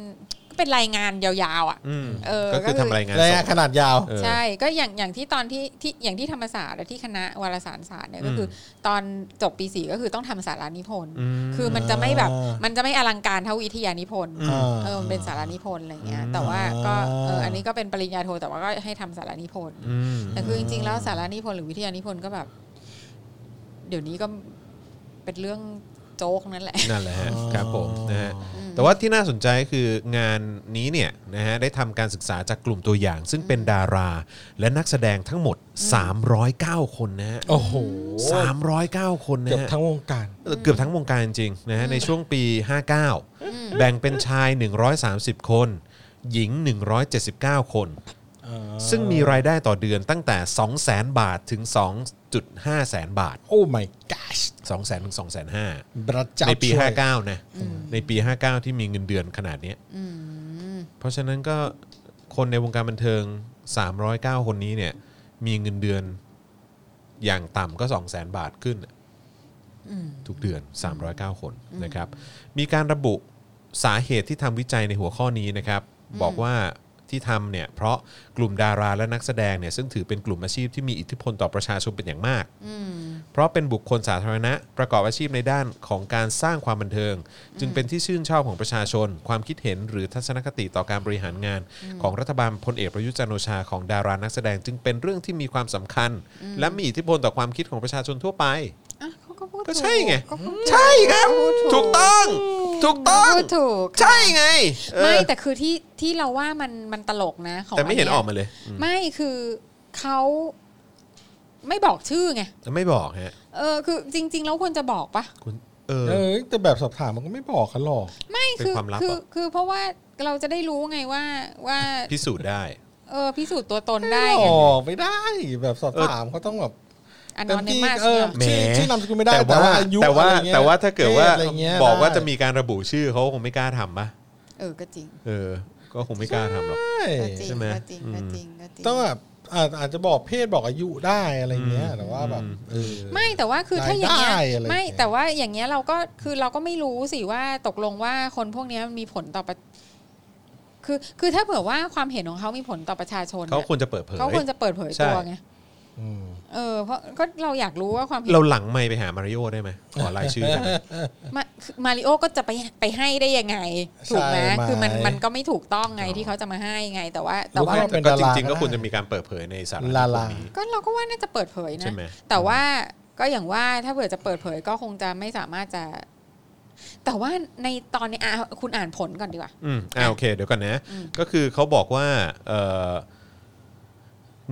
Speaker 2: ก็เป็นรายงานยาวๆอ่ะ
Speaker 1: อืม
Speaker 2: เออ
Speaker 1: ก็คือ
Speaker 2: ก็คือ
Speaker 1: ทำรายงาน
Speaker 3: ระ
Speaker 1: ส
Speaker 3: ยะ
Speaker 1: ด
Speaker 3: ขนาดยาว
Speaker 1: เออ
Speaker 2: ใช่ก็อย่างอย่างที่ตอนที่ที่อย่างที่ธรรมศาสตร์และที่คณะวารสารศาสตร์เนี่ยก็คืออตอนจบปีสี่ก็คือต้องทำสารานิพนธ์
Speaker 1: ม
Speaker 2: คือมันจะไม่แบบ
Speaker 3: อ่ามั
Speaker 2: มันจะไม่อลังการเท่าวิทยานิพนธ์
Speaker 1: อืม
Speaker 2: เออมันเป็นสารานิพนธ์อะไรเงี้ย แต่ว่าก็เอออันนี้ก็เป็นปริญญาโทแต่ว่าก็ให้ทำสารานิพนธ์
Speaker 1: อืม
Speaker 2: แต่คือจริงๆแล้วสารานิพนธ์หรือวิทยานิพนธ์ก็แบบ เดี๋ยวนี้ก็เป็นเรื่องโจ๊กนั่นแหละ
Speaker 1: นั่นแหละฮะ
Speaker 3: อ๋อ
Speaker 1: ครับผมนะฮะแต่ว่าที่น่าสนใจคืองานนี้เนี่ยนะฮะได้ทำการศึกษาจากกลุ่มตัวอย่าง ซึ่งเป็นดารา และนักแสดงทั้งหมด 309 คนนะฮะ
Speaker 3: โอ้โห
Speaker 1: 309 คนนะ
Speaker 3: เกือบ
Speaker 1: ฮะ
Speaker 3: ทั้งวงการ
Speaker 1: เออเกือบทั้งวงการจริงๆนะฮะในช่วงปี 59 แบ่งเป็นชาย 130 คน หญิง 179 คน ซึ่งมีรายได้ต่อเดือนตั้งแต่ 200,000 บาทถึง 2.5แสนบาท
Speaker 3: โอ้ my gosh
Speaker 1: 200,000ถึง2,500
Speaker 3: พระเจ้า
Speaker 1: ในปี
Speaker 3: ช่วย
Speaker 1: 59 นะ ในปี 59 ที่มีเงินเดือนขนาดเนี้ยเพราะฉะนั้นก็คนในวงการบันเทิง 309 คนนี้เนี่ย มีเงินเดือนอย่างต่ำก็ 200,000 บาทขึ้นน่ะทุกเดือน 309 คนนะครับ มีการระบุสาเหตุที่ทำวิจัยในหัวข้อนี้นะครับ บอกว่าที่ทำเนี่ย เพราะกลุ่มดาราและนักแสดงเนี่ย ซึ่งถือเป็นกลุ่มอาชีพที่มีอิทธิพลต่อประชาชนเป็นอย่างมาก เพราะเป็นบุคคลสาธารณะประกอบอาชีพในด้านของการสร้างความบันเทิง จึงเป็นที่ชื่นชอบของประชาชน ความคิดเห็นหรือทัศนคติต่อการบริหารงาน ของรัฐบาลพลเอกประยุทธ์จันทร์โอชาของดารานักแสดง จึงเป็นเรื่องที่มีความสำคัญ และมีอิทธิพลต่อความคิดของประชาชนทั่วไป
Speaker 2: อ่ะเขาก็พูด
Speaker 1: ก็ใช่ไง
Speaker 2: ถูกก็พูด
Speaker 1: ใช่ครับ
Speaker 2: ถู
Speaker 1: ถูกต้อง ถูกต้อง
Speaker 2: พูดถูก
Speaker 1: ใช่ไงเออ
Speaker 2: ไม่แต่คือที่ที่เราว่ามันมันตลกนะ ของ
Speaker 1: แต่ไม่เห็น
Speaker 2: ย
Speaker 1: ออกมาเลย
Speaker 2: ไม่คือเขาไม่บอกชื่อไง
Speaker 1: ไม่บอกฮะ
Speaker 2: เออคือจริง ๆ แล้วควรจะบอกปะ
Speaker 1: คุณเออ
Speaker 3: เออแต่แบบสอบถามมันก็ไม่บอกกันหรอก
Speaker 2: ไม่
Speaker 1: เป็น
Speaker 2: คือ
Speaker 1: ความลับ
Speaker 2: คื
Speaker 1: เห
Speaker 2: อ
Speaker 1: รอ
Speaker 2: คือเพราะว่าเราจะได้รู้ไงว่าว่า
Speaker 1: พิสูจน์ได้
Speaker 2: เออพิสูจน์ตัวตนได้
Speaker 3: อ
Speaker 2: ไง
Speaker 3: อกไม่ได้แบบสอบถามเขาต้องแบบ
Speaker 2: อันน
Speaker 3: เต็
Speaker 2: อ
Speaker 3: ม
Speaker 2: น
Speaker 3: ที่
Speaker 2: มาส
Speaker 3: เออ
Speaker 1: แหม
Speaker 3: ชื่อชื่อนามสกุลไม่ได้
Speaker 1: แต่
Speaker 3: แต่
Speaker 1: ว่า
Speaker 3: ว่าอายุ
Speaker 1: แต่ว่า
Speaker 3: อะไรเงี้ย
Speaker 1: แต่ว่าถ้าเกิดว่า
Speaker 3: พศอะไรเงี้ย
Speaker 1: บอกว่าจะ
Speaker 3: ไ
Speaker 1: มีการระบุชื่อเขาคงไม่กล้าทำปะ
Speaker 2: เออก็จริง
Speaker 1: เออ ก็คงไม่กล้าทำหรอก
Speaker 3: ด้
Speaker 2: ก็จริง
Speaker 1: ใช่ไหม
Speaker 2: ก็จริง
Speaker 1: อืม
Speaker 2: ก็จริงก็จริง
Speaker 3: ต้องแบบอาจอาจจะบอกเพศบอกอายุได้อะไรเงี้ยแต่ว่าแบบเออ
Speaker 2: ไม่แต่ว่าคือถ้าอย่างเงี้ย
Speaker 3: รายได้อะไร
Speaker 2: ไม่
Speaker 3: อย่างเงี้ย
Speaker 2: แต่ว่าอย่างเงี้ยเราก็คือเราก็ไม่รู้สิว่าตกลงว่าคนพวกเนี้ยมันมีผลต่อประคือคือถ้าเผื่อว่าความเห็นของเขามีผลต่อประชาชน
Speaker 1: เขา
Speaker 2: เนี่ย
Speaker 1: ควรจะเปิดเผย
Speaker 2: เขาควรจะเปิดเผย
Speaker 1: ใช่
Speaker 2: ตัวไง
Speaker 3: อืม
Speaker 2: เออเพราะก็เราอยากรู้ว่าความเห็น
Speaker 1: เราหลังไม่ไปหามาริโอได้ไหมขอรายชื่อได้ไหม
Speaker 2: มาคือมาริโอก็จะไปไปให้ได้ยังไงถูกไหม
Speaker 3: ใช่
Speaker 2: คือมันมันก็ไม่ถูกต้องไงที่เขาจะมาให้ไง แต่ว่าแต่ว่า
Speaker 3: หรือเขาเป็น
Speaker 1: ก็
Speaker 3: ดา
Speaker 1: จ
Speaker 3: รา
Speaker 1: ริง ๆ ก็ควรจะมีการเปิดเผยในสาระพว
Speaker 3: ลาลา
Speaker 1: กนี้
Speaker 2: ก็เราก็ว่าน่าจะเปิดเผย
Speaker 1: ใช่
Speaker 2: นะ
Speaker 1: ไหม
Speaker 2: แต่ว่าก็อย่างว่าถ้าเผื่อจะเปิดเผยก็คงจะไม่สามารถจะ แต่ว่าในตอนนี้อ่ะคุณอ่านผลก่อนดีกว่า
Speaker 1: อืมอ่าโอเค เดี๋ยวก่อนนะ
Speaker 2: อืม
Speaker 1: ก็คือเขาบอกว่าเอ่อ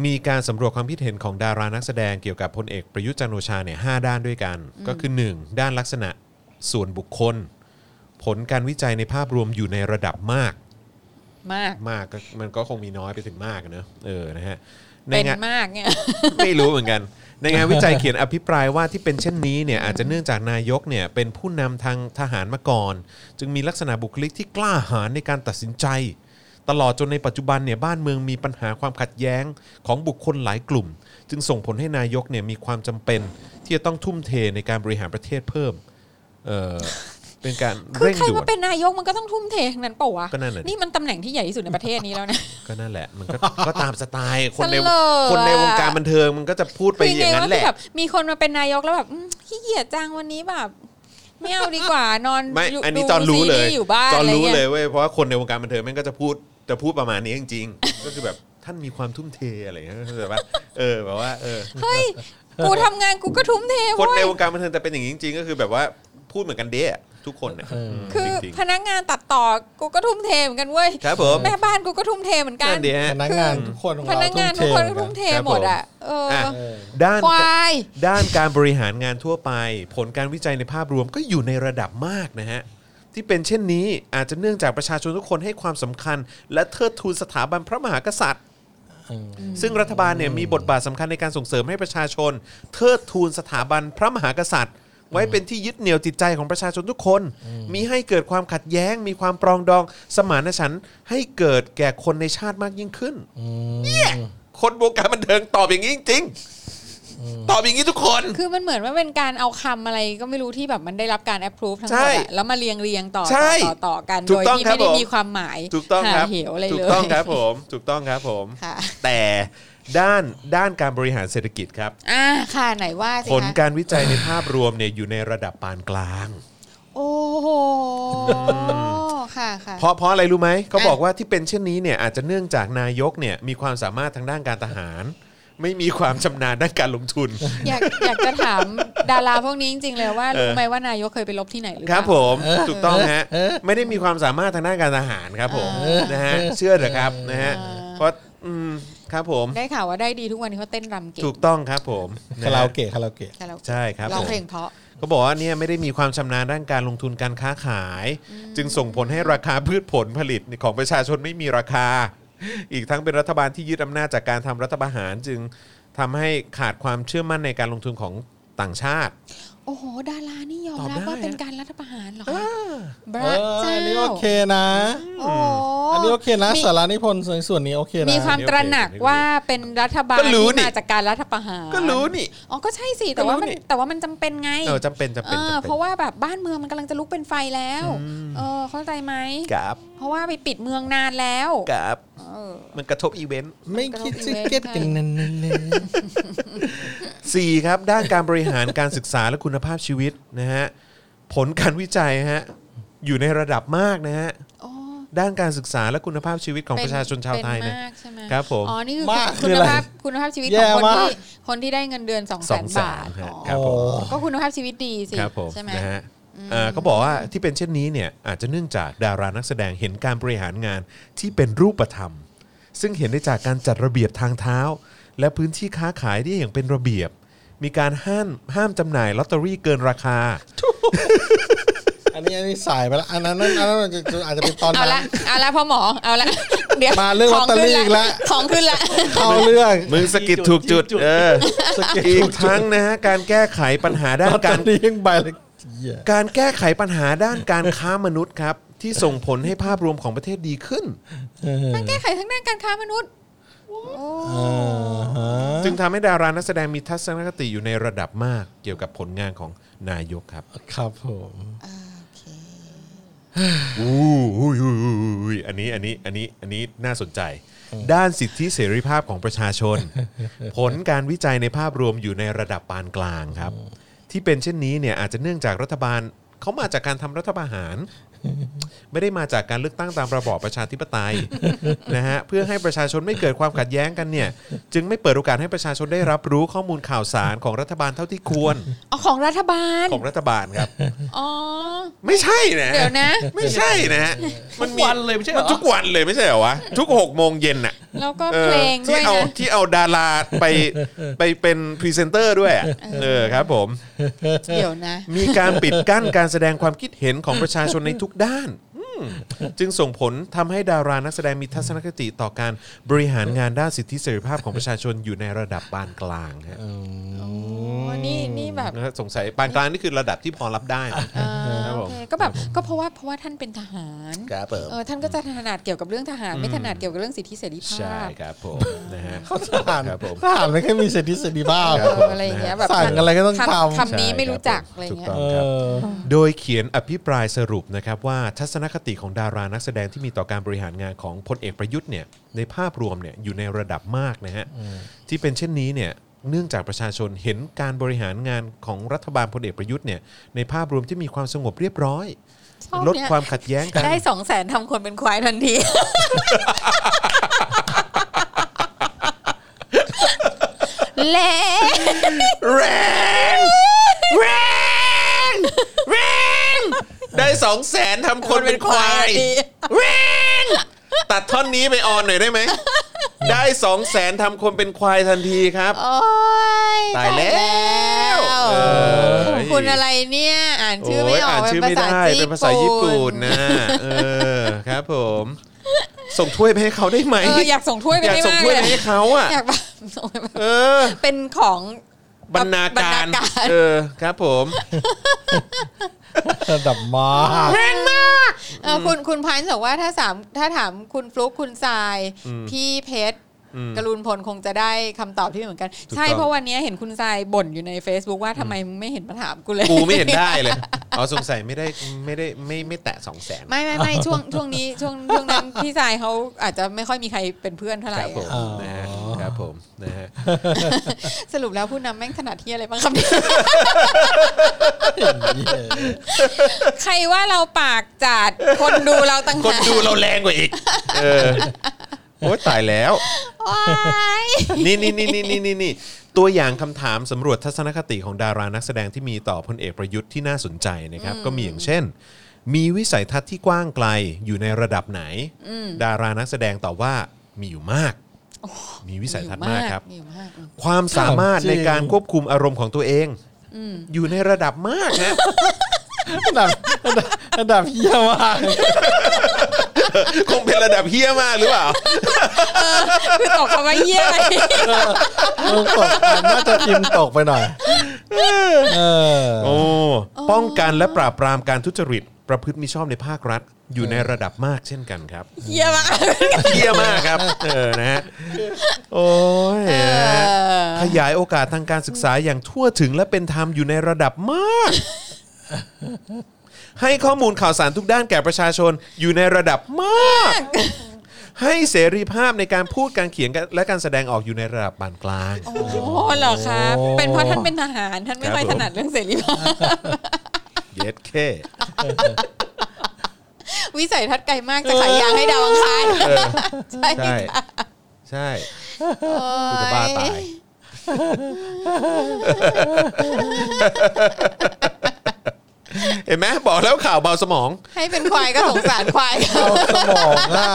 Speaker 1: มีการสำรวจความคิดเห็นของดารานักแสดงเกี่ยวกับพลเอกประยุทธ์จันทร์โอชาเนี่ยหาด้านด้วยกัน ก็คือ 1 ด้านลักษณะส่วนบุคคล ผลการวิจัยในภาพรวมอยู่ในระดับมาก
Speaker 2: มาก
Speaker 1: มากก็มันก็คงมีน้อยไปถึงมากอะเนอะเออนะฮะใน
Speaker 2: เป็น
Speaker 1: งาน
Speaker 2: มากเนี่ย
Speaker 1: ไม่รู้เหมือนกัน ในงานวิจัยเขียนอภิปรายว่าที่เป็นเช่นนี้เนี่ยอาจจะเนื่องจากนายกเนี่ยเป็นผู้นำทางทหารมาก่อน จึงมีลักษณะบุคลิกที่กล้าหาญในการตัดสินใจ ตลอดจนในปัจจุบันเนี่ยบ้านเมืองมีปัญหาความขัดแย้งของบุคคลหลายกลุ่ม จึงส่งผลให้นายกเนี่ยมีความจำเป็น ที่จะต้องทุ่มเทในการบริหารประเทศเพิ่มเออเป็นการ
Speaker 2: คือ
Speaker 1: เร่ง
Speaker 2: ใคร
Speaker 1: ด่ว
Speaker 2: มาน เป็นนายกมันก็ต้องทุ่มเททั้งนั้นเปล่าวะ
Speaker 1: ก็นั่นน่ะดิ
Speaker 2: นี่มันตำแหน่งที่ใหญ่ที่สุดในประเทศนี้แล้วนะ
Speaker 1: ก็นั่นแหละมันก็ก็ตามสไตล์คนใน
Speaker 2: สลออะ
Speaker 1: คนในวงการบันเทิงมันก็จะพู ดไป
Speaker 2: คือ
Speaker 1: อ
Speaker 2: ไง
Speaker 1: ย่างนั้
Speaker 2: ว่าน
Speaker 1: แห
Speaker 2: คือ
Speaker 1: ละ
Speaker 2: แบบมีคนมาเป็นนายกแล้วแบบอืมขี้เกียจจังวันนี้แบบ ไม่เอาดีกว่านอน
Speaker 1: ไม่
Speaker 2: ยู่
Speaker 1: อันนี้
Speaker 2: ดู
Speaker 1: จอนรู้เลย
Speaker 2: ซีส์อยู่บ้าน
Speaker 1: จอนรู้
Speaker 2: ะไงี้
Speaker 1: เลยเว้ย เพราะว่าคนในวงการบันเทิงแม่งก็จะพูด จะพูดประมาณนี้จริงๆ ก็คือแบบท่านมีความทุ่มเทอะไรอย่างเงี้ยเข้าใจปะเออแบบว่า เออ
Speaker 2: เฮ้ยกูทำงานกูก็ทุ่มเท
Speaker 1: คน
Speaker 2: เว้
Speaker 1: ใน
Speaker 2: ยว
Speaker 1: งการบันเทิงแต่เป็นอย่างนี้จริงๆ ก็คือแบบว่าพูดเหมือนกันเดะทุกคนเนี่ยม
Speaker 2: คือ
Speaker 1: จริง
Speaker 2: พนักงานตัดต่อกูก็ทุ่มเทเหมือนกันเว้ย
Speaker 1: ๆครับผม
Speaker 2: แม่บ้านกูก็ทุ่มเทเหมือนกัน
Speaker 1: นั่นดีฮะ
Speaker 3: พนักงานทุกคนของ
Speaker 2: พ
Speaker 3: เรา
Speaker 2: นักงานทุ
Speaker 3: ทุ่
Speaker 2: ก
Speaker 3: ม
Speaker 2: คน
Speaker 3: เท
Speaker 2: ก็ทุ่มเท
Speaker 1: ครับ
Speaker 2: หมดอ่ะ เออ
Speaker 1: อ่ะ
Speaker 3: เออ
Speaker 1: ด้าน
Speaker 2: ควาย
Speaker 1: ด้านการบริหารงานทั่วไป ผลการวิจัยในภาพรวมก็อยู่ในระดับมากนะฮะ ที่เป็นเช่นนี้อาจจะเนื่องจากประชาชนทุกคนให้ความสำคัญ และเทิดทูนสถาบันพระมหากษัตริย์
Speaker 3: อืม
Speaker 1: ซึ่งรัฐบาลเนี่ยมีบทบาทสำคัญในการส่งเสริมให้ประชาชน เทิดทูนสถาบันพระมหากษัตริย์ ไว้เป็นที่ยึดเหนี่ยวจิตใจของประชาชนทุกคน มีให้เกิดความขัดแย้ง มีความปรองดอง สมานฉันท์ให้เกิดแก่คนในชาติมากยิ่งขึ้น
Speaker 3: อืม
Speaker 1: คนวงการบันเทิงตอบอย่างนี้จริง ตอบอย่างนี้ทุกคน
Speaker 2: คือมันเหมือนว่าเป็นการเอาคำอะไรก็ไม่รู้ที่แบบมันได้รับการ approve ทั้งหม
Speaker 1: ใช่
Speaker 2: ดอะแล้วมาเรียงเรียงๆต่อ
Speaker 1: ใช่
Speaker 2: ต่อต่อๆกัน
Speaker 1: ถู
Speaker 2: โด
Speaker 1: ก
Speaker 2: ย
Speaker 1: ต้อง
Speaker 2: ที่
Speaker 1: ครับ
Speaker 2: ไม่ได้
Speaker 1: ผม
Speaker 2: มีความหมาย
Speaker 1: ถูกต้อง
Speaker 2: หา
Speaker 1: ครับ
Speaker 2: เหวอะไรเลย
Speaker 1: ถูกต้องครับผมถูกต้องครับผม
Speaker 2: ค่ะ
Speaker 1: แต่ด้านด้านการบริหารเศรษฐกิจครับ
Speaker 2: อ่าค่ะไหนว่าสิ
Speaker 1: ผล
Speaker 2: คะ
Speaker 1: การวิจัยในภาพรวมเนี่ยอยู่ในระดับปานกลาง
Speaker 2: โอ้โหค่ะค่ะ
Speaker 1: เพราะเพราะอะไรรู้ไหมเขา
Speaker 2: อ่ะ
Speaker 1: บอกว่าที่เป็นเช่นนี้เนี่ยอาจจะเนื่องจากนายกเนี่ยมีความสามารถทางด้านการทหาร ไม่มีความชำนาญด้านการลงทุน
Speaker 2: อยากอยากจะถามดาราพวกนี้จริงๆเลยว่า
Speaker 1: เออ
Speaker 2: รู้ไหมว่านายกเคยไปลบที่ไหนหรือ
Speaker 1: ค
Speaker 2: เป
Speaker 1: รับผ
Speaker 2: ล่า
Speaker 1: มถูกต้องฮะ
Speaker 3: เออ
Speaker 1: ไม่ได้มีความสามารถทางด้านการทหารครับผม
Speaker 2: เออ
Speaker 1: นะฮะเชื่อเถอะครับนะฮะ
Speaker 2: เออ
Speaker 1: เพราะอืมครับผม
Speaker 2: ได้ข่าวว่าได้ดีทุกวันนี้เขาเต้นรำเก่ง
Speaker 1: ถูกต้องครับผมนะฮะ
Speaker 3: คาราโอเกะคาราโอเกะ
Speaker 2: แต่เรา
Speaker 1: ใช่ครับ
Speaker 2: ร้อ
Speaker 1: ผ
Speaker 2: ง
Speaker 1: ม
Speaker 2: เพลงเพราะ
Speaker 1: เขาบอกว่าเนี่ยไม่ได้มีความชำนาญด้านการลงทุนการค้าขาย จึงส่งผลให้ราคาพืชผลผลิตของประชาชนไม่มีราคา อีกทั้งเป็นรัฐบาลที่ยึดอำนาจจากการทำรัฐประหารจึงทำให้ขาดความเชื่อมั่นในการลงทุนของต่างชาติ
Speaker 2: โอ้โห ดารานี่ยอม
Speaker 1: ตอบ
Speaker 2: รับ
Speaker 1: ได้
Speaker 2: ว่าเป็นการรัฐประหารเหรอคะบ
Speaker 3: เอ
Speaker 2: ระ
Speaker 3: อ
Speaker 2: เจ้า
Speaker 3: อันนี้โอเคนะ
Speaker 2: โอ้โห
Speaker 3: อันนี้โอเคนะ
Speaker 2: มี
Speaker 3: สารานิพนธ์ส่วนนี้โอเคนะ
Speaker 2: มีความตระหนักว่าเป็นรัฐบาล
Speaker 1: ก็รู้
Speaker 2: ที่
Speaker 1: นี่
Speaker 2: มาจากการรัฐประหาร
Speaker 1: ก็รู้นี่
Speaker 2: อ๋อก็ใช่สิ
Speaker 1: ก็
Speaker 2: แต่
Speaker 1: รู้
Speaker 2: ว่ามัน
Speaker 1: นี่
Speaker 2: แต่ว่ามันจำเป็นไง
Speaker 1: เออจำเป็นจำเป็น
Speaker 2: เออ
Speaker 1: จำเป็น
Speaker 2: เพราะว่าแบบบ้านเมืองมันกำลังจะลุกเป็นไฟแล้ว
Speaker 1: อืม
Speaker 2: เออเข้าใจไหม
Speaker 1: กับ
Speaker 2: เพราะว่าไปปิดเมืองนานแล้ว
Speaker 1: กับ
Speaker 2: เออ
Speaker 1: มันกระทบอีเวนต์
Speaker 3: ไม่คิดจะเก็ตกันนั่นเลย
Speaker 1: สี่ครับด้านการบริหารการศึกษาและคุณภาพชีวิตนะฮะผลการวิจัยฮะอยู่ในระดับมากนะฮะ
Speaker 2: อ๋อ
Speaker 1: ด้านการศึกษาและคุณภาพชีวิตของ
Speaker 2: เป็
Speaker 1: ประชาชนชาวไทย
Speaker 2: เป็
Speaker 1: นะ
Speaker 2: มากใช่ไหม
Speaker 1: ครับผม
Speaker 2: อ๋อ นี่คือ
Speaker 3: มาก
Speaker 2: คุณ
Speaker 3: คืออะไร
Speaker 2: ภาพคุณภาพชีวิต
Speaker 3: แย่
Speaker 2: ของคน
Speaker 3: มาก
Speaker 2: ที่คนที่ได้เงินเดือนสองแสน
Speaker 1: 200,000
Speaker 2: บาท
Speaker 1: ฮะ
Speaker 2: อ๋อ
Speaker 1: ครับ
Speaker 3: โอ้
Speaker 2: ก็คุณภาพชีวิตดีสิ
Speaker 1: ครับผม
Speaker 2: ใช่ไหม
Speaker 1: นะฮะเอ่อเขาบอกว่าที่เป็นเช่นนี้เนี่ยอาจจะเนื่องจากดารานักแสดงเห็นการบริหารงานที่เป็นรูปธรรม ซึ่งเห็นได้จากการจัดระเบียบทางเท้า และพื้นที่ค้าขายที่อย่างเป็นระเบียบ มีการห้ามห้ามจำหน่ายลอตเตอรี่เกินราคา
Speaker 3: อันนี้อันนี้สายไปแล้วอันนั้นอันนั้นอาจจะอาจจะเป็นตอน
Speaker 2: เอา
Speaker 3: นั้น
Speaker 2: ละเอาละพ่อหมอเอาละเดี๋ยว
Speaker 3: มาเรื่อง
Speaker 2: ขขึ้น
Speaker 3: ลอตเตอรี่อีกแล้ว
Speaker 2: ของขึ้นละ
Speaker 3: เข้าเรื่อง
Speaker 1: มึงสะกิดถูกจุดเออ
Speaker 3: สะกิด
Speaker 1: อี
Speaker 3: ถู
Speaker 1: ก
Speaker 3: กจุด
Speaker 1: ทั้งนะฮะการแก้ไขปัญหาด้าน
Speaker 3: ต
Speaker 1: กา
Speaker 3: อน
Speaker 1: ร
Speaker 3: นี้ยังใบเลยเหี้ย
Speaker 1: การแก้ไขปัญหาด้านการค้ามนุษย์ครับ ที่ส่งผลให้ภาพรวมของประเทศดีขึ้น
Speaker 2: มันแก้ไขทั้งด้านการค้ามนุษย์โอ้
Speaker 1: จึงทำให้ดารานักแสดงมีทัศนคติอยู่ในระดับมากเกี่ยวกับผลงานของนายกครับ
Speaker 3: ครับผม
Speaker 2: โอเค
Speaker 1: อู้หูยหูยหูยหูยอันนี้อันนี้อันนี้อันนี้น่าสนใจ ด้านสิทธิเสรีภาพของประชาชน ผลการวิจัยในภาพรวมอยู่ในระดับปานกลางครับ ที่เป็นเช่นนี้เนี่ยอาจจะเนื่องจากรัฐบาลเขามาจากการทำรัฐประหาร ไม่ได้มาจากการเลือกตั้งตามระบอบประชาธิปไตย นะฮะเพื่อให้ประชาชนไม่เกิดความขัดแย้งกันเนี่ยจึงไม่เปิดโอกาสให้ประชาชนได้รับรู้ข้อมูลข่าวสารของรัฐบาลเท่าที่ควร
Speaker 2: อ๋อของรัฐบาล
Speaker 1: ของรัฐบาลครับ
Speaker 2: อ๋อ
Speaker 1: ไม่ใช่นะ
Speaker 2: เดี๋ยวนะ
Speaker 1: ไม่ใช่นะมันมี
Speaker 4: วันเลยไม่ใช่เหร
Speaker 1: มัน
Speaker 4: อ
Speaker 1: ทุกวันเลยไม่ใช่เหรอวะทุก6กโมงเย็นน่ะ
Speaker 2: แล้วก็
Speaker 1: เอ
Speaker 2: เพ
Speaker 1: อ
Speaker 2: ลงด้
Speaker 1: ที่
Speaker 2: วย
Speaker 1: เอา
Speaker 2: นะ
Speaker 1: ที่เอาดาราไป ไปเป็นพรีเซนเตอร์ด้วยอะเออครับผม
Speaker 2: เดี๋ยวนะ
Speaker 1: มีการปิดกั้น การแสดงความคิดเห็นของประชาชนในทุกด้านอืมจึงส่งผลทำให้ดารานักแสดงมีทัศนคติต่อการบริหารงานด้านสิทธิเสรีภาพของประชาชนอยู่ในระดับปานกลางฮะ
Speaker 2: โอ้นี่นี่แบบ
Speaker 1: นะฮะสงสัยปานกลางนี่คือระดับที่พอรับได้นะ
Speaker 2: เออ
Speaker 1: ครับผม
Speaker 2: โอเคก็แบบก็เพราะว่าเพราะว่าท่านเป็นทหาร
Speaker 1: ครับผม
Speaker 2: เออท่านก็จะถนัดเกี่ยวกับเรื่องทหารไม่ถนัดเกี่ยวกับเรื่องสิทธิเสรีภา
Speaker 1: ใช่
Speaker 2: พ
Speaker 1: ครับผมนะฮะ
Speaker 3: เขาทหาร
Speaker 1: ครับผม
Speaker 3: ทหารไม่เคยมีเสรีเสรีภาพ
Speaker 1: ค
Speaker 2: เอบ ออะไรอย่างเงี้ยแบบ
Speaker 3: สั่งอะไรก็ต้องทำ
Speaker 2: คำนี้ไม่รู้จักอะไร
Speaker 1: ถูก
Speaker 2: เงี้ย
Speaker 1: ต้อง
Speaker 3: เอ
Speaker 1: ครับ
Speaker 3: อ
Speaker 1: โดยเขียนอภิปรายสรุปนะครับว่าทัศนคติของดารานักแสดงที่มีต่อการบริหารงานของพลเอกประยุทธ์เนี่ยในภาพรวมเนี่ยอยู่ในระดับมากนะฮะที่เป็นเช่นนี้เนี่ยเนื่องจากประชาชนเห็นการบริหารงานของรัฐบาลพลเอกประยุทธ์เนี่ยในภาพรวมที่มีความสงบเรียบร้อย
Speaker 2: ชอบเนี่ย
Speaker 1: ลดความขัดแย้งกัน
Speaker 2: ได้สองแสนทำคนเป็นควายทันที เละ
Speaker 1: แรงแรงแรงได้สองแสนทำคนเป็นควาย
Speaker 2: ดี
Speaker 1: แรงตัดท่อนนี้ไปออนหน่อยได้ไหม ได้สองแสนทำคนเป็นควายทันทีครับ
Speaker 2: โอ้ย
Speaker 1: ตายแล้ว
Speaker 2: เออ
Speaker 1: เอ้ย
Speaker 2: คุณอะไรเนี่ย อ่านชื่อไม่ออก
Speaker 1: โยานชื่อ
Speaker 2: เป็น
Speaker 1: ไม่
Speaker 2: ภาษา
Speaker 1: ได้เป็นภาษาญี่ปุ่นนะเออครับผม ส่งถ้วยไปให้เขาได้ไหม
Speaker 2: เอออยากส่งถ้วยไป
Speaker 1: อยาก
Speaker 2: ให้
Speaker 1: ส่ง
Speaker 2: มาก
Speaker 1: ถ้วย
Speaker 2: เล
Speaker 1: ไป
Speaker 2: ย
Speaker 1: ให้เขาอ่ะ
Speaker 2: อยากแบบส่งไปแบบ
Speaker 1: เออ
Speaker 2: เป็นของ
Speaker 1: บรรณา
Speaker 2: บ
Speaker 1: การ
Speaker 2: รณการ
Speaker 1: เออครับผม
Speaker 3: ระดับมาก
Speaker 2: แรงมากเออคุณคุณพันธ์บอกว่าถ้าสามถ้าถามคุณฟลุ๊กคุณทราย พี่เพชร
Speaker 1: อืม
Speaker 2: กรุณพลคงจะได้คำตอบที่ไม่เหมือนกัน
Speaker 1: ถูก
Speaker 2: ใช่
Speaker 1: ต้อง
Speaker 2: เพราะวันนี้เห็นคุณทรายบ่นอยู่ใน Facebook ว่าทำไมมึงไม่เห็นมาถามกูเลย
Speaker 1: กูไม่เห็นได้เลยอ๋อสงสัยไม่ได้ไม่ได้ไม่ไม่แตะสองแสน
Speaker 2: ไม่ไม่ไม่ช่วง ช่วงนี้ช่วงช่วง นั้นพี่ทรายเขาอาจจะไม่ค่อยมีใครเป็นเพื่อนเท่าไห
Speaker 1: ค
Speaker 2: ร่
Speaker 1: รับผม
Speaker 3: อ๋อ
Speaker 1: นะฮะครับผมนะฮะ
Speaker 2: สรุปแล้วผู้นำแม่งถนัดที่อะไรบ้างครับ เนี่ย ใครว่าเราปากจัดคนดูเราตั้ง
Speaker 1: คน
Speaker 2: หาก
Speaker 1: ดูเราแรงกว่าอีก เออโอ้ยตายแล้ว
Speaker 2: ว้าย
Speaker 1: นี่นี่นี่นี่นี่นี่นี่ตัวอย่างคำถามสำรวจทัศนคติของดารานักแสดงที่มีต่อพลเอกประยุทธ์ที่น่าสนใจนะครับ ก็มีอย่างเช่น มีวิสัยทัศน์ที่กว้างไกลอยู่ในระดับไหน ดารานักแสดงตอบว่ามีอยู่มาก มีวิสัยทัศน์มากครับ
Speaker 2: มีอยู่มากอืม
Speaker 1: ความสามารถ
Speaker 3: จริง
Speaker 1: ในการควบคุมอารมณ์ของตัวเอง
Speaker 2: อืม
Speaker 1: อยู่ในระดับมากฮะ
Speaker 3: ระดับ ระดับระดับเฮียมาก
Speaker 1: คงเป็นระดับเฮี้ยมากหรือเปล่า
Speaker 2: คือตกคำว่าเยี่ยไป
Speaker 3: มึงตกน่าจะพิมพ์ตกไปหน่อยเออ
Speaker 1: โอ้ป้องกันและปราบปรามการทุจริต ประพฤติมิชอบในภาครัฐ อยู่ในระดับมากเช่นกันครับ
Speaker 2: เยี่ยมาก
Speaker 1: เยี่ยมากครับเออนะฮะโอ้ย
Speaker 2: เออ
Speaker 1: ขยายโอกาสทางการศึกษาอย่างทั่วถึงและเป็นธรรมอยู่ในระดับมาก ให้ข้อมูลข่าวสารทุกด้านแก่ประชาชนอยู่ในระดับมาก ให้เสรีภาพในการพูดการเขียนและการแสดงออกอยู่ในระดับปานกลาง
Speaker 2: โอ้โหเหรอครับ
Speaker 3: โอ้
Speaker 2: เป็นเพราะท่านเป็นทหารท่านไม่
Speaker 1: ครับ
Speaker 2: ค่อย
Speaker 1: ผม
Speaker 2: ถนัดเรื่องเสรีภาพ
Speaker 1: เย็ดเค
Speaker 2: วิสัยทัศน์ไกลมากจะขายยางให้ดาวอังคารใช่
Speaker 1: ใช่ ใช่ กูจะบ้าตาย เห็นไหมบอกแล้วข่าวเบาสมอง
Speaker 2: ให้เป็นควายก็สงสารควาย
Speaker 3: เอาสมองอะ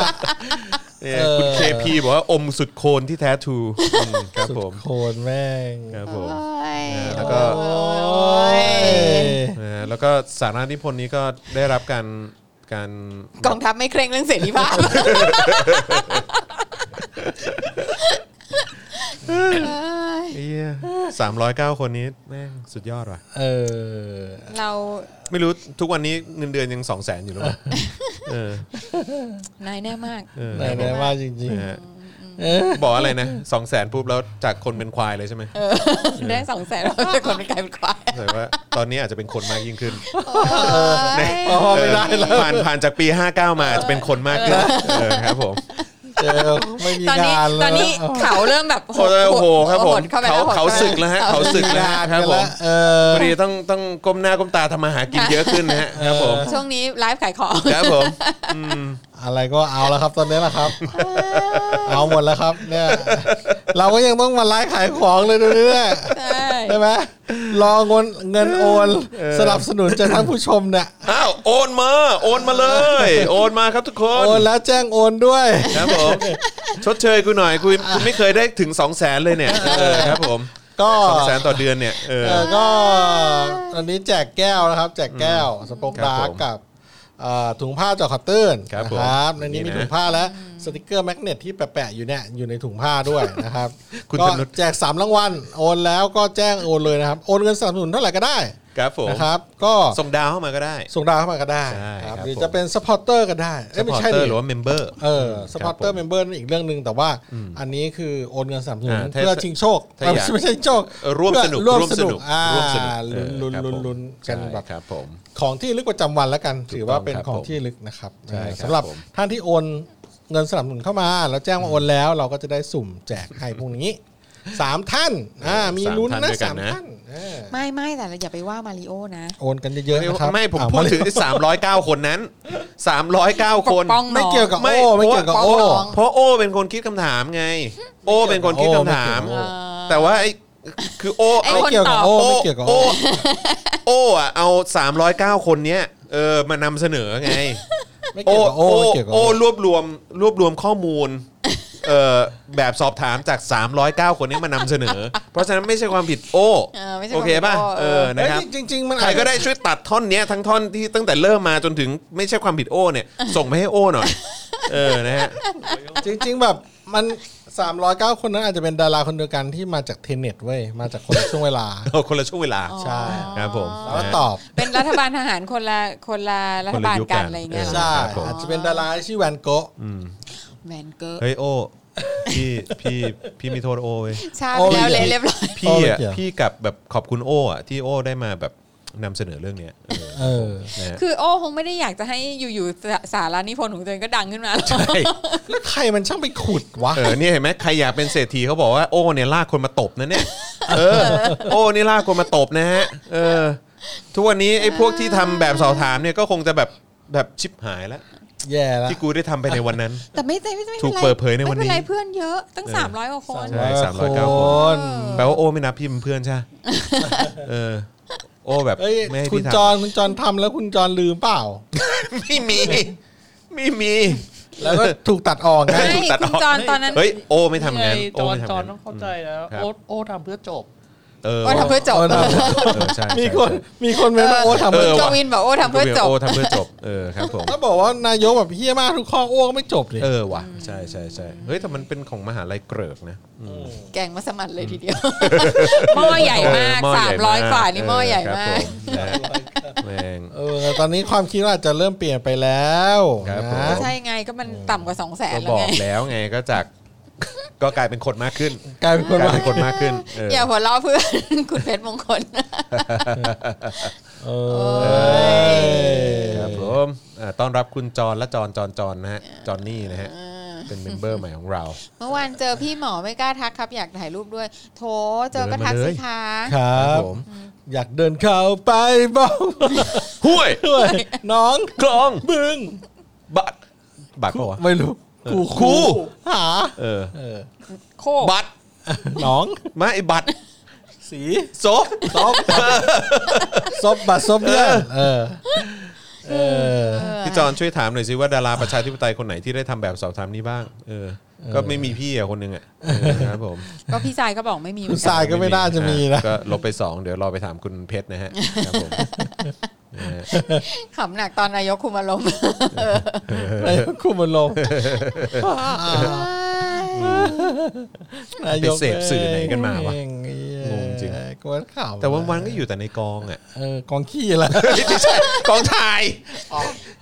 Speaker 1: เนี่ย
Speaker 3: เออ
Speaker 1: คุณเคพีบอกว่า อมสุดโคนที่แท้ทรูอืมครับ
Speaker 3: สุด
Speaker 1: ผม
Speaker 3: โคนแม่ง
Speaker 1: ครับผม
Speaker 2: โอ้ย
Speaker 1: แล้ว ก็
Speaker 2: โอ้
Speaker 3: โอ้
Speaker 2: ย
Speaker 3: ย
Speaker 1: นะฮะแล้วก็สารานิพนธ์นี้ก็ได้รับการการ
Speaker 2: กองทัพไม่เคร่งเรื่องเสรีภาพเอ้ย
Speaker 1: สามร้อยเก้าคนนี้แม่งสุดยอดว่ะ
Speaker 3: เออ
Speaker 2: เรา
Speaker 1: ไม่รู้ทุกวันนี้เงินเดือนยังสองแสนอยู่หรือเปล่าเออน
Speaker 2: ายแน่มาก
Speaker 1: เออ
Speaker 3: ไหนไหนว่าจริง
Speaker 1: นะฮะบอกอะไรนะสองแสนปุ๊บแล้วจากคนเป็นควายเลยใช่ไหม
Speaker 2: ได้สองแสนเราจะคนเป็นกลายเป็นควาย
Speaker 1: แต่ว่าตอนนี้อาจจะเป็นคนมากยิ่งขึ้น
Speaker 2: โอ้ย
Speaker 3: อ๋อไม่ได้แล้ว
Speaker 1: ผ่านผ่านจากปี 59 มาอาจจะเป็นคนมากขึ้นเออครับผม
Speaker 3: ๆ เจอไม่มี
Speaker 2: ตอนนี้
Speaker 3: งานแล้ว
Speaker 2: ตอนนี้เขาเริ่มแบบ
Speaker 1: โอ้โหครับผม
Speaker 2: ดเข้าไป
Speaker 1: เขา
Speaker 2: แล้ว
Speaker 1: เขาศึกแล้วฮะเขาศึกแล้ว
Speaker 3: งาน
Speaker 1: ครับ
Speaker 3: กัน
Speaker 1: ผ
Speaker 3: แล้
Speaker 1: ม
Speaker 3: วเออ
Speaker 1: พอดีต้องต้องก้มหน้าก้มตาทำมาหากินเยอะขึ้นนะฮะครับผม
Speaker 2: ช่วงนี้ไลฟ์ขายของ
Speaker 1: ครับผมอืม
Speaker 3: อะไรก็เอาแล้วครับตอนนี้แหละครับ เอาหมดแล้วครับ เนี่ย เราก็ยังต้องมาไลฟ์ขายของเลยดูนี่เนี่ย
Speaker 2: ใช่
Speaker 3: ใช่ไหมรอเงินเงินโอนสนับสนุนจากท่านผู้ชมเนี่ย
Speaker 1: อ้าวโอนมาโอนมาเลย โอนมาครับทุกคน
Speaker 3: โอนแล้วแจ้งโอนด้วย
Speaker 1: ครับผมชดเชยกูหน่อยกูกูไม่เคยได้ถึง 2 0 0แสนเลยเนี่ยเออครับผม
Speaker 3: ก็
Speaker 1: สองแสนต่อเดือนเนี่ยเออ
Speaker 3: เออก็ตอนนี้แจกแก้วนะครับ แจกแก้วสปอก
Speaker 1: ครับ
Speaker 3: ดาร์ก
Speaker 1: ผม
Speaker 3: กับเอ่อถุงผ้าเจอขับตื้น
Speaker 1: ครับ
Speaker 3: นะ
Speaker 1: ผม
Speaker 3: ครับในนี้
Speaker 1: นี่นะ
Speaker 3: มีถุงผ้าและสติกเกอร์แมกเนตที่แปะๆอยู่เนี่ยอยู่ในถุงผ้าด้วย นะครับ
Speaker 1: คุณ
Speaker 3: ก็
Speaker 1: ธนุช
Speaker 3: แจก3รางวัลโอนแล้วก็แจ้งโอนเลยนะครับ โอนเงินสนับสนุนเท่าไหร่ก็ได้
Speaker 1: ครับผม
Speaker 3: นะครับ ก็
Speaker 1: ส่งดาวเข้ามาก็ได้
Speaker 3: ส่งดาวเข้ามาก็ได้
Speaker 1: ใช่
Speaker 3: ครับ
Speaker 1: ครับ
Speaker 3: หรือ
Speaker 1: ผม
Speaker 3: จะเป็นสปอร์เตอร์ก็ได้
Speaker 1: ส
Speaker 3: เอ้ย
Speaker 1: ป
Speaker 3: ไม่
Speaker 1: อร์
Speaker 3: ใช่
Speaker 1: เตอ
Speaker 3: ดิ
Speaker 1: ร์หรือว่าเมมเบอร์
Speaker 3: เออสปอร์เตอร์เมมเบอร์อีกเรื่องหนึ่งแต่ว่า อันนี้คือโอนเงินสนับสนุน
Speaker 1: อ่าถ้า
Speaker 3: เพื่อชิงโชค
Speaker 1: ถ้าอยาก
Speaker 3: ไม่ใช่ชิงโชค
Speaker 1: เออร่วมสนุก
Speaker 3: เพื่อร่วมสนุกอ่า
Speaker 1: ร่วมสนุก
Speaker 3: ลุ้น
Speaker 1: เออ
Speaker 3: ลุ้น
Speaker 1: ครับผม
Speaker 3: ลุ้นๆกัน
Speaker 1: ใช่
Speaker 3: แบบ
Speaker 1: ครับผม
Speaker 3: ของที่ระลึกประจำวันแล้วกัน
Speaker 1: ถูกต้อง
Speaker 3: ถือว่าเป็น
Speaker 1: ครับ
Speaker 3: ของ
Speaker 1: ผม
Speaker 3: ที่ระลึกนะครับ
Speaker 1: ใช่ครับ
Speaker 3: สำหรับ
Speaker 1: ผม
Speaker 3: ท่านที่โอนเงินสนับสนุนเข้ามา แล้วแจ้งว่าโอนแล้วเราก็จะได้สุ่มแจกให้พวกนี้สามท่านอ่ามีลุ้นนะสามท่านเออ
Speaker 2: ไม่ไม่แต่เราอย่าไปว่ามาริโอนะ
Speaker 3: โอนกันเยอะๆนะครับ
Speaker 1: ไม่ผม
Speaker 3: อ่ะ
Speaker 1: พูดถึงสามร้อยเก้าคนนั้นสามร้อยเก้าคน
Speaker 2: ปกป้อง
Speaker 3: ไม่เกี่ยวกับ
Speaker 1: ไม่
Speaker 3: โอ้ไม่เกี่ยวกับ
Speaker 1: เพราะ
Speaker 3: โอ้
Speaker 2: ว่า
Speaker 1: เพราะโอ้เป็นคนคิดคำถามไง โอ้เป็นคนคิดคำถาม
Speaker 3: โอ้
Speaker 2: เออ
Speaker 1: แต่ว่าไอ้คือโอ้
Speaker 2: ไอ้
Speaker 1: เอา
Speaker 2: คน
Speaker 3: ไม่เกี่ยวกับโอ้
Speaker 1: โอ้
Speaker 3: ไม่เกี่ยวกับ
Speaker 1: โอ้
Speaker 3: โอ้
Speaker 1: โอ้อะเอาสามร้อยเก้าคนเนี้ยเออมานำเสนอไง
Speaker 3: ไม่
Speaker 1: โอ้
Speaker 3: เกี่ยวกับ
Speaker 1: โอ้
Speaker 3: โอ้ไม่เกี่ยวกับ
Speaker 1: โอ้
Speaker 3: โอ้
Speaker 1: รวบรวมรวบรวมข้อมูลเอ่อแบบสอบถามจาก 309 คนนี้มานำเสนอ เพราะฉะนั้นไม่ใช่ความผิดโอ้
Speaker 2: เออไม่ใช่
Speaker 1: โอเคป่ะ
Speaker 2: ความผิดโอ้
Speaker 1: เออนะครับ
Speaker 3: เอ้ยจริงๆมัน
Speaker 1: ใคร
Speaker 3: อาจจะ
Speaker 1: ก็ได้ช่วยตัดท่อนเนี้ยทั้งท่อนที่ตั้งแต่เริ่มมาจนถึงไม่ใช่ความผิดโอ้เนี่ย ส่งไปให้โอ้หน่อย เออนะฮะ
Speaker 3: จริงๆแบบมัน 309 คนนั้นอาจจะเป็นดาราคนเดียวกันที่มาจากเทเน็ตเว้ย มาจากคนละ ช่วงเวลา
Speaker 1: เอาคนละช่วงเวลา
Speaker 3: ใช่
Speaker 1: ครับผม
Speaker 3: แล้วก็
Speaker 1: นะฮะ
Speaker 3: ตอบ
Speaker 2: เป็นรัฐบาลทหารคนละคนละรัฐบาล
Speaker 1: คนละยุคกั
Speaker 2: กัน นอะไรอย่างเงี้ยเหรอ
Speaker 3: ใช่
Speaker 1: ครับผม
Speaker 3: อาจจะเป็นดาราชื่อแวนโกะ
Speaker 2: แมนเกอร์
Speaker 1: เฮ้ยโอ้ พี่พี่พี่มีโทษโอเว้ย
Speaker 2: ชา
Speaker 3: โอ้
Speaker 2: ไปแล้วเลย
Speaker 3: ย
Speaker 2: เรียบร้อย
Speaker 1: พี่อ่ะ
Speaker 3: โอ้ยเจ๋อ
Speaker 1: พี่กับแบบขอบคุณโออ่ะที่โอได้มาแบบนำเสนอเรื่องเนี้ยเออ
Speaker 3: เออ
Speaker 1: นะฮะ
Speaker 2: คือโอ้คงไม่ได้อยากจะให้อยู่ๆสาสารานิพนธ์ของตัวเองก็ดังขึ้นมาหรอก
Speaker 1: ใช่
Speaker 3: แล้วใครมันช่างไปขุดวะ
Speaker 1: เออเนี่ยเห็นไหมใครอยากเป็นเศรษฐีเขาบอกว่าโอเนี่ยลากคนมาตบนะเนี่ยเออ โอนี่ลากคนมาตบนะฮะเออทุกวันนี้ไอ้พวกที่ทำแบบสอบถามเนี่ยก็คงจะแบบแบบชิบหายแล้ว
Speaker 3: แย่ละ
Speaker 1: ที่กูได้ทำไปในวันนั้น
Speaker 2: แต่ไม่ไม่ไม่ไม่
Speaker 1: ถู
Speaker 2: เป็น
Speaker 1: ก
Speaker 2: ไร
Speaker 1: เปิดเผยในวันนี้
Speaker 2: ไม่เป็นไรเพื่อนเยอะตั้ง 300กว่าคน
Speaker 1: ใช่สามร้อยเก้าค
Speaker 3: คน น
Speaker 1: แปลว่าโอไม่นับพี่เป็นเพื่อนใช่ เออ โอแบบ
Speaker 3: เอ้ย
Speaker 1: ไม่ให้
Speaker 3: คุณ
Speaker 1: พี่ทำ
Speaker 3: จอนคุณจอนทำแล้วคุณจอนลืมเปล่า
Speaker 1: ไม่มี ไม่มี
Speaker 3: แล้วก็ถูกตัดออกนะ
Speaker 2: ไม่
Speaker 1: ตัดออ
Speaker 2: คุ
Speaker 1: ก
Speaker 2: ณจอนตอนนั้น
Speaker 1: เฮ้ยโอไม่ทำงาน
Speaker 4: ไง
Speaker 1: โอ
Speaker 4: จอน
Speaker 1: ไม่
Speaker 4: จ
Speaker 1: ทำ
Speaker 4: อน
Speaker 1: งาน
Speaker 4: ต้องเข้าใจนะ
Speaker 1: อืมครับ
Speaker 4: โอ๊ตโอ๊ตทำเพื่อจบ
Speaker 1: เออ
Speaker 2: โอ้ทำเพื่อจบ
Speaker 3: เออทำ
Speaker 1: เออใช่ใช่
Speaker 3: มีคนมีคนเม้นว่าโอ้ทำ
Speaker 2: เอ
Speaker 3: เพื่อ
Speaker 2: อ
Speaker 3: จ
Speaker 2: ก
Speaker 3: บ
Speaker 2: วินบอกโอ้ทำเพื่อจบ
Speaker 1: โอทำเพื่อจบเออครับผม
Speaker 3: ถ้าบอกว่านายกแบบเฮี้ยมากทุกข้อโอ้ก็ไม่จบเลย
Speaker 1: เออว่ะใช่ใช่ใช่เฮ้ยแต่มันเป็นของมหาลัยเกริกนะอืม
Speaker 2: แกงมัสมั่นเลยทีเดียวหม้อใหญ่มาก
Speaker 1: เออหม้อใหญ่มาก
Speaker 2: 300กว่านี่หม้อใหญ่
Speaker 1: ครับ
Speaker 2: มา
Speaker 1: ผ
Speaker 2: ก
Speaker 1: นะแม่ง
Speaker 3: เออตอนนี้ความคิดว่าจจะเริ่มเปลี่ยนไปแล้ว
Speaker 1: ครับผม
Speaker 3: นะ
Speaker 2: ใช่ไงก็มันต่ำกว่า2 0 0แสน
Speaker 1: ก็
Speaker 2: แล้
Speaker 1: บ
Speaker 2: ว
Speaker 1: อก
Speaker 2: ไง
Speaker 1: แล้วไงก็จาก ก็กลายเป็นคนมากขึ้น
Speaker 3: กลายเป็นคน
Speaker 1: กลาย
Speaker 3: ว่า
Speaker 1: เป็นคนมากขึ้นเออ
Speaker 2: อย่าหัวเราะเพื่อนคุณเพชรมงคลเ
Speaker 3: เอ
Speaker 2: อ
Speaker 3: อ
Speaker 1: ครับผมอ่าต้อนรับคุณจอนและจอนจอนจอนนะฮะจอนนี่นะฮะเป็นเมมเบอร์ใหม่ของเรา
Speaker 2: เมื่อวานเจอพี่หมอไม่กล้าทักครับ อยากถ่ายรูปด้วย โถเจอก็
Speaker 1: เดินมา
Speaker 2: ทักสิ
Speaker 1: เลย
Speaker 2: คะ
Speaker 3: ครับ
Speaker 1: ผม
Speaker 3: อยากเดินเข้าไปบอก
Speaker 1: ห้วย
Speaker 3: ด้วย น้อง
Speaker 1: กลอง
Speaker 3: บึง
Speaker 1: บัตรบัตรปะวะ
Speaker 3: ไม่รู้กู
Speaker 1: ค
Speaker 3: ค
Speaker 1: รู
Speaker 3: รูหา
Speaker 1: เออ
Speaker 3: เออ
Speaker 2: โคก
Speaker 1: บัตร
Speaker 3: น้อง
Speaker 1: ไม่ไอ้บัตร
Speaker 3: สี
Speaker 1: โซฟ
Speaker 3: ซ บซบบัดซบเนี่ยเออเออ
Speaker 2: เออ
Speaker 1: พี่จอนช่วยถามหน่อยสิว่าดาราประชาธิปไตยคนไหนที่ได้ทำแบบสอบถามนี้บ้างเออ ก็ไม่มีพี่อะคนหนึงอะเออครับผม
Speaker 2: ก็พี่ชายก็บอกไม่มีเหมื
Speaker 3: คุ
Speaker 2: อ
Speaker 3: ณ
Speaker 2: นกั
Speaker 3: ทรานยก็ไม่น่าจะมีนะ
Speaker 1: ก็ลบไป 2 เดี๋ยวรอไปถามคุณเพชรนะฮะครับผมนะฮะ
Speaker 2: ขำหนักตอนนายกคุมอารมณ์
Speaker 3: นายกคุมอารมณ์นาย
Speaker 1: ไป
Speaker 3: ก
Speaker 1: เสพสื่อไหนกันมาวะ
Speaker 3: เอง
Speaker 1: ง
Speaker 3: เอ้ย
Speaker 1: งจริง
Speaker 3: กวนข่าว
Speaker 1: แต่วันๆก็อยู่แต่ในกองอ่ะ
Speaker 3: เออกองขี้ละไร
Speaker 1: ไม่ใช่กองถ่าย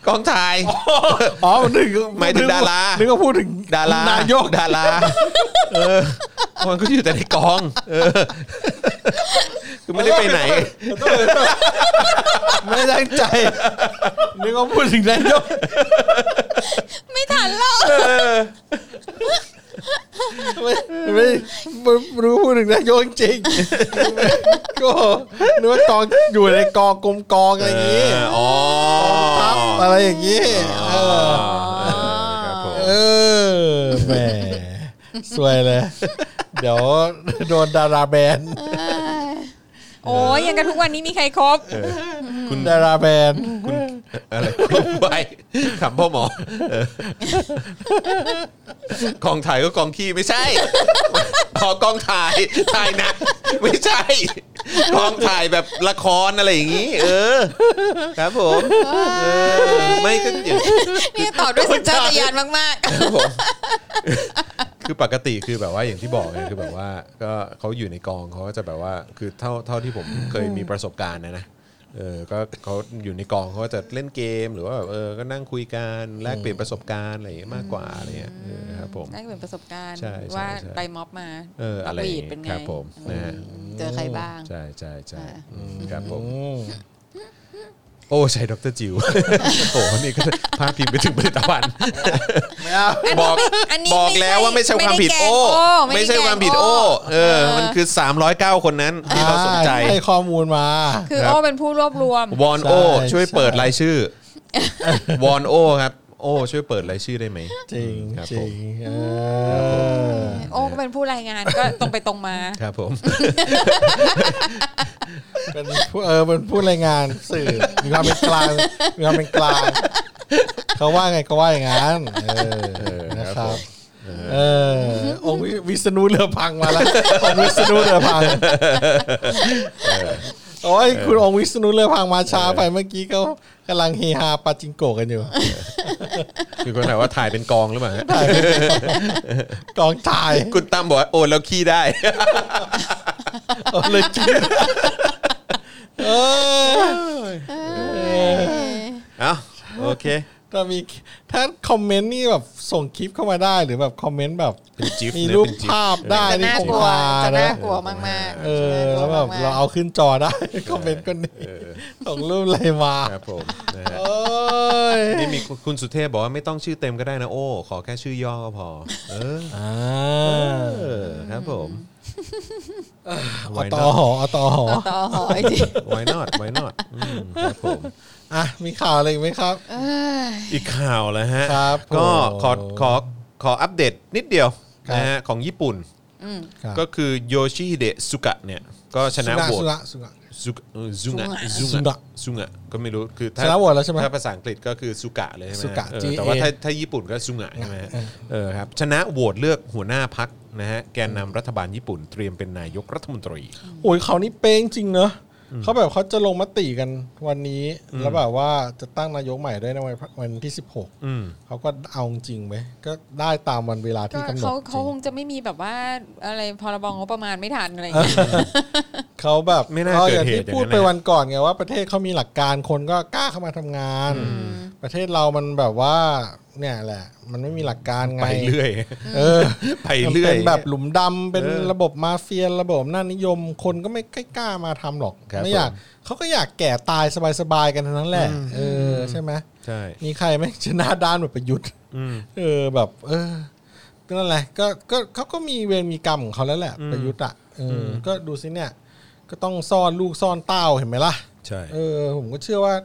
Speaker 1: กองถ่าย
Speaker 3: อ๋อนึก
Speaker 1: หมายถึงดารา
Speaker 3: นึกว่าพูดถึง
Speaker 1: ดาราน
Speaker 3: ายก
Speaker 1: ดาราเออมันก็อยู่แต่ในกอง เออคือไม่ได้ไปไหน
Speaker 3: ไม่ตั้ง ใจนึกว่าพูดถึงนายก
Speaker 2: ไม่ทันหรอก
Speaker 3: ไม่ไม่ไม่รู้พูดถึงนายกจริงก็นึกว่ากองอยู่ในกองกลมกองอะไรอย่างงี้
Speaker 1: เอออ๋อ
Speaker 3: ทับอะไรอย่างงี้เอ
Speaker 1: เอ
Speaker 3: อ
Speaker 1: อครับผม
Speaker 3: เออแหมสวยเลย เดี๋ยวโดนดาราแบน
Speaker 2: โอ้ยยังกันทุกวันนี้มีใครครบ
Speaker 1: คุณ
Speaker 3: ดาราแบน
Speaker 1: อะไรครบไปขำพ่อหมอเออกองถ่ายก็กองขี้ไม่ใช่พอกองถ่ายถ่ายหนักไม่ใช่ กองถ่ายแบบละครอะไรอย่างนี้ เออ ครับผมเออไม่ก็อย่าง
Speaker 2: นี่ตอบด้วยสัญชาตญาณมาก
Speaker 1: ครับผมคือปกติคือแบบว่าอย่างที่บอกไงคือแบบว่าก็เขาอยู่ในกองเขาก็จะแบบว่าคือเท่าเท่าที่ผมเคยมีประสบการณ์นะนะเออก็เขาอยู่ในกองเขาก็จะเล่นเกมหรือว่าแบบเออก็นั่งคุยกันแลกเปลี่ยนประสบการณ์อะไรอย่างเงี้ยมากกว่าอะไรเงี้ยเออครับผม
Speaker 2: ๆนั่นก็เป็นประสบการณ์
Speaker 1: ใช่ใช่
Speaker 2: ว่า
Speaker 1: ใช่
Speaker 2: ไปม็อบมา
Speaker 1: เอออะไร
Speaker 2: หวีดเป็นไง
Speaker 1: ครับผมนะฮะ
Speaker 2: อืมเจอใครบ้าง
Speaker 1: ใช่ใช่ใช่
Speaker 2: อ่า
Speaker 1: อืมครับผม
Speaker 3: อืม
Speaker 1: โอ้ใช่ดรจิว โอ้โหนี่ก็พาดพิงไปถึงผลิตภัณฑ์
Speaker 3: ไม่เอา
Speaker 1: บอก
Speaker 2: อันนี้
Speaker 1: บอกแล้วว่าไม่ใช่ความผิดโอ้ไม่ใช่ความผิดโอ้เออ มันคือ 309 คนนั้นที่เราสนใจ
Speaker 3: อ่าให้ข้อมูลมา
Speaker 2: คือ
Speaker 1: ครับ
Speaker 2: โอ้เป็นผู้รวบรวม
Speaker 1: วอนโอ
Speaker 3: ใช่
Speaker 1: ช่วยเปิด
Speaker 3: ใช่
Speaker 1: รายชื่อ วอนโอครับโอช่วยเปิดรายชื่อได้ไหม
Speaker 3: จริง
Speaker 1: ครับ
Speaker 3: จ
Speaker 1: ผ
Speaker 3: ริ
Speaker 1: ม
Speaker 3: งเออ
Speaker 2: โอ้ก็เป็นผู้รายงานก็ตรงไปตรงมา
Speaker 1: ครับผม
Speaker 3: เป็นผู้เออเป็นผู้รายงานสื่อมีความเป็นกลางมีความเป็นกลางเขาว่าไงก็ว่าอย่างนั้นเออนะครับเออองค์วิษณุเรือพังมาแล้วองค์วิษณุเรือพังโอ้ยคุณองค์วิษณุเรือพังมาช้าไปเมื่อกี้ก็กำลังเฮฮาปาจิงโกะกัน อยู่
Speaker 1: มีคนถามว่าถ่ายเป็นกองหรือเปล่าฮะ
Speaker 3: กองถ่าย
Speaker 1: คุณตั้มบอกว่าโอนแล้วขี้ได้
Speaker 3: เอาเลยกินเออ
Speaker 1: เอ้าโอเค
Speaker 3: ถ้ามีถ้าคอมเมนต์นี่แบบส่งคลิปเข้ามาได้หรือแบบคอมเมนต์แบบ
Speaker 1: เป็นจิ๊บ
Speaker 3: มี
Speaker 1: นะ
Speaker 3: รูป
Speaker 1: เป็นจิ๊บ
Speaker 3: ภาพได้
Speaker 2: จะ
Speaker 3: นี่
Speaker 2: น่า
Speaker 3: คง
Speaker 2: กลัว
Speaker 3: มา
Speaker 2: จะน่า
Speaker 3: นะ
Speaker 2: กลัวมากๆ
Speaker 3: เออแล้วแบบ
Speaker 2: จะน่กมกๆ
Speaker 3: เราเอาขึ้นจอได้ คอมเมนต์คนนี้ ส่งรูปอะไรมา
Speaker 1: ครับผมนะฮะ
Speaker 3: โอ้ย
Speaker 1: นี่มีคุณคุณสุเทพบอกว่าไม่ต้องชื่อเต็มก็ได้นะโอ้ ขอแค่ชื่อย่อก็พอ เออ
Speaker 3: อ่า
Speaker 1: เออครับผม
Speaker 3: เอา
Speaker 1: Why
Speaker 3: ต่อ
Speaker 1: not
Speaker 3: หอเอาต่อหอ
Speaker 2: ต่อต่อหอยดิ
Speaker 1: Why not Why not อืมครับผม
Speaker 3: อ่ะมีข่าวอะไรอีกไหมครับ
Speaker 1: อีกข่าวแล้วฮะ
Speaker 3: ครับ
Speaker 1: ก็
Speaker 3: ผม
Speaker 1: ขอขอขออัปเดตนิดเดียว
Speaker 3: ครับ
Speaker 1: นะฮะของญี่ปุ่น
Speaker 3: ครับ
Speaker 1: ก็คือโยชิฮิเดะสุกะเนี่ย ก็ชนะโหวต
Speaker 3: สุระสุระ
Speaker 1: สุกะเออซุงะซุ
Speaker 3: ซุงะ
Speaker 1: งะซุงะก็ไม่รู้คือถ้า
Speaker 3: ชนะโหวตแล้วใช่ไหม
Speaker 1: ถ้าภาษาอังกฤษก็คือสุกะเลยใช่ไหม
Speaker 3: สุกะ
Speaker 1: เออ
Speaker 3: G A
Speaker 1: แต่ว่าถ้าถ้าญี่ปุ่นก็ซุงะใช่ไหมฮะเออครับชนะโหวตเลือกหัวหน้าพักนะฮะแกนนำรัฐบาลญี่ปุ่นเตรียมเป็นนายกรัฐมนตรี
Speaker 3: โอ้ยเขาวนี่เป้งจริงเนอะเขาแบบเขาจะลงมติกันวันนี้ แล้วแบบว่าจะตั้งนายกใหม่ได้ในวันวันที่ 16
Speaker 1: อืม
Speaker 3: เขาก็เอาจริงไหมก็ได้ตามวันเวลา
Speaker 2: ก็
Speaker 3: ที่กำหนดจ
Speaker 2: เขา
Speaker 3: ริ
Speaker 2: เขาค
Speaker 3: ง
Speaker 2: งจะไม่มีแบบว่าอะไรพรบงบประมาณไม่ทันอะไรอย่างเงี้ย
Speaker 3: เขาแบบ
Speaker 1: ไม่น่า
Speaker 3: อ
Speaker 1: เกิด
Speaker 3: อย่าง
Speaker 1: เหตุ
Speaker 3: ที่พูด
Speaker 1: อย่างนั้
Speaker 3: ไป
Speaker 1: นนะ
Speaker 3: วันก่อนไงว่าประเทศเขามีหลักการคนก็กล้าเข้ามาทำงาน ประเทศเรามันแบบว่าเนี่ยแหละ มันไม่มีหลักการไง
Speaker 1: ไปเรื่อย
Speaker 3: เออ
Speaker 1: ไปเรื่อย
Speaker 3: มันนแบบหลุมดำเป็น
Speaker 1: เออ
Speaker 3: ระบบมาเฟียระบบอำนาจนิยม คนก็ไม่กล้ามาทำหรอก
Speaker 1: ครับ
Speaker 3: ไม่อยาก
Speaker 1: ผม
Speaker 3: เขาก็อยากแก่ตายสบายๆกันทั้งนั้นแหละเออใช่ไหม
Speaker 1: ใช่
Speaker 3: มีใครไหมชนะด้านแบบประยุทธ์
Speaker 1: อืม
Speaker 3: เออแบบ เออก็นั่นแหละก็ก็เขาก็มีเวรมีกรรมของเขาแล้วแหละประยุทธ์อ่ะเอออก็ดูสิเนี่ย ก็ต้องซ่อนลูกซ่อนเต้าเห็นไหมล่ะ
Speaker 1: ใช่
Speaker 3: เออ ผมก็เชื่อว่า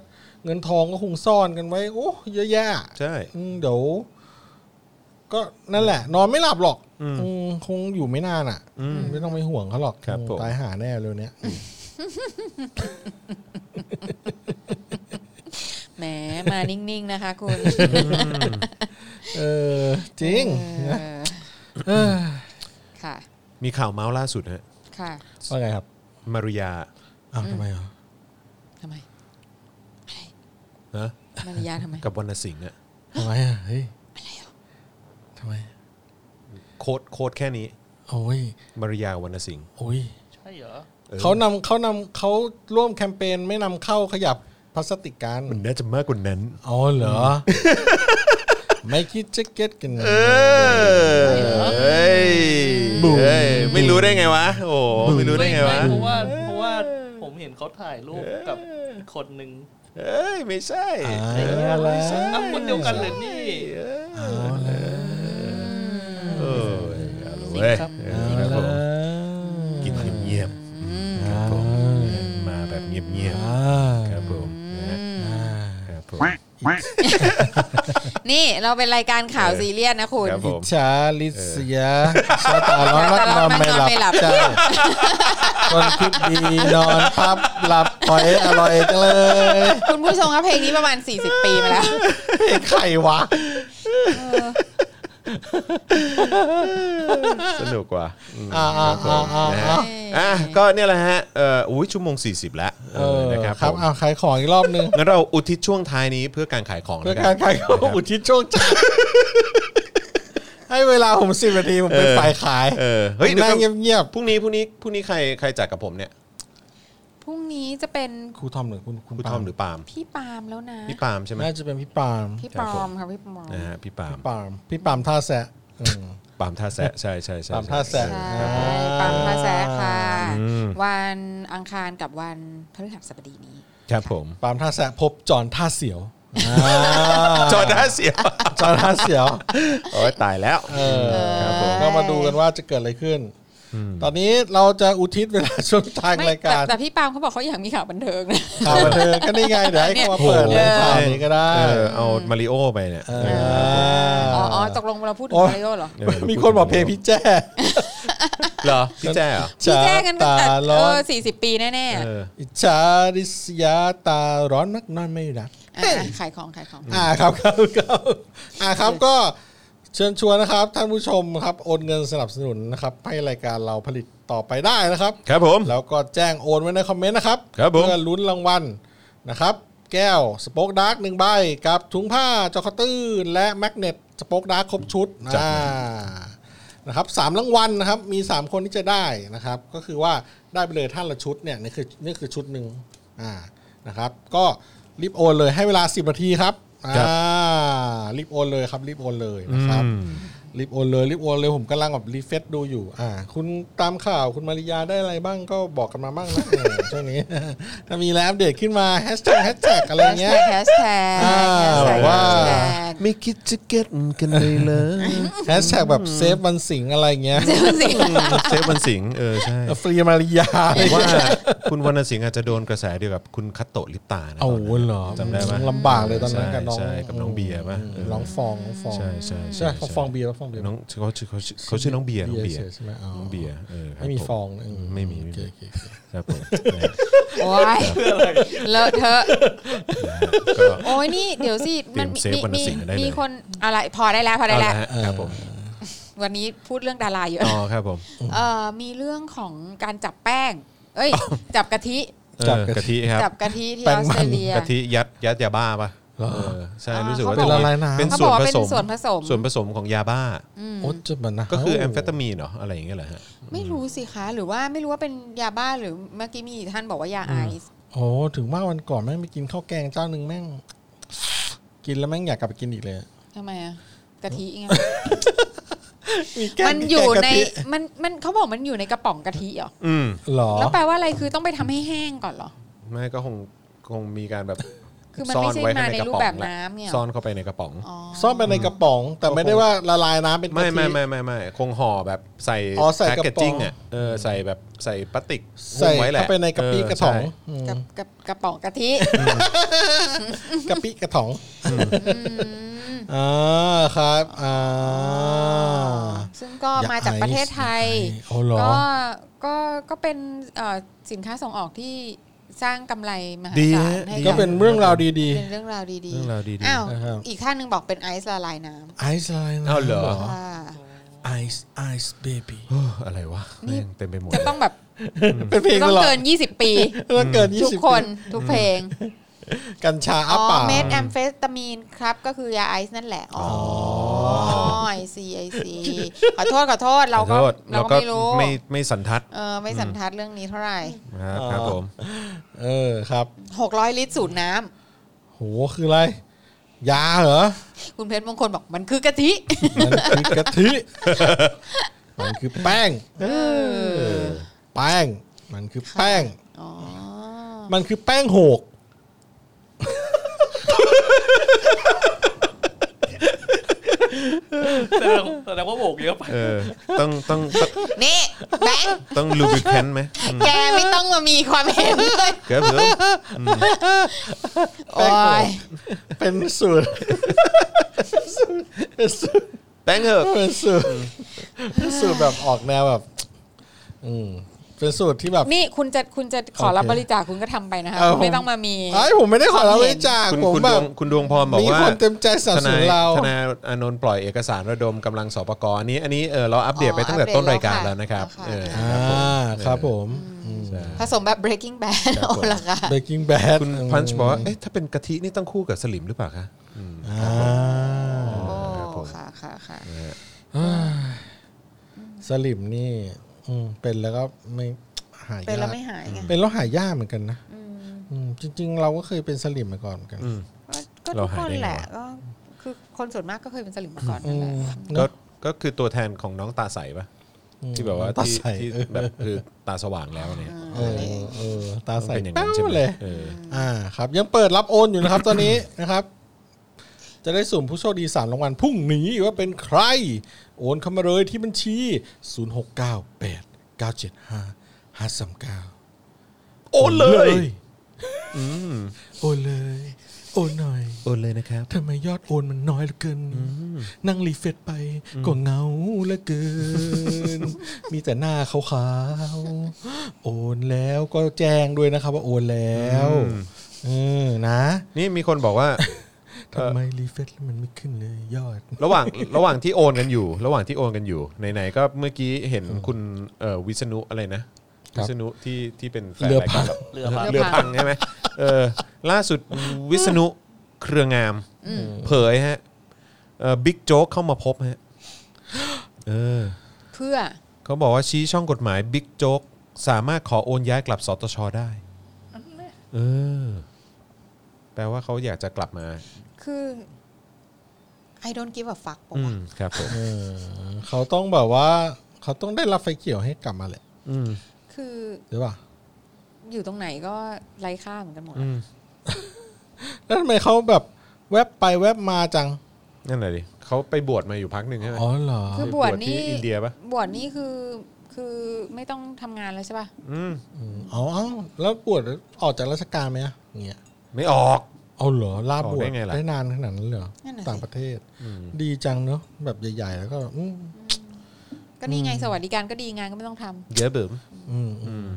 Speaker 3: เงินทองก็คงซ่อนกันไว้โอ้เยอะแยะ
Speaker 1: ใช่
Speaker 3: อืมเดี๋ยวก็นั่นแหละ นอนไม่หลับหรอกอืมคงอยู่ไม่นานอ่ะไม่ต้องไปห่วงเขาหรอก
Speaker 1: ครับผม
Speaker 3: ตายหาแน่เร็วเนี้ย
Speaker 2: แหมมานิ่งๆนะคะคุณ
Speaker 3: เอ อ จริง นะ
Speaker 2: เออ
Speaker 3: เออ
Speaker 2: ค่ะ
Speaker 1: มีข่าวเมาส์ล่าสุดฮะ
Speaker 2: ค่ะ
Speaker 3: ว่าไงครับ
Speaker 1: มาริยา
Speaker 3: อ้าวทำไมอ่ะ
Speaker 2: ทำไม
Speaker 1: นะ
Speaker 2: มารยาททำไม
Speaker 1: กับวรรณสิงห์อะ
Speaker 3: ทำไมอ่ะเฮ้ยทำไม
Speaker 1: โค้ดโค้ดแค่นี้
Speaker 3: โอ้ย
Speaker 1: มาริยาวรรณสิงห์
Speaker 3: โอ้ย
Speaker 4: ใช่เหรอ
Speaker 1: ออ
Speaker 3: เขานำเขานำเขาร่วมแคมเปญไม่นำเข้าขยับพลาสติกกัน
Speaker 1: มันน่าจะมากกว่านั้น
Speaker 3: อ๋อเหรอ ไม่คิดจะเก็ตกันนะ
Speaker 1: เฮ้ยเฮ้ย ไม่รู้ได้ไงวะ โอ้โหไม่รู้ได้ไงวะ
Speaker 4: เพราะว่าเพราะว่าผมเห็นเขาถ่ายรูปกับอีกคนหนึ่ง
Speaker 1: เอ้ย ไม่ใช่
Speaker 3: อ่าแล้ว
Speaker 4: อ่ะคนเดียวกันเลยนี่
Speaker 1: เออเอาละเว้ยครับผมกินเงียบๆครับผมมาแบบเงียบๆครับผมนะครับผม
Speaker 2: นี่เราเป็นรายการข่าว
Speaker 1: เออ
Speaker 2: ซีเรียสนะคุณ
Speaker 1: ครับผม
Speaker 3: ชาลิเสียชาตาร้อนนักนอนไม่ห
Speaker 2: ไม่หลั
Speaker 3: ลั
Speaker 2: บ
Speaker 3: บจ้าคนคิดดีนอนพับหลับปล่อยอร่อยจังเลย
Speaker 2: คุณผู้ชมครับเพลงนี้ประมาณ 40 ปีมาแล้ว
Speaker 3: ไข่วะ
Speaker 1: สนุกกว่าอืม
Speaker 3: อ่า
Speaker 1: ครับผม
Speaker 3: อ่าอ่า
Speaker 1: นะฮะอ่ะก็เนี่ยแหละฮะเอ่ออุ้ยชั่วโมง 40 แล้วเอ
Speaker 3: เอ
Speaker 1: อ
Speaker 3: อ
Speaker 1: นะครับ
Speaker 3: ครับ
Speaker 1: ผม
Speaker 3: เอาขายของอีกรอบนึง
Speaker 1: งั้นเราอุทิศช่วงท้ายนี้เพื่อการขายของ
Speaker 3: เพื่อ
Speaker 1: แล้วกั
Speaker 3: การ
Speaker 1: น
Speaker 3: ขายของอุทิศโชคจ้า ให้เวลาผมสิบนาทีผมเป็น
Speaker 1: เออ
Speaker 3: ฝ่ายขาย
Speaker 1: เออเฮ้ย
Speaker 3: ผม
Speaker 1: เดี๋ยว
Speaker 3: นั่ง
Speaker 1: ก่อน
Speaker 3: เงียบ
Speaker 1: พรุ่งนี้พรุ่งนี้พรุ่งนี้ใครใครจัดกับผมเนี่ย
Speaker 2: พรุ่งนี้จะเป็น
Speaker 3: ๆครูทอมหรือคุณคุณ
Speaker 1: คุณทอมหรือปาล์ม
Speaker 2: พี่ปาล์มแล้วนะ
Speaker 1: พี่ปาล์มใช่ไหม
Speaker 3: น่าจะเป็นพี่ปาล์ม
Speaker 2: พี่
Speaker 1: ครั
Speaker 2: ป
Speaker 1: บ
Speaker 2: อ
Speaker 1: ผม
Speaker 2: มค่ะพี่ปอม
Speaker 1: นะฮะพี่ปาล์ม
Speaker 3: พี่ปาล์มพี่ปาล์มท่าแซะอืม
Speaker 1: ปาล์มท่าแซะใช่ใช่ใช่
Speaker 3: ปาล์มท่าแซะ
Speaker 1: ใช่
Speaker 2: ใช่
Speaker 1: ครับผม
Speaker 2: ปามพาแซะค่ะ
Speaker 1: อืม
Speaker 2: วันอังคารกับวันพฤหัสบดีนี้
Speaker 1: ครับผม
Speaker 3: ปาล์มท่าแซะพบจอนท่าเสียวอ่า
Speaker 1: จอดท่าเสียว
Speaker 3: จอร์แดนเสียว
Speaker 1: โอ้ยตายแล้ว
Speaker 3: เออ
Speaker 1: ครับผม
Speaker 3: ก็มาดูกันว่าจะเกิดอะไรขึ้น ตอนนี้เราจะอุทิศเวลาช่วงทาง
Speaker 2: ไม่
Speaker 3: รายการ
Speaker 2: แต่แต่พี่ปาล์มเขาบอกเขาอยากมีข่าวบันเทิงนะ
Speaker 3: ข่าวบันเทิงก็นี่ไงเดี๋ยวให้เขามาเปิดเลยข่าวนี้ก็ได้
Speaker 1: เออเอามาริโอไปเนี่ย
Speaker 3: เอ
Speaker 1: เออ
Speaker 3: อ
Speaker 2: อ๋
Speaker 3: อ๋
Speaker 2: อ
Speaker 3: อ
Speaker 2: อ๋อ
Speaker 3: อ๋อ
Speaker 2: ตกลงเราพูดถึ
Speaker 3: โอ๊
Speaker 2: ง
Speaker 3: ย
Speaker 2: มาริโอเหรอ
Speaker 1: เออ
Speaker 3: มีคนบอกเพลงพี่แจ้
Speaker 1: เหรอพี่แจ้เหรอ
Speaker 2: พี่แจ้กันตั้งแต่
Speaker 3: ตา
Speaker 2: เอ
Speaker 3: ร้อ
Speaker 2: อน สี่สิบปีแน่
Speaker 1: เออ
Speaker 3: อิจฉาริษยาตาร้อนนักนอนไม่หลับ
Speaker 2: ๆอ่ะขายของขายของ
Speaker 3: อ่าครับครับครับอ่าครับก็เชิญชวนนะครับ ท่านผู้ชมครับโอนเงินสนับสนุนนะครับ ให้รายการเราผลิตต่อไปได้นะครับ
Speaker 1: ครับผม
Speaker 3: แล้วก็แจ้งโอนไว้ในคอมเมนต์นะครับ
Speaker 1: ครับผม
Speaker 3: เพื่อลุ้นรางวัลนะครับ แก้วสป็อกดาร์กหนึ่งใบกับถุงผ้าจอคอตื้นและแมกเนตสป็อกดาร์กครบชุดอ่านะครับสามรางวัลนะครับ มี 3 คนที่จะได้นะครับ ก็คือว่าได้ไปเลยท่านละชุดเนี่ยนี่คือนี่คือชุดหนึ่งอ่านะครับ ก็รีบโอนเลยให้เวลา 10นาทีครับ อ่
Speaker 1: ครับ
Speaker 3: ารีบโอนเลยครับรีบโอนเลยนะครับ
Speaker 1: อืม
Speaker 3: รีบโอนเลยรีบโอนเลยผมกำลังแบบรีเฟซดูอยู่ อ่า คุณตามข่าวคุณมาริยาได้อะไรบ้างก็บอกกันมาบ้างนะ เออช่วงนี้ ถ้ามีแล้วอัปเดตขึ้นมาแฮชแท็กแฮชแท็กอะไร เงี้ย
Speaker 2: แฮชแท็ก
Speaker 3: อ่าแบบว่า
Speaker 1: ไม่คิดจะเก็ตกันเลยเลย
Speaker 3: แฮชแท็กแบบเซฟวันสิงห์อะไรเงี้ย
Speaker 2: เจ้าสิ
Speaker 1: เซฟวันสิงห์เออใช่
Speaker 3: ฟรีมาริยาอะไร
Speaker 1: ผม
Speaker 3: เงี้ย
Speaker 1: ว่าคุณวรรณสิงห์อาจจะโดนกระแสเดียวกับคุณคัตโตะลิปตานะ
Speaker 3: เอา
Speaker 1: ตนนั้น
Speaker 3: เหรอ
Speaker 1: จำได้ปะ
Speaker 3: ลำบากเลยตอนนั้นกับน้อง
Speaker 1: ใช่ใช่กับน้องเบียร์ปะเออ
Speaker 3: น้องฟองน้องฟอง
Speaker 1: ใช่ใช่
Speaker 3: ใช่เขาฟองเบียร์เขาฟองเบียร์
Speaker 1: น้องเขาชื่อเขาชื่อเขาชื่อน้องเบียร์น้องเบียร์
Speaker 3: ใช่ไหมอ๋อ
Speaker 1: น้องเบียร์เออครับ
Speaker 3: ไม่มี
Speaker 1: ผ
Speaker 3: ฟองเออ
Speaker 1: ไม่มีไม่
Speaker 3: โอเค
Speaker 1: มี
Speaker 3: โอเค
Speaker 1: ครับผมนะฮะ
Speaker 2: โอ้ยเลอะเทอะ
Speaker 1: ก็
Speaker 2: โอ้ยนี่เดี๋ยวสิ
Speaker 1: เตรี
Speaker 2: มัน
Speaker 1: ยม
Speaker 2: มี
Speaker 1: เซฟวรรณ
Speaker 2: มี
Speaker 1: สิงห์ได้เลย
Speaker 2: มีคนอะไรพอได้แล้วพอได้
Speaker 1: เอา
Speaker 2: แล้ว
Speaker 1: ละฮะครับผม
Speaker 2: วันนี้พูดเรื่องดาราเยอะ
Speaker 1: อ๋อครับผม
Speaker 2: เอ่อมีเรื่องของการจับแป้ง เอ้ย จับกะทิ
Speaker 1: เออ
Speaker 3: จับกะทิ
Speaker 1: กะทิครับ
Speaker 2: จับกะทิที่
Speaker 3: แป้
Speaker 2: อง อส
Speaker 3: มั
Speaker 2: เต
Speaker 3: น
Speaker 2: รเลีย
Speaker 1: กะทิยัดยัดยาบ้าปะ
Speaker 3: เหรอ
Speaker 1: เออใช่
Speaker 2: อ่า
Speaker 1: รู้สึกว่า
Speaker 2: เขาบอก
Speaker 1: จะมี
Speaker 3: เป็นละลายน้ำ
Speaker 1: เป็น
Speaker 2: เขา
Speaker 1: ส่
Speaker 2: บ
Speaker 1: ว
Speaker 2: อน
Speaker 1: ผ
Speaker 2: กว่าเป็น
Speaker 1: สม
Speaker 2: ส่วนผสม
Speaker 1: ส่วนผสมของยาบ้า
Speaker 3: โอ้จะมันนะ
Speaker 1: ก็คือแอมเฟตามีนเหรออะไรอย่างเงี้ยเหรอฮะ
Speaker 2: ไม่รู้สิคะ หรือว่าไม่รู้ว่าเป็นยาบ้าหรือเมื่อกี้มีท่านบอกว่ายาไอซ์
Speaker 3: โอ้ถึงว่าวันก่อนแม่งไปกินข้าวแกงเจ้าหนึ่งแม่ง กินแล้วแม่งอยากกลับไปกินอีกเลยอะ
Speaker 2: ทำไมอะกะทิไง
Speaker 3: แกง
Speaker 2: มันอยู่
Speaker 3: แกงกะ
Speaker 2: ใน
Speaker 3: ทิ
Speaker 2: มันมันเขาบอกมันอยู่ในกระป๋องกะทิเหรอ
Speaker 1: อืม
Speaker 3: หรอ
Speaker 2: แล้วแปลว่าอะไรคือต้องไปทำให้แห้งก่อนเหรอ
Speaker 1: ไม่ก็คงคงมีการแบบ
Speaker 2: คือมัน
Speaker 1: ซ่
Speaker 2: ไม่ใช่
Speaker 1: ว้
Speaker 2: มา
Speaker 1: ข้
Speaker 2: ใน
Speaker 1: กะ
Speaker 2: รูป
Speaker 1: ป๋อง
Speaker 2: แบบ
Speaker 1: แหละ
Speaker 2: น้ำเนี่ย
Speaker 1: ซ่อนเข้าไปในกระป๋อง
Speaker 2: อ๋อ
Speaker 3: ซ่อนไปในกระป๋อง แต่ไม่ได้ว่าละลายน้ำเป็นกะทิ
Speaker 1: ไม่ไม่ไม่ไม่ไม่คงห่อแบบใส่
Speaker 3: อ๋อใส่
Speaker 1: แพ็ก
Speaker 3: กระ
Speaker 1: เกจ
Speaker 3: ป๋อง
Speaker 1: จิ้งอ่ะเออใส่แบบใส่พลาสติกหุ้ม
Speaker 3: ใส่
Speaker 1: ไว้แหละ
Speaker 3: เข้าไปในกะปิกระถอง
Speaker 1: เ
Speaker 3: อืม
Speaker 2: กับกับกระป๋องกะทิ
Speaker 3: กะปิกระถอง
Speaker 2: อืม
Speaker 3: อ่าครับอ่า
Speaker 2: ซึ่งก็
Speaker 3: อย่
Speaker 2: มาจากประเทศไทย
Speaker 3: โอ้หรอ
Speaker 2: ก็ก็ก็เป็นเอ่อสินค้าส่งออกที่สร้างกำไรมหา
Speaker 1: ดี
Speaker 2: ศาล
Speaker 1: ฮะ
Speaker 2: ให้
Speaker 1: ดี
Speaker 3: ก็
Speaker 2: บ
Speaker 3: เป็นเรื่องราวดี
Speaker 2: เป็นเรื่องราวดีๆ
Speaker 1: เรื่องราวดีๆ
Speaker 2: อ้าว
Speaker 3: นะครับ
Speaker 2: อีกท่านหนึ่งบอกเป็นไอซ์ละลายน้
Speaker 3: ๆไอซ์ไลน์
Speaker 1: อ้าวเหรอ
Speaker 2: ำค่ะ
Speaker 3: ไอซ์ไอซ์เบบี้
Speaker 1: อออะไรวะแม่งเต็มไปหมด
Speaker 2: จะต้องแบบ
Speaker 3: เป็นเพลง
Speaker 2: ต้อ
Speaker 3: ต
Speaker 2: ง
Speaker 3: ลอด
Speaker 2: เกิน 20 ปี
Speaker 3: ต้องเกินยี่
Speaker 2: ทุก
Speaker 3: สิบ
Speaker 2: คนทุกเพลง
Speaker 3: กัญชา
Speaker 2: อ๋
Speaker 3: อ้าปา
Speaker 2: อก เมทแอมเฟตามีนครับ ก็คือยาไอซ์นั่นแหละ อ๋อไอซีไอซีขอโทษขอโทษเราก็
Speaker 1: ขอโทษ
Speaker 2: เราก็ไม่รู้
Speaker 1: ไม่ไม่สันทัด
Speaker 2: เออไม่สันทัดเรื่องนี้เท่าไหร่
Speaker 1: นะครับครั
Speaker 3: อ๋อ
Speaker 1: บผม
Speaker 3: เออครับ
Speaker 2: 600 ลิตรสูตรน้ำ
Speaker 3: โหคืออะไร ยาเหรอ
Speaker 2: คุณเพชรมงคลบอกมันคือกะทิ
Speaker 3: มันคือกะทิ มันคือแป้ง แป้ง มันคือแป้ง
Speaker 2: อ๋อ
Speaker 3: มันคือแป้งโหก
Speaker 4: แสดงแสดงว่าโบกเยอะไป
Speaker 1: เออต้องต้องต้อง
Speaker 2: นี่แบงค์
Speaker 1: ต้องลูบิแคนไหมอืม
Speaker 2: แกไม่ต้องมามีความเห็นเลย
Speaker 1: ครับผม
Speaker 2: โอ้ย
Speaker 3: เป็นสูตร เป็นสูตร
Speaker 1: แป้งเหอะ
Speaker 3: เป็นสูตรเป็นสูตรแบบออกแนวแบบ อืมเป็นสูตรที่แบบ
Speaker 2: นี่คุณจะคุณจะขอรับ
Speaker 3: โอเค
Speaker 2: บริจาคคุณก็ทำไปนะคะ
Speaker 3: เออ
Speaker 2: คุณไม่
Speaker 3: ผม
Speaker 2: ต้องมามี
Speaker 3: ไอ้ยผมไม่ได้ขอรับ
Speaker 2: ความ
Speaker 3: บ
Speaker 2: เห็น
Speaker 3: ริจาค
Speaker 1: คุณ
Speaker 3: ผม
Speaker 1: คุณด
Speaker 3: แบ
Speaker 1: ว
Speaker 3: บ
Speaker 1: งคุณดวงพรบอก
Speaker 3: มี
Speaker 1: ว่า
Speaker 3: คนเต็มใจสนับ
Speaker 1: ท
Speaker 3: สนุ
Speaker 1: นาน ย
Speaker 3: เรา
Speaker 1: ทนายอานนท์ปล่อยเอกสารระดมกำลังสปกอันนี้อันนี้เออเราอัปเดตไปตั้งแต่ต้นรายการแล้วนะครับเออ
Speaker 3: อ่า
Speaker 1: ค
Speaker 3: ค
Speaker 1: รั
Speaker 3: รั
Speaker 1: บบ ผ
Speaker 3: ผม ม
Speaker 1: ใช่
Speaker 2: ผสมแบบ breaking bad
Speaker 1: ครับผม
Speaker 2: โอ้ละค่ะ
Speaker 3: เบกกิ้งแบด
Speaker 1: คุณพันช์บอกว่า เอ๊ะ ถ้าเป็นกะทินี่ต้องคู่กับสลิมหรือเปล่าคะอืม
Speaker 3: อ่า
Speaker 2: โอ้
Speaker 1: ครับผม
Speaker 2: ค่ะค่ะค่ะ
Speaker 3: สลิมนี่ อืมเป็นแล้วก็ไม่หาย
Speaker 2: เป็นแล้
Speaker 3: ยาว ก
Speaker 2: ไม่หายไง
Speaker 3: เป็นแล้วหายากเหมือนกันนะอืมจริง ๆ เราก็เคยเป็นสลิมมาก่อนเหมือนกัน
Speaker 1: อืม
Speaker 2: ก็ก็
Speaker 1: เรา
Speaker 2: ทุ
Speaker 1: หา
Speaker 2: ก
Speaker 1: ย
Speaker 2: คน
Speaker 1: ได้ไงวะ
Speaker 2: แหละก็คือคนส่วนมากก็เคยเป็นสลิมมาก่อน
Speaker 3: อื
Speaker 2: นั่นแหละ
Speaker 3: ม
Speaker 1: ก็
Speaker 3: เนอะ
Speaker 1: ก็คือตัวแทนของน้องตาใสปะที่แบบว่า
Speaker 3: ตา
Speaker 1: ที่
Speaker 3: ใส
Speaker 1: ที่
Speaker 3: เออ
Speaker 1: แบบคือตาสว่างแล้วเนี่ย
Speaker 3: เออเออตา
Speaker 1: ต้อง
Speaker 3: ใส
Speaker 1: เป็นอย่าง
Speaker 3: แป้
Speaker 1: นั้น
Speaker 3: ว
Speaker 1: ใช่ไหม
Speaker 3: เลย
Speaker 1: เออ
Speaker 3: อ่า ครับ ยังเปิดรับโอนอยู่นะครับ ตอนนี้นะครับ จะได้สุ่มผู้โชคดีสามรางวัลพรุ่งนี้ว่าเป็นใคร โอนเข้ามาเลยที่บัญชี 0 6 9 8 9 7 5 5 3 9 โอนเลย
Speaker 1: อืม
Speaker 3: โอนเลย โอนหน่อย
Speaker 1: โอนเลยนะครับ
Speaker 3: ทำไมยอดโอนมันน้อยเหลือเกิน นั่งรีเฟรชไปก็เหงาเหลือเกิ น มีแต่หน้าขาวๆ โอนแล้วก็แจ้งด้วยนะครับว่าโอนแล้ว
Speaker 1: อืม
Speaker 3: เออนะ
Speaker 1: นี่มีคนบอกว่า
Speaker 3: ทำไมรีเฟรชแล้วมันไม่ขึ้นเลยยอด
Speaker 1: ระหว่างระหว่างที่โอนกันอยู่ ระหว่างที่โอนกันอยู่ไหนๆก็เมื่อกี้เห็นคุณเอ่อวิษณุอะไรนะ
Speaker 3: ครั
Speaker 1: วิ
Speaker 3: บ
Speaker 1: ษณุที่ที่เป็นแฟน
Speaker 3: เรือ
Speaker 1: ราย
Speaker 3: พั
Speaker 1: กาง รเรา
Speaker 4: เรือมา
Speaker 1: เรือพังใช่ไหมเออล่าสุดวิษณุเครืองาม เผยฮะบิ๊กโจ๊กเข้ามาพบฮะ เออ
Speaker 2: เพื่อ
Speaker 1: เขาบอกว่าชี้ช่องกฎหมายบิ๊กโจ๊กสามารถขอโอนย้ายกลับสตชได้ เออ แปลว่าเขาอยากจะกลับมา
Speaker 2: คือ I don't give a fuck ปะ
Speaker 1: อื
Speaker 2: วะ
Speaker 1: มครับผม
Speaker 3: เออเขาต้องแบบว่า เขาต้องได้รับไฟเขียวให้กลับมาแหละ
Speaker 1: อืม
Speaker 2: คือ
Speaker 3: หรือเปล่า
Speaker 2: อยู่ตรงไหนก็ไร้ค่าเหมือนกันหมด
Speaker 1: อืม
Speaker 3: แล้วทำไมเขาแบบแวบไปแวบมาจัง
Speaker 1: นั่นแหละดิเขาไปบวชมาอยู่พักหนึ่งใช่ไหม
Speaker 3: อ๋อเหรอ
Speaker 2: คือบวชนี่
Speaker 1: ที่อินเดียปะ
Speaker 2: บวชนี่คือคือไม่ต้องทำงานแล้วใช่ป่ะ
Speaker 1: อืม
Speaker 3: มอ๋อเอ้าแล้วบวชออกจากราชการไหมอะอย่างเงี้ย
Speaker 1: ไม่ออก
Speaker 3: เอาเหรอลาบ
Speaker 1: ออก
Speaker 3: วช
Speaker 1: ได้ไงล่ะ
Speaker 3: ได้นานขนาดนั้นเลยเหรอ
Speaker 2: นั่นน่ะสิ
Speaker 3: ต่างประเทศ
Speaker 1: อืม
Speaker 3: ดีจังเนาะแบบใหญ่ๆ แล้วก็อืม
Speaker 2: ก็นี่ไงสวัสดิการก็ดีงานก็ไม่ต้องทำ
Speaker 1: เยอะเบิ่ม
Speaker 3: อืมอื
Speaker 1: อื
Speaker 3: ม
Speaker 1: ม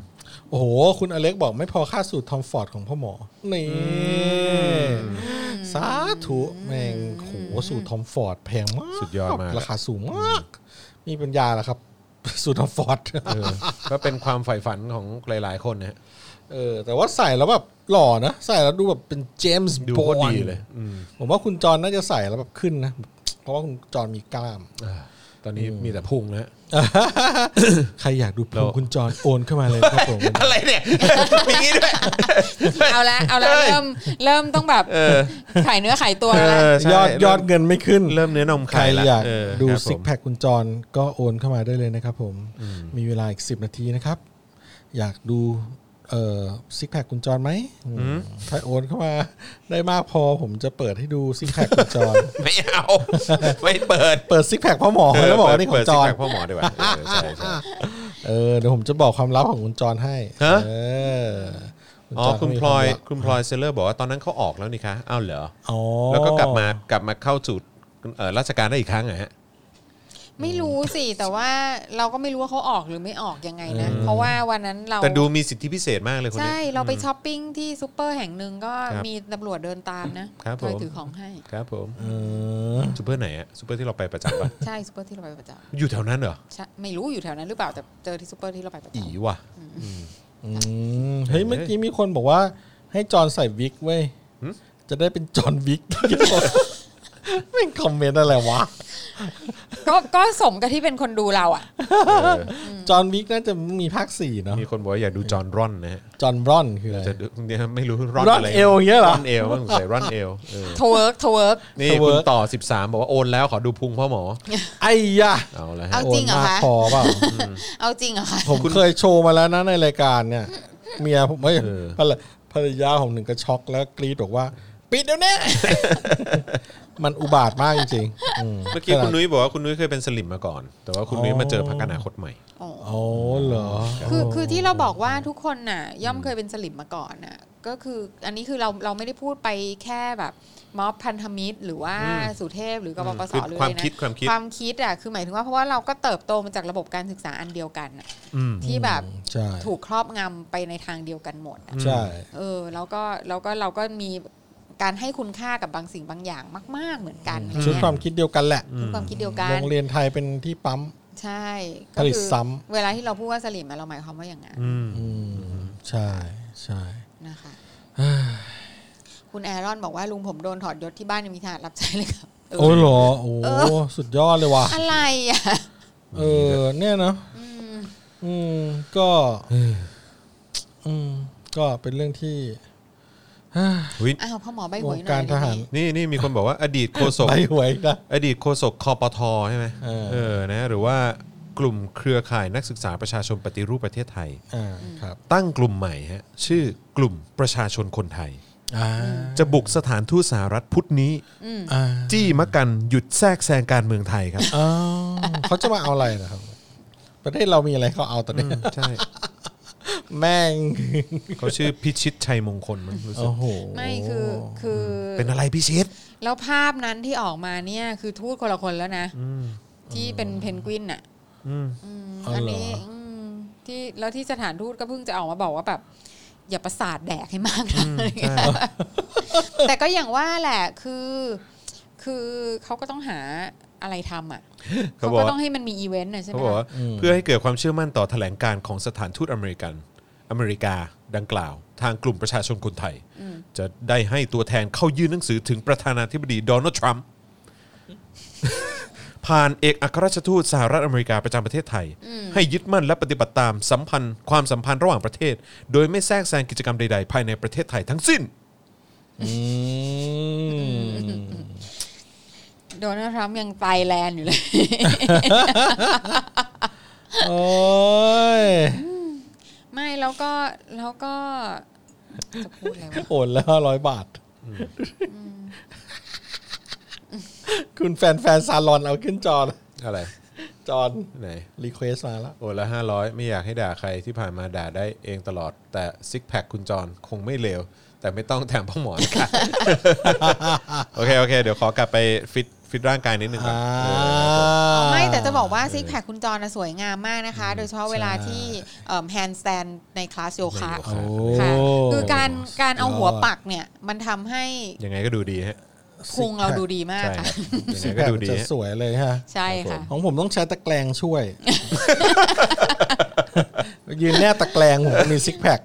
Speaker 3: โอ้โห คุณอเล็กบอกไม่พอค่าสูตรทอมฟอร์ดของพ่อหมอ นี่
Speaker 1: ม
Speaker 3: สาธุแม่งโหสูตรทอมฟอร์ดแพงมาก
Speaker 1: สุดยอดมาก
Speaker 3: ราคาสูงมาก มีปัญญาแล้วครับ สูตรทอมฟอร์ด
Speaker 1: เออก็เป็นความใฝ่ฝันของหลาย ๆ คนนะฮะ
Speaker 3: เออ แต่ว่าใส่แล้วแบบหล่อนะ ใส่แล้วดูแบบเป็นเจมส์
Speaker 1: ดู
Speaker 3: บอ
Speaker 1: ก็
Speaker 3: น
Speaker 1: ดี
Speaker 3: ด์
Speaker 1: เลยอืม
Speaker 3: ผมว่าคุณจอนน่าจะใส่แล้วแบบขึ้นนะ เพราะว่าคุณจอนมีกล้าม
Speaker 1: อ่าตอนนี้มีแต่พุ่งนะฮะ
Speaker 3: ใครอยากดูผม
Speaker 1: เรา
Speaker 3: คุณจอนโอนเข้ามาเลยครับผม
Speaker 1: อะไรเนี่ยมีอย่างงี้ด้วย
Speaker 2: เอาละเอาละ
Speaker 1: เอ้ย
Speaker 2: เริ่มเริ่มต้องแบบ
Speaker 1: เออ
Speaker 2: ขายเนื้อขายตัว
Speaker 1: เอ
Speaker 2: แล้ว
Speaker 1: อใช่
Speaker 3: ยอดยอดเงินไม่ขึ้น
Speaker 1: เริ่มเนื้อนม
Speaker 3: ใคร
Speaker 1: ไข่ละ
Speaker 3: อยาก
Speaker 1: เออ
Speaker 3: ดู
Speaker 1: ครับ
Speaker 3: ซิก
Speaker 1: ผม
Speaker 3: แพคคุณจรก็โอนเข้ามาได้เลยนะครับผมมีเวลาอีกสิบนาทีนะครับ อยากดูเอ่อซิกแพคคุณจรไหม
Speaker 1: อืม
Speaker 3: ถ้าโอนเข้ามาได้มากพอผมจะเปิดให้ดูซิกแพคคุณจ ร
Speaker 1: ไม่เอา ไม่เปิด
Speaker 3: เปิดซิกแพคพ่อหมอแล้วบอกว่านี่ของจ
Speaker 1: เปิ
Speaker 3: ร
Speaker 1: ดซิกแพคพ่อหมอดีกว่าเออใช่ใช่
Speaker 3: เออเดี๋ยวผมจะบอกความลับของคุณจรให้
Speaker 1: ฮะ
Speaker 3: เออ
Speaker 1: อ๋อ
Speaker 3: จร
Speaker 1: คุณ
Speaker 3: มี
Speaker 1: พลอย
Speaker 3: วามลับ
Speaker 1: คุณพลอยเซลเลอร์บอกว่าตอนนั้นเขาออกแล้วนี่คะอ้าวเหรอ
Speaker 3: อ๋อ
Speaker 1: แล้วก็กลับมากลับมาเข้าสู่เอ่อราชการได้อีกครั้งอะฮะ
Speaker 2: ไม่รู้สิแต่ว่าเราก็ไม่รู้ว่าเขาออกหรือไม่ออกยังไงนะ เพราะว่าวันนั้นเรา
Speaker 1: แต่ดูมีสิทธิพิเศษมากเลยคน
Speaker 2: ใช่
Speaker 1: นี้
Speaker 2: เราไปช้อปปิ้งที่ซูเปอร์แห่งหนึ่งก็
Speaker 1: ครับ
Speaker 2: มีตำรวจเดินตามนะครับ คอย
Speaker 1: ผม
Speaker 2: ถือของให้
Speaker 1: ครับผม
Speaker 3: เออ
Speaker 1: ซูเปอร์ไหนอะซูเปอร์ที่เราไปประจำปะ
Speaker 2: ใช่ซูเปอร์ที่เราไปประจ
Speaker 1: อยู่แถวนั้นเหรอ
Speaker 2: ำใช่ไม่รู้อยู่แถวนั้นหรือเปล่าแต่เจอที่ซูเปอร์ที่เราไปประจ
Speaker 1: อีว่ะ
Speaker 3: อืมเฮ้ยเมื่อกี้มีคนบอกว่า ให้จรใส่วิกเว้ย
Speaker 1: หึ
Speaker 3: จะได้เป็นจรวิ ก ไม่งคอมเมนต์อะไรวะ
Speaker 2: ำก็ก็สมกับที่เป็นคนดูเราอ่ะ
Speaker 1: เออ
Speaker 3: จอห์นวิกน่าจะมีภาคสี่เนาะ
Speaker 1: มีคนบอกว่าอยากดูจอห์นรอนนะฮะ
Speaker 3: จอห์นบรอนคืออะไร
Speaker 1: จะดูเนี่ยไม่รู้รอน
Speaker 3: รอน
Speaker 1: อะไร
Speaker 3: เอลเงี้ยเหรอ
Speaker 1: รอนเอลสงสัยรอนเอลเออ
Speaker 2: ทเวิร์กทเวิร์ก
Speaker 1: นี่คุณต่อ 13 บอกว่าโอนแล้วขอดูพุงพ่อหมอ
Speaker 3: ไอ้ยะ
Speaker 1: เอาละ
Speaker 2: เอ
Speaker 1: ฮะ
Speaker 2: จริงเหรอ
Speaker 3: โน
Speaker 2: คะ
Speaker 3: มากพอเปล่า
Speaker 2: เอาจริงเหรอคะ
Speaker 3: ผมเคยโชว์มาแล้วนะในรายการเนี่ย เมียผมไม่
Speaker 1: เออ
Speaker 3: ภรรภรรยาผมหนึ่งก็ช็อกแล้วกรีดบอกว่า ปิดเดี๋ยว นี้ มันอุบาทมากจริงๆอืม
Speaker 1: เมื่อกี้คุณนุ้ยบอกว่าคุณนุ้ยเคยเป็นสลิมมาก่อน แต่ว่าคุณนุ้ยมาเจอพรรคอนาคตใหม่
Speaker 2: โอ้
Speaker 3: โอ้เหรอ
Speaker 2: คือคือที่เราบอกว่าทุกคนน่ะ ย่อมเคยเป็นสลิมมาก่อนน่ะก็คืออันนี้คือเราเราไม่ได้พูดไปแค่แบบม็อบพันธมิตร หรือว่าสุเทพหรือกบปส
Speaker 1: คือ
Speaker 2: หรือ
Speaker 1: ค
Speaker 2: อะ
Speaker 1: วาม
Speaker 2: ไรนะ
Speaker 1: คิดความคิด
Speaker 2: ความคิดอ่ะคือหมายถึงว่าเพราะว่าเราก็เติบโตมาจากระบบการศึกษาอันเดียวกันน่ะ
Speaker 1: อืม
Speaker 2: ที่แบบ
Speaker 3: ใช่
Speaker 2: ถูกครอบงำไปในทางเดียวกันหมดอะ
Speaker 3: ใช่
Speaker 2: เออแล้วก็แล้วก็เราก็มีการให้คุณค่ากับบางสิ่งบางอย่างมาก ๆเหมือนกันอะไร
Speaker 3: ชุด
Speaker 2: เงี้ย
Speaker 3: ความคิดเดียวกันแหละ
Speaker 2: ชุดความคิดเดียวกั
Speaker 3: โร
Speaker 2: น
Speaker 3: งเรียนไทยเป็นที่ปั๊ม
Speaker 2: ใช่
Speaker 3: ผลิตซ้ำ
Speaker 2: เวลาที่เราพูดว่าสลิมอะเราหมายความว่าอย่างนั้น
Speaker 1: อืม
Speaker 3: อืมใช่ใช่
Speaker 2: นะคะคุณแอรอนบอกว่าลุงผมโดนถอดยศที่บ้านยังมีทหารรับใช้เลยครับเออ
Speaker 3: โอ้เหรอโอ้สุดยอดเลยว่ะ
Speaker 2: อะไรอ่ะ
Speaker 3: เออเนี่ยเนอะอืมก็ อืม ก็เป็นเรื่องที่
Speaker 1: อุ๊ย
Speaker 2: อ้าวพ่อหมอใบหวยหน่อยว
Speaker 3: งการทหาร
Speaker 2: ดิ
Speaker 1: นี่นี่มีคนบอกว่าอดีตโฆษก
Speaker 3: ไปหวยนะ
Speaker 1: อดีตโฆษกคอปทใช่ไหม
Speaker 3: เออ
Speaker 1: เออนะหรือว่ากลุ่มเครือข่ายนักศึกษาประชาชนปฏิรูปประเทศไทย
Speaker 3: อ่าครับ
Speaker 1: ตั้งกลุ่มใหม่ฮะชื่อกลุ่มประชาชนคนไทย
Speaker 3: อ่า
Speaker 1: จะบุกสถานทูตสหรัฐพุธนี้
Speaker 3: อ่า
Speaker 1: จี้มะกันหยุดแทรกแซงการเมืองไทยครับ
Speaker 3: อ้าวเขาจะมาเอาอะไรนะครับ ประเทศเรามีอะไรเขาเอาตอนนี้
Speaker 1: ใช่
Speaker 3: แม่ง
Speaker 1: เขาชื่อพิชิตชัยมงคลมันรู้สึก
Speaker 3: โอ้โห
Speaker 2: ไม่คือคือ
Speaker 1: เป็นอะไรพิชิต
Speaker 2: แล้วภาพนั้นที่ออกมาเนี่ยคือทูตคนละคนแล้วนะที่เป็นเพนกวินน่ะ
Speaker 3: เอา
Speaker 2: อัน
Speaker 3: เหรอ
Speaker 2: นี้มที่แล้วที่สถานทูตก็เพิ่งจะออกมาบอกว่าแบบ อย่าประสาทแดกให้มากนะอะไรอย่างเงี้ยแต่ก็อย่างว่าแหละคือ คือเขาก็ต้องหาอะไรทำอ่ะ
Speaker 1: เขา
Speaker 2: เขา
Speaker 1: บอก
Speaker 2: ก็ต้องให้มันมีอีเวนต์น่ะใช่ไห
Speaker 1: เขา
Speaker 2: ม
Speaker 1: บอกว่าเพื่อให้เกิดความเชื่อมั่นต่อแถลงการณ์ของสถานทูตอเมริกัน อเมริกาดังกล่าว ทางกลุ่มประชาชนคนไทย จะได้ให้ตัวแทนเข้ายื่นหนังสือถึงประธานาธิบดีโดนัลด์ทรัมป์ ผ่านเอกอัครราชทูตสหรัฐอเมริกาประจำประเทศไทย ให้ยึดมั่นและปฏิบัติตามสัมพันธ์ความสัมพันธ์ระหว่างประเทศ โดยไม่แทรกแซงกิจกรรมใดๆ ภายในประเทศไทยทั้งสิ้น
Speaker 3: อืม
Speaker 2: โดนัลด์ทรัมป์ยังไตแลนด์อยู่เลย
Speaker 3: โอ้ย
Speaker 2: ไม่แล้วก็แล้วก็จะพูดอะไรวะ
Speaker 3: โอนแล้วร้อยบาท คุณแฟนแฟนๆซาลอนเอาขึ้นจอนะ
Speaker 1: อะไร
Speaker 3: จอน
Speaker 1: ไหน
Speaker 3: รีเควสมาแล้ว
Speaker 1: โอนละห้าร้อยไม่อยากให้ด่าใครที่ผ่านมาด่าได้เองตลอด แต่ซิกแพคคุณจรคงไม่เลว แต่ไม่ต้องแถมพ่อหมอน ค่ะ โอเค โอเค เดี๋ยวขอกลับไปฟิตฟิตร่างกายนิดนึงก่อน
Speaker 3: อ่า
Speaker 1: เออครับ
Speaker 2: ไม่แต่จะบอกว่าซิกแพคคุณจอนะสวยงามมากนะคะ โดยเฉพาะเวลา
Speaker 3: ใช่
Speaker 2: ที่แฮนด์สแตนในคลาสโยคะ
Speaker 1: ในโย
Speaker 3: โอ้
Speaker 2: ค่ะคือการการเอาหัวปักเนี่ย มันทำให้
Speaker 1: ผมยังไงก็ดูดี ฮะ
Speaker 2: พุงเราดูดีมาก
Speaker 1: ใช่ค
Speaker 2: ค่ะ
Speaker 1: รับยังไง
Speaker 3: ซิกแพ
Speaker 1: ก็
Speaker 3: ค
Speaker 1: ดูดี
Speaker 3: จะ
Speaker 1: ฮะ
Speaker 3: สวยเลยฮะ
Speaker 2: ใช่
Speaker 1: ครั
Speaker 2: ค่ะ
Speaker 1: บผม
Speaker 3: ของผมต้องใช้ตะแกรงช่วย ยืนแน่ตะแกรงผมก็มีซิกแพค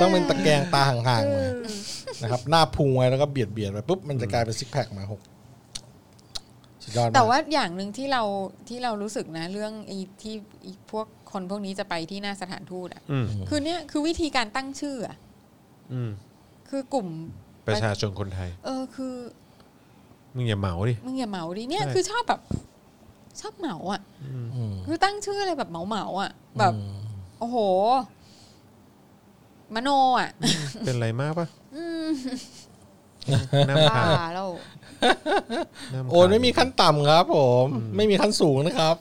Speaker 3: ต้องเป็นตะแกรงตาห่างๆเลยนะครับ หน้าพุงไว้แล้วก็เบียดเบียดๆไปปุ๊บมันจะกลายเป็นซิกแพคมาหกสุดยอดมก
Speaker 2: แต่ว่าอย่างหนึ่งที่เราที่เรารู้สึกนะ เรื่องไอ้ที่ไอ้พวกคนพวกนี้จะไปที่หน้าสถานทูตอ่ะ
Speaker 1: อืม
Speaker 2: คือเนี่ยคือวิธีการตั้งชื่ออะ
Speaker 1: อืม
Speaker 2: คือกลุ่ม
Speaker 1: ประชาชนคนไทย
Speaker 2: เออคือ
Speaker 1: มึงอย่าเหมาดิ
Speaker 2: มึงอย่าเหมาดิเนี่ย
Speaker 1: ใช่
Speaker 2: คือชอบแบบ ชอบเหมาอ่ะ
Speaker 3: อืม
Speaker 2: คือตั้งชื่ออะไรแบบเหมาเหมาๆอ่ะ แบบ
Speaker 3: อืม
Speaker 2: โอ้โห มโนอ่ะ
Speaker 1: เป็นไรมากปะ
Speaker 2: อืม
Speaker 1: น้ำขา
Speaker 2: บ้า
Speaker 1: ด
Speaker 2: แล้ว
Speaker 1: ำขาด
Speaker 3: โอนไม่มีขั้นต่ำครับ ผม ไม่มีขั้นสูงนะครับ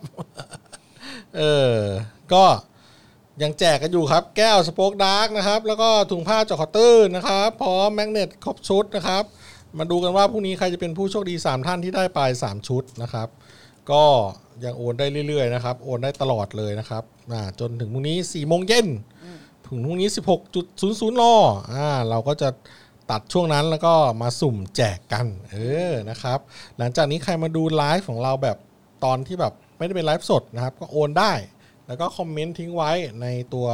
Speaker 3: เออ ก็ยังแจกกันอยู่ครับ แก้วสป็อกดาร์กนะครับ แล้วก็ถุงผ้าเจอคอตเตอร์นะครับ พร้อมแมกเนตครบชุดนะครับ มาดูกันว่าพรุ่งนี้ใครจะเป็นผู้โชคดี 3 ท่านที่ได้ไป 3 ชุดนะครับ ก็ยังโอนได้เรื่อยๆนะครับ โอนได้ตลอดเลยนะครับอ่าจนถึงพรุ่งนี้4โมงเย็นถึงพรุ่งนี้ 16.00นอ่าเราก็จะตัดช่วงนั้นแล้วก็มาสุ่มแจกกัน เออนะครับ หลังจากนี้ใครมาดูไลฟ์ของเราแบบตอนที่แบบไม่ได้เป็นไลฟ์สดนะครับ ก็โอนได้ แล้วก็คอมเมนต์ทิ้งไว้ในตัว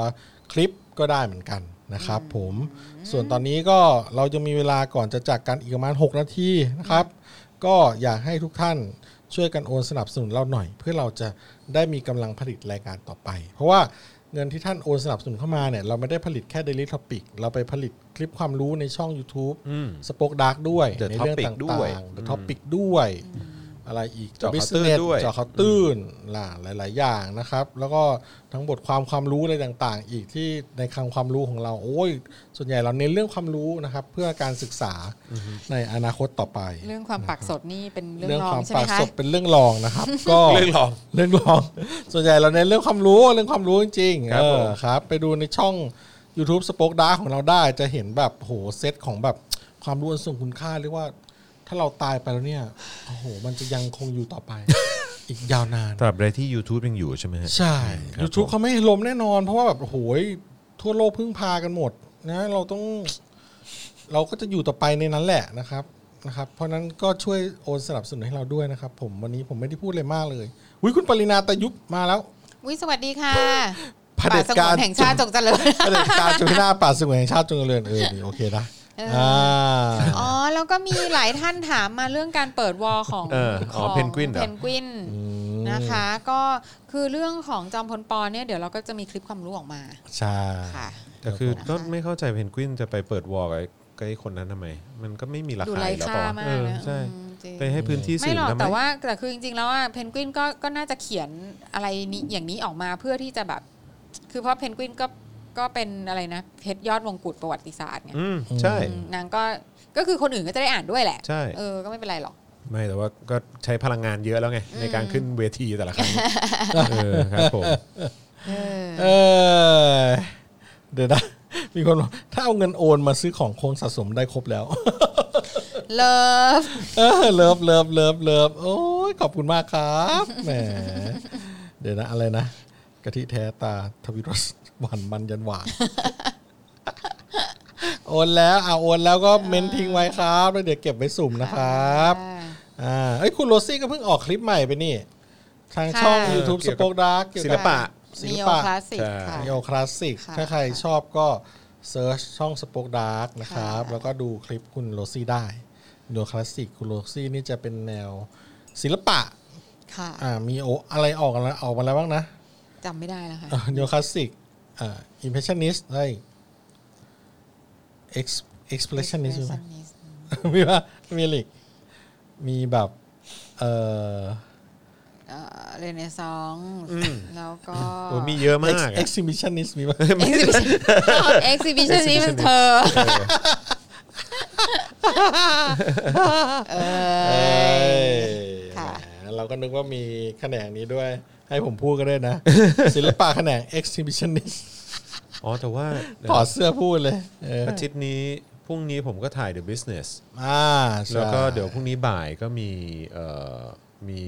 Speaker 3: คลิปก็ได้เหมือนกันนะครับผม ส่วนตอนนี้ก็เราจะมีเวลาก่อนจะจากกันอีกประมาณ 6 นาทีนะครับ ก็อยากให้ทุกท่านช่วยกันโอนสนับสนุนเราหน่อย เพื่อเราจะได้มีกำลังผลิตรายการต่อไป เพราะว่าเงินที่ท่านโอนสนับสนุนเข้ามาเนี่ยเราไม่ได้ผลิตแค่ Daily Topic เราไปผลิตคลิปความรู้ในช่อง YouTube
Speaker 1: อืม
Speaker 3: สป็อกดาร์กด้วย
Speaker 1: The
Speaker 3: ในเรื่อง
Speaker 1: Topic
Speaker 3: ต่าง
Speaker 1: ด้วย
Speaker 3: ๆ The
Speaker 1: อืม
Speaker 3: Topic ด้วย อะไรอีก
Speaker 1: เจาะข่าว
Speaker 3: Business
Speaker 1: ตื้นด้วย
Speaker 3: เจาะข่าวตื้นล่ะหลาย ๆ อย่างนะครับ แล้วก็ทั้งบทความความรู้อะไรต่าง ๆ อีกที่ในคลังความรู้ของเราโอ้ย ส่วนใหญ่เราเน้นเรื่องความรู้นะครับ เพื่อการศึกษาในอนาคตต่อไป
Speaker 2: เรื่องความปากสดนี่เป็นเรื่อ
Speaker 3: เรื่อง ง
Speaker 2: รอ
Speaker 3: ค
Speaker 2: ง
Speaker 3: วาม
Speaker 2: ใช่
Speaker 3: ป
Speaker 2: ไหม
Speaker 3: ราก
Speaker 2: คะ
Speaker 3: ศเป็นเรื่องรอง นะครับ ก็
Speaker 1: เรื่องรอง
Speaker 3: เรื่องรอง ส่วนใหญ่เราเน้นเรื่องความรู้เรื่องความรู้จริงๆ
Speaker 1: ครั
Speaker 3: เอบ
Speaker 1: ผม
Speaker 3: อครับ ไปดูในช่อง YouTube สป็อกดาของเราได้จะเห็นแบบโหเซตของแบบความรู้อันทรงคุณค่าเรียกว่า ถ้าเราตายไปแล้วเนี่ยโอ้โห มันจะยังคงอยู่ต่อ ไป อีกยาวนาน
Speaker 1: ตราบใดที่ YouTube ยังอยู่ใช่ไหมฮะ
Speaker 3: ใช่
Speaker 1: ครับ
Speaker 3: YouTube เขาไม่ให้ล้มแน่นอน เพราะว่าแบบโอ้โหทั่วโลกพึ่งพากันหมดนะเราต้อง เราก็จะอยู่ต่อไปในนั้นแหละนะครับนะครับ เพราะนั้นก็ช่วยโอนสนับสนุนให้เราด้วยนะครับ ผมวันนี้ผมไม่ได้พูดอะไรมากเลยอุ้ยคุณปรินาตายุบมาแล้ว
Speaker 2: วิสวัสดีค่ะ
Speaker 3: เผด็จ
Speaker 2: สง
Speaker 3: การ
Speaker 2: วนแห่งชาติจงเจริญ
Speaker 3: เผด็จการจุลนาป่าสงวนแห่งชาติจงเจริญเออดีโอเคนะ
Speaker 2: เอออ่
Speaker 3: อ่า
Speaker 2: อ๋อ แล้วก็มีหลายท่านถามมาเรื่องการเปิดวอลของ
Speaker 1: เอออ๋อ
Speaker 2: ของ
Speaker 1: Penguin เหรอ
Speaker 2: Penguin
Speaker 3: ม
Speaker 2: นะคะ ก็คือเรื่องของจอมพลปอเนี่ยเดี๋ยวเราก็จะมีคลิปความรู้ออกมา
Speaker 3: ใช่
Speaker 2: ค่ะ
Speaker 1: แต่คือก็ไม่เข้าใจเพนกวินจะไปเปิดวอลกับไอ้คนนั้นทำไม มันก็ไม่มีรา
Speaker 2: ดู
Speaker 1: คา
Speaker 2: ไร้
Speaker 1: อยู่แล้ว
Speaker 2: ค่า
Speaker 1: เปล่าวะ
Speaker 2: มา
Speaker 1: เอก อ
Speaker 2: นะ
Speaker 1: ใช่
Speaker 2: อืมจริง
Speaker 1: ไปให้พื้นที่
Speaker 2: ไม่
Speaker 1: สื่อ
Speaker 2: หรอก
Speaker 1: ทำไม
Speaker 2: แต่ว่าแต่คือจริงๆแล้วอ่ะเพนกวินก็ก็น่าจะเขียนอะไรนี้อย่างนี้ออกมาเพื่อที่จะแบบ คือเพราะเพนกวินก็ก็เป็นอะไรนะเพชรยอดวงกุฎประวัติศาสตร์ไง
Speaker 1: อืมใช่
Speaker 2: อืมนางก็ก็คือคนอื่นก็จะได้อ่านด้วยแหละ
Speaker 1: ใช่
Speaker 2: เออก็ไม่เป็นไรหรอก
Speaker 1: ไม่แต่ว่าก็ใช้พลังงานเยอะแล้วไง ในการขึ้นเวทีแต่ละครั้งเออครับผม
Speaker 2: เออ
Speaker 3: เออเดี๋ยวนะมีคนบอกถ้าเอาเงินโอนมาซื้อของคงสะสมได้ครบแล้ว
Speaker 2: เลิฟ
Speaker 3: เออเลิฟเลิฟเลิฟเลิฟโอ้ยขอบคุณมากครับแหมเดี๋ยวนะอะไรนะกะทิแท้ตาทวิรสหวานมันยันหวานโอนแล้วอ่าโอนแล้วก็เมนทิ้งไว้ครับแล้วเดี๋ยวเก็บไว้สุ่มนะครับ
Speaker 2: อ่า
Speaker 3: อ่าเอ้ยคุณโรซี่ก็เพิ่งออกคลิปใหม่ไปนี่ ทางช่อง
Speaker 2: ค่ะ
Speaker 3: YouTube
Speaker 1: เกี่
Speaker 3: ส
Speaker 1: ยวกับ
Speaker 3: ป็อกดาร์ก
Speaker 1: ศิลปะ
Speaker 3: ศิล
Speaker 2: Neo
Speaker 3: ปะ
Speaker 2: Classic ค่ะ
Speaker 3: นิโอคลาสสิก
Speaker 2: ค่ะ
Speaker 3: ถ้าใครชอบก็เซิร์ชช่องสป็อกดาร์กนะครับ
Speaker 2: ค่ะ
Speaker 3: แล้วก็ดูคลิปคุณโรซี่ได้นิโอคลาสสิกคุณโรซี่นี่จะเป็นแนวศิลปะ
Speaker 2: ค่ะ
Speaker 3: อ่ามีโออะไรออกกันแล้วออกมาแล้วบ้างนะ
Speaker 2: จำไม่ได้แล้วค่ะ
Speaker 3: นิโอคลาสสิกอ่าอิมเพรสชันนิสได้เอ็กซ์เอ็กซ์เพรสชันนิส
Speaker 2: เอ็กซ์เพรสชันนิส
Speaker 3: มีว่ามีลิกมีแบบเออ
Speaker 2: เอ่อเรเนซองส์แล้วก็
Speaker 1: โอ้ยมีเยอะมาก
Speaker 3: เอ็
Speaker 1: อะ
Speaker 3: กซิบิชันนิสมีป่ะ
Speaker 2: เอ็กซิบิชันนี้เป็นเธอเอ
Speaker 3: เอ้
Speaker 2: ย
Speaker 3: ย
Speaker 2: ค่ะ
Speaker 3: แหมเราก็นึกว่ามีแขนงนี้ด้วย ให้ผมพูดก็ได้ นะ ศิลปะแขนง exhibitionist
Speaker 1: อ๋อแต่ว่า
Speaker 3: ถอดเสื้อพูดเลยเออ
Speaker 1: อาทิตย์นี้พรุ่งนี้ผมก็ถ่าย The Business
Speaker 3: อ่าใช่
Speaker 1: แล้วก็เดี๋ยวพรุ่งนี้บ่ายก็มีเอ่อมี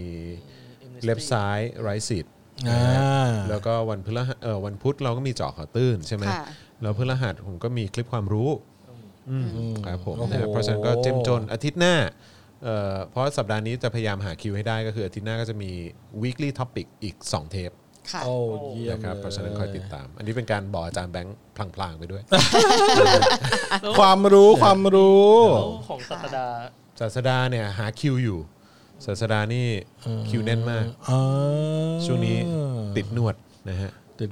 Speaker 1: เล็บซ้ายไรซิด
Speaker 3: อ่า
Speaker 1: แล้วก็วันพฤหัสเอ่อวันพุธเราก็มีเจาะข่าวตื้นใช่ไหม
Speaker 2: ค่ะ
Speaker 1: แล้วพฤหัสผมก็มีคลิปความรู้
Speaker 3: อืม
Speaker 1: ครับผม
Speaker 3: โอ้โห
Speaker 1: นะครับเพราะฉะนั้นก็เจ้มจนอาทิตย์หน้าเอ่อเพราะสัปดาห์นี้จะพยายามหาคิวให้ได้ก็คืออาทิตย์หน้าก็จะมี weekly topic อีก 2 เทป
Speaker 2: ค่ะ
Speaker 3: โอ้เยี่ยม
Speaker 1: นะครับเพราะฉะนั้น
Speaker 3: ล
Speaker 1: คอยติดตาม อันนี้เป็นการบอกอาจารย์แบงค์พลางๆไปด้วย
Speaker 3: ความรู้ความรู้
Speaker 4: แล้วของสัปดาห์
Speaker 1: ศาสดาเนี่ยหาคิวอยู่ศาสดานี่คิวแน่นมาก
Speaker 3: อ่า
Speaker 1: ช่วงนี้ติดหนวดนะฮะ
Speaker 3: ติด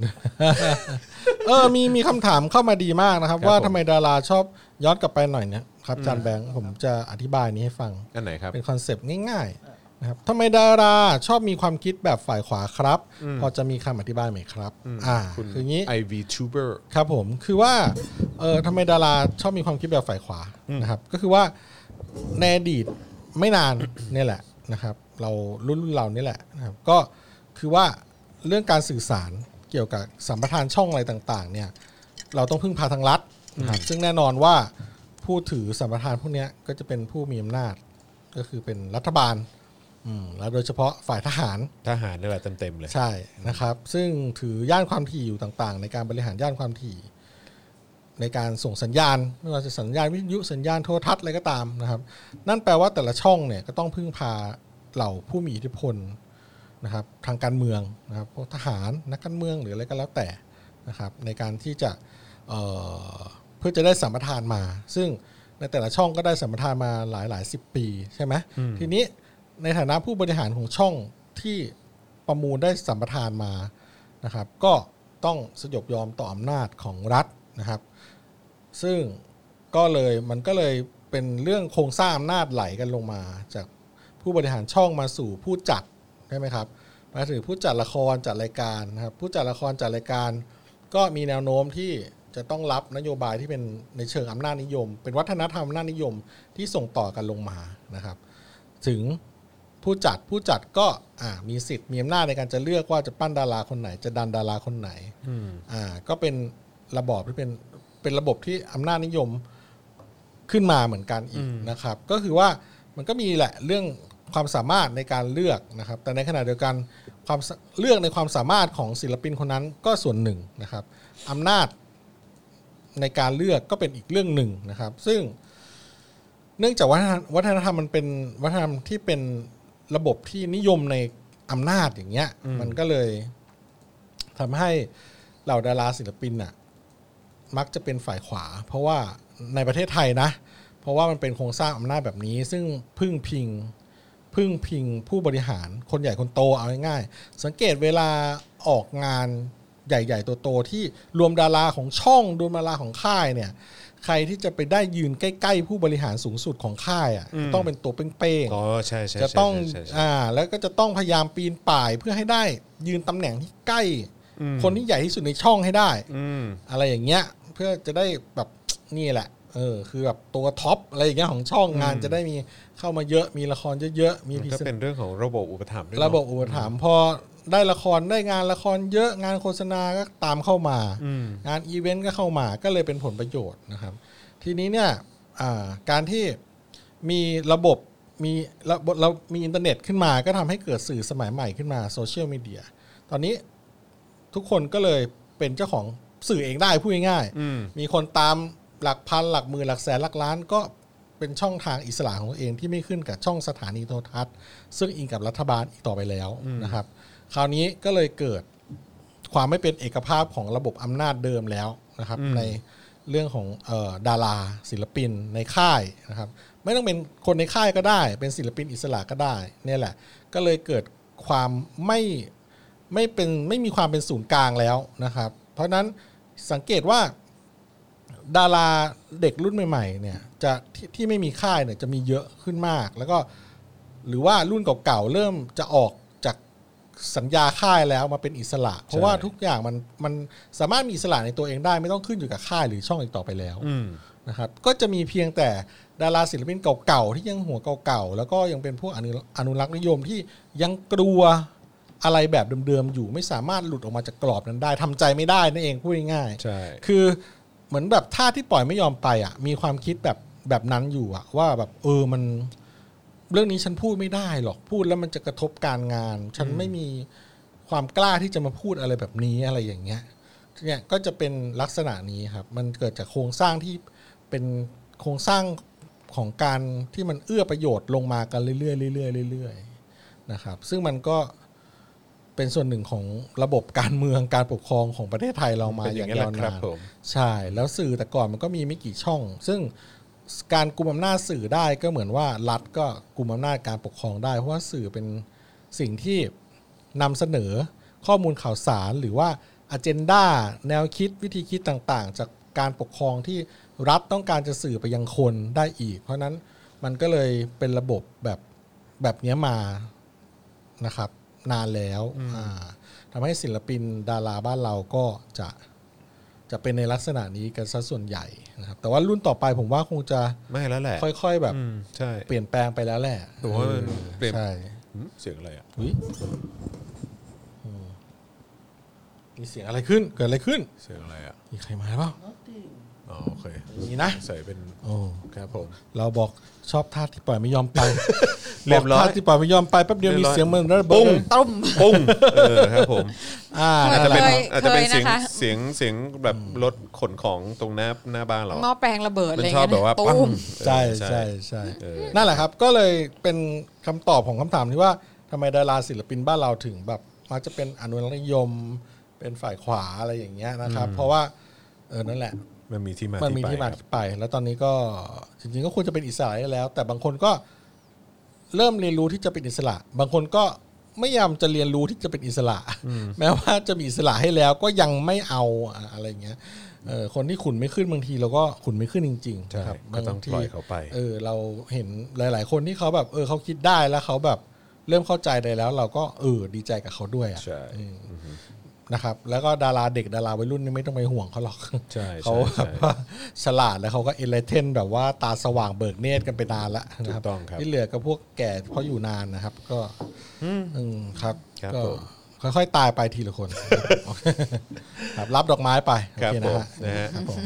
Speaker 3: เออมีมีคำถามเข้ามาดีมากนะครับ
Speaker 1: ครับ
Speaker 3: ว่า
Speaker 1: ผม
Speaker 3: ทำไมดาราชอบย้อนกลับไปหน่อยเนี่ยครับอาจานแบงค์ผมจะอธิบายนี้ให้ฟัง
Speaker 1: อันไหนครับ
Speaker 3: เป็นคอนเซปต์ง่ายๆนะครับทำไมดาราชอบมีความคิดแบบฝ่ายขวาครับ พอจะมีคำอธิบายไหมครับ อ่า คืองี้
Speaker 1: IV Tuber
Speaker 3: ครับผม คือว่า เออทำไมดาราชอบมีความคิดแบบฝ่ายขวา นะครับ ก็คือว่าในอดีตไม่นาน เนี่ยแหละนะครับ เรารุ่นรุ่นเรานี่แหละนะครับ ก็คือว่าเรื่องการสื่อสารเกี่ยวกับสัมปทานช่องอะไรต่างๆ เนี่ย เราต้องพึ่งพาทางรัฐนะครับ ซึ่งแน่นอนว่าผู้ถือสัมปทานพวกเนี้ยก็จะเป็นผู้มีอำนาจ ก็คือเป็นรัฐบาล อืม แล้วโดยเฉพาะฝ่ายทหาร
Speaker 1: ทหารนี่แหละเต็มๆเลย
Speaker 3: ใช่นะครับ ซึ่งถือย่านความถี่อยู่ต่างๆ ในการบริหารย่านความถี่ ในการส่งสัญญาณไม่ว่าจะสัญญาณวิทยุสัญญาณโทรทัศน์อะไรก็ตามนะครับ นั่นแปลว่าแต่ละช่องเนี่ยก็ต้องพึ่งพาเหล่าผู้มีอิทธิพลนะครับทางการเมืองนะครับพวกทหารนักการเมืองหรืออะไรก็แล้วแต่นะครับในการที่จะเอ่อเพื่อจะได้สัมปทานมา ซึ่งในแต่ละช่องก็ได้สัมปทานมาหลายหลายสิบปีใช่ไหมทีนี้ในฐานะผู้บริหารของช่องที่ประมูลได้สัมปทานมานะครับ ก็ต้องสยบยอมต่ออำนาจของรัฐนะครับ ซึ่งก็เลยมันก็เลยเป็นเรื่องโครงสร้างอำนาจไหลกันลงมา จากผู้บริหารช่องมาสู่ผู้จัดใช่ไหมครับมาถึงผู้จัดละครจัดรายการนะครับผู้จัดละครจัดรายการ ก็มีแนวโน้มที่จะต้องรับนโยบายที่เป็นในเชิงอำนาจนิยม เป็นวัฒนธรรมอำนาจนิยมที่ส่งต่อกันลงมานะครับ ถึงผู้จัดผู้จัดก็อ่ามีสิทธิ์มีอำนาจในการจะเลือกว่าจะปั้นดาราคนไหน จะดันดาราคนไหน อ่าก็เป็นระบอบที่เป็นเป็นระบบที่อำนาจนิยมขึ้นมาเหมือนกันอีกนะครับ ก็คือว่ามันก็มีแหละเรื่องความสามารถในการเลือกนะครับ แต่ในขณะเดียวกันความสเลือกในความสามารถของศิลปินคนนั้นก็ส่วนหนึ่งนะครับอำนาจในการเลือกก็เป็นอีกเรื่องหนึ่งนะครับ ซึ่ง เนื่องจากวัฒนวัฒนธรรมมันเป็นวัฒนธรรมที่เป็นระบบที่นิยมในอำนาจอย่างเงี้ย มันก็เลยทำให้ เหล่าดาราศิลปินน่ะมักจะเป็นฝ่ายขวา เพราะว่าในประเทศไทยนะ เพราะว่ามันเป็นโครงสร้างอำนาจแบบนี้ ซึ่งพึ่งพิงพึ่งพิงผู้บริหารคนใหญ่คนโตเอาง่ายๆสังเกตเวลาออกงานใหญ่ ๆ ตัวโตที่รวมดาราของช่องรวมดาราของค่ายเนี่ย ใครที่จะไปได้ยืนใกล้ๆ ผู้บริหารสูงสุดของค่ายอ่ะ
Speaker 1: อืม
Speaker 3: ต้องเป็นตัวเป้งๆ
Speaker 1: อ๋อใช่ใช่
Speaker 3: จะต้อง
Speaker 1: ใช่ใช่ใช่
Speaker 3: อ่าแล้วก็จะต้องพยายามปีนป่ายเพื่อให้ได้ยืนตำแหน่งที่ใกล้ คนที่ใหญ่ที่สุดในช่องให้ได้
Speaker 1: อืม
Speaker 3: อะไรอย่างเงี้ยเพื่อจะได้แบบนี่แหละเออคือแบบตัวท็อปอะไรอย่างเงี้ยของช่องงานจะได้มีเข้ามาเยอะมีละครเยอะๆมี
Speaker 1: มัน
Speaker 3: พรี
Speaker 1: ก็
Speaker 3: เซน
Speaker 1: เป็นเรื่องของระบบอุปถัมภ์ด้วยเน
Speaker 3: ระบบอุปถัมภ์พอได้ละครได้งานละครเยอะงานโฆษณาก็ตามเข้ามา
Speaker 1: อืม
Speaker 3: งานอีเวนต์ก็เข้ามาก็เลยเป็นผลประโยชน์นะครับ ทีนี้เนี่ยอ่าการที่มีระบบมีระบบเรามีอินเทอร์เน็ตขึ้นมา ก็ทำให้เกิดสื่อสมัยใหม่ขึ้นมาโซเชียลมีเดียตอนนี้ทุกคนก็เลยเป็นเจ้าของสื่อเองได้พูดง่ายๆ
Speaker 1: อืม
Speaker 3: มีคนตามหลักพันหลักหมื่นหลักแสนหลักล้านก็เป็นช่องทางอิสระของตัวเองที่ไม่ขึ้นกับช่องสถานีโทรทัศน์ ซึ่งอิงกับรัฐบาลอีกต่อไปแล้วนะครับ คราวนี้ก็เลยเกิดความไม่เป็นเอกภาพของระบบอำนาจเดิมแล้วนะครับ ในเรื่องของเออดาราศิลปินในค่ายนะครับ ไม่ต้องเป็นคนในค่ายก็ได้ เป็นศิลปินอิสระก็ได้เนี่ยแหละ ก็เลยเกิดความไม่ ไม่เป็นไม่มีความเป็นศูนย์กลางแล้วนะครับ เพราะฉะนั้นสังเกตว่า ดาราเด็กรุ่นใหม่ๆเนี่ยจะที่ที่ไม่มีค่ายเนี่ยจะมีเยอะขึ้นมาก แล้วก็หรือว่ารุ่นเก่าๆเริ่มจะออกจากสัญญาค่ายแล้วมาเป็นอิสระ เพราะว่าทุกอย่างมันมันสามารถมีอิสระในตัวเองได้ ไม่ต้องขึ้นอยู่กับค่ายหรือช่องอีกต่อไปแล้ว
Speaker 1: อืม
Speaker 3: นะครับก็จะมีเพียงแต่ดาราศิลปินเก่าๆที่ยังหัวเก่าๆแล้วก็ยังเป็นพวกอนุอนุรักษ์นิยมที่ยังกลัวอะไรแบบเดิมๆอยู่ไม่สามารถหลุดออกมาจากกรอบนั้นได้ทำใจไม่ได้นั่นเองพูดง่ายๆ
Speaker 1: ใช่
Speaker 3: คือเหมือนแบบท่าที่ปล่อยไม่ยอมไปอ่ะมีความคิดแบบแบบนั้นอยู่อ่ะว่าแบบเออมันเรื่องนี้ฉันพูดไม่ได้หรอกพูดแล้วมันจะกระทบการงาน ฉันไม่มีความกล้าที่จะมาพูดอะไรแบบนี้อะไรอย่างเงี้ย เนี่ยก็จะเป็นลักษณะนี้ครับ มันเกิดจากโครงสร้างที่เป็นโครงสร้างของการที่มันเอื้อประโยชน์ลงมากันเรื่อยๆเรื่อยๆเรื่อยๆนะครับ ซึ่งมันก็เป็นส่วนหนึ่งของระบบการเมืองการปกครองของประเทศไทยเรามา
Speaker 1: เป็น
Speaker 3: อ
Speaker 1: อย่า
Speaker 3: ย่าง
Speaker 1: งนี้แห
Speaker 3: ยาว
Speaker 1: ละครั
Speaker 3: นา
Speaker 1: บ
Speaker 3: น
Speaker 1: ผม
Speaker 3: ใช่ แล้วสื่อแต่ก่อนมันก็มีไม่กี่ช่อง ซึ่งการกุมอำนาจสื่อได้ก็เหมือนว่ารัฐก็กุมอำนาจการปกครองได้ เพราะว่าสื่อเป็นสิ่งที่นำเสนอข้อมูลข่าวสารหรือว่าอเจนดาแนวคิดวิธีคิดต่างๆ จากการปกครองที่รัฐต้องการจะสื่อไปยังคนได้อีก เพราะฉะนั้นมันก็เลยเป็นระบบแบบแบบเนี้ยมานะครับ นานแล้วอ่าทำให้ศิลปินดาราบ้านเราก็จะ จะเป็นในลักษณะนี้กันซะส่วนใหญ่นะครับ แต่ว่ารุ่นต่อไปผมว่าคงจะ
Speaker 1: ไม่แล้วแหละ
Speaker 3: ค่อยๆ แบบ
Speaker 1: อืมใช่
Speaker 3: เปลี่ยนแปลงไปแล้วแหละ
Speaker 1: ผมว่ามันเปลี่ยน
Speaker 3: ใช่
Speaker 1: หืมเสียงอะไรอ่ะ
Speaker 3: อุ๊ยอืมมีเสียงอะไรขึ้น เกิดอะไรขึ้น
Speaker 1: เสียงอะไรอ่ะ
Speaker 3: มีใครมาหรือเปล่า
Speaker 1: อ๋อโอเค
Speaker 3: มีนะ
Speaker 1: ใส่เป็น
Speaker 3: โอ้
Speaker 1: ครับผม
Speaker 3: เราบอกชอบท่าที่ปล่อยไม่ยอมไป
Speaker 1: เรียบร้อย
Speaker 3: ท่าที่ปล่อยไม่ยอมไปแป๊บเดียว
Speaker 1: เรีย
Speaker 3: มี
Speaker 1: บร้อย
Speaker 3: เสียงเหมือนระเบิ
Speaker 1: ปุ้
Speaker 3: ด
Speaker 1: ง
Speaker 2: ต้ม
Speaker 1: ปุ้งเออครับผม
Speaker 3: อ่า
Speaker 1: อาจจะเป็น
Speaker 2: เคย
Speaker 1: อาจจะเป็น
Speaker 2: เค
Speaker 1: เสี
Speaker 2: ย
Speaker 1: ยง
Speaker 2: นะคะ
Speaker 1: เสียงเสียงแบบรถขนของตรงหน้าหน้าบ้านเรา
Speaker 2: หม้อแปลงระเบิด
Speaker 1: มั
Speaker 2: อะ
Speaker 1: น
Speaker 2: ไร
Speaker 1: ชอบ
Speaker 2: เงี้ย
Speaker 1: แบบว่า
Speaker 2: ตู
Speaker 1: ปั้ง
Speaker 2: ม
Speaker 1: เออ
Speaker 3: ใช่ใช่ใช่
Speaker 1: เออ
Speaker 3: นั่นแหละครับ ก็เลยเป็นคำตอบของคำถามที่ว่าทำไมดาราศิลปินบ้านเราถึงแบบมักจะเป็นอนุรักษ์นิยม เป็นฝ่ายขวาอะไรอย่างเงี้ยนะครับ เพราะว่าเออนั่นแหละ
Speaker 1: มันมีที่มา
Speaker 3: มันมี
Speaker 1: ที่
Speaker 3: ที่
Speaker 1: ไป
Speaker 3: มา
Speaker 1: ครับ
Speaker 3: ที่ไป แล้วตอนนี้ก็จริงๆก็ควรจะเป็นอิสระได้แล้ว แต่บางคนก็เริ่มเรียนรู้ที่จะเป็นอิสระ บางคนก็ไม่ยอมจะเรียนรู้ที่จะเป็นอิสระ แม้ว่าจะมีอิสระให้แล้วก็ยังไม่เอาอะอะไรอย่างเงี้ยเออคนที่ขุนไม่ขึ้นบางทีเราก็ขุนไม่ขึ้นจริงๆ
Speaker 1: ใช่
Speaker 3: นะครับ
Speaker 1: ก็
Speaker 3: บาง
Speaker 1: ต้อง
Speaker 3: ที
Speaker 1: ปล่อยเขาไป
Speaker 3: เออเราเห็นหลาย ๆ คนที่เขาแบบเออเขาคิดได้แล้วเขาแบบเริ่มเข้าใจได้แล้ว เราก็เออดีใจกับเขาด้วยอะ
Speaker 1: ใช่
Speaker 3: อืมนะครับ แล้วก็ดาราเด็กดาราวัยรุ่นนี่ไม่ต้องไปห่วงเขาหรอก
Speaker 1: ใช่ใช่
Speaker 3: เขาแบบ
Speaker 1: ใช่
Speaker 3: ว่า ฉลาดแล้วเขาก็เอเลเทนแบบว่าตาสว่างเบิกเนตรกันไปนานละนะค
Speaker 1: ถู
Speaker 3: รับ
Speaker 1: กต้องครับ
Speaker 3: ที่เหลือก็พวกแก่เพราะอยู่นานนะครับ ก็อืมครับ
Speaker 1: ครับ
Speaker 3: ก็
Speaker 1: ผม
Speaker 3: ค่อยๆตายไปทีละคน ครับรับดอกไม้ไปโอ
Speaker 1: ครับ
Speaker 3: เค
Speaker 1: ผ
Speaker 3: นะ
Speaker 1: ม
Speaker 3: ฮะ
Speaker 1: นะฮะ
Speaker 3: ครับผม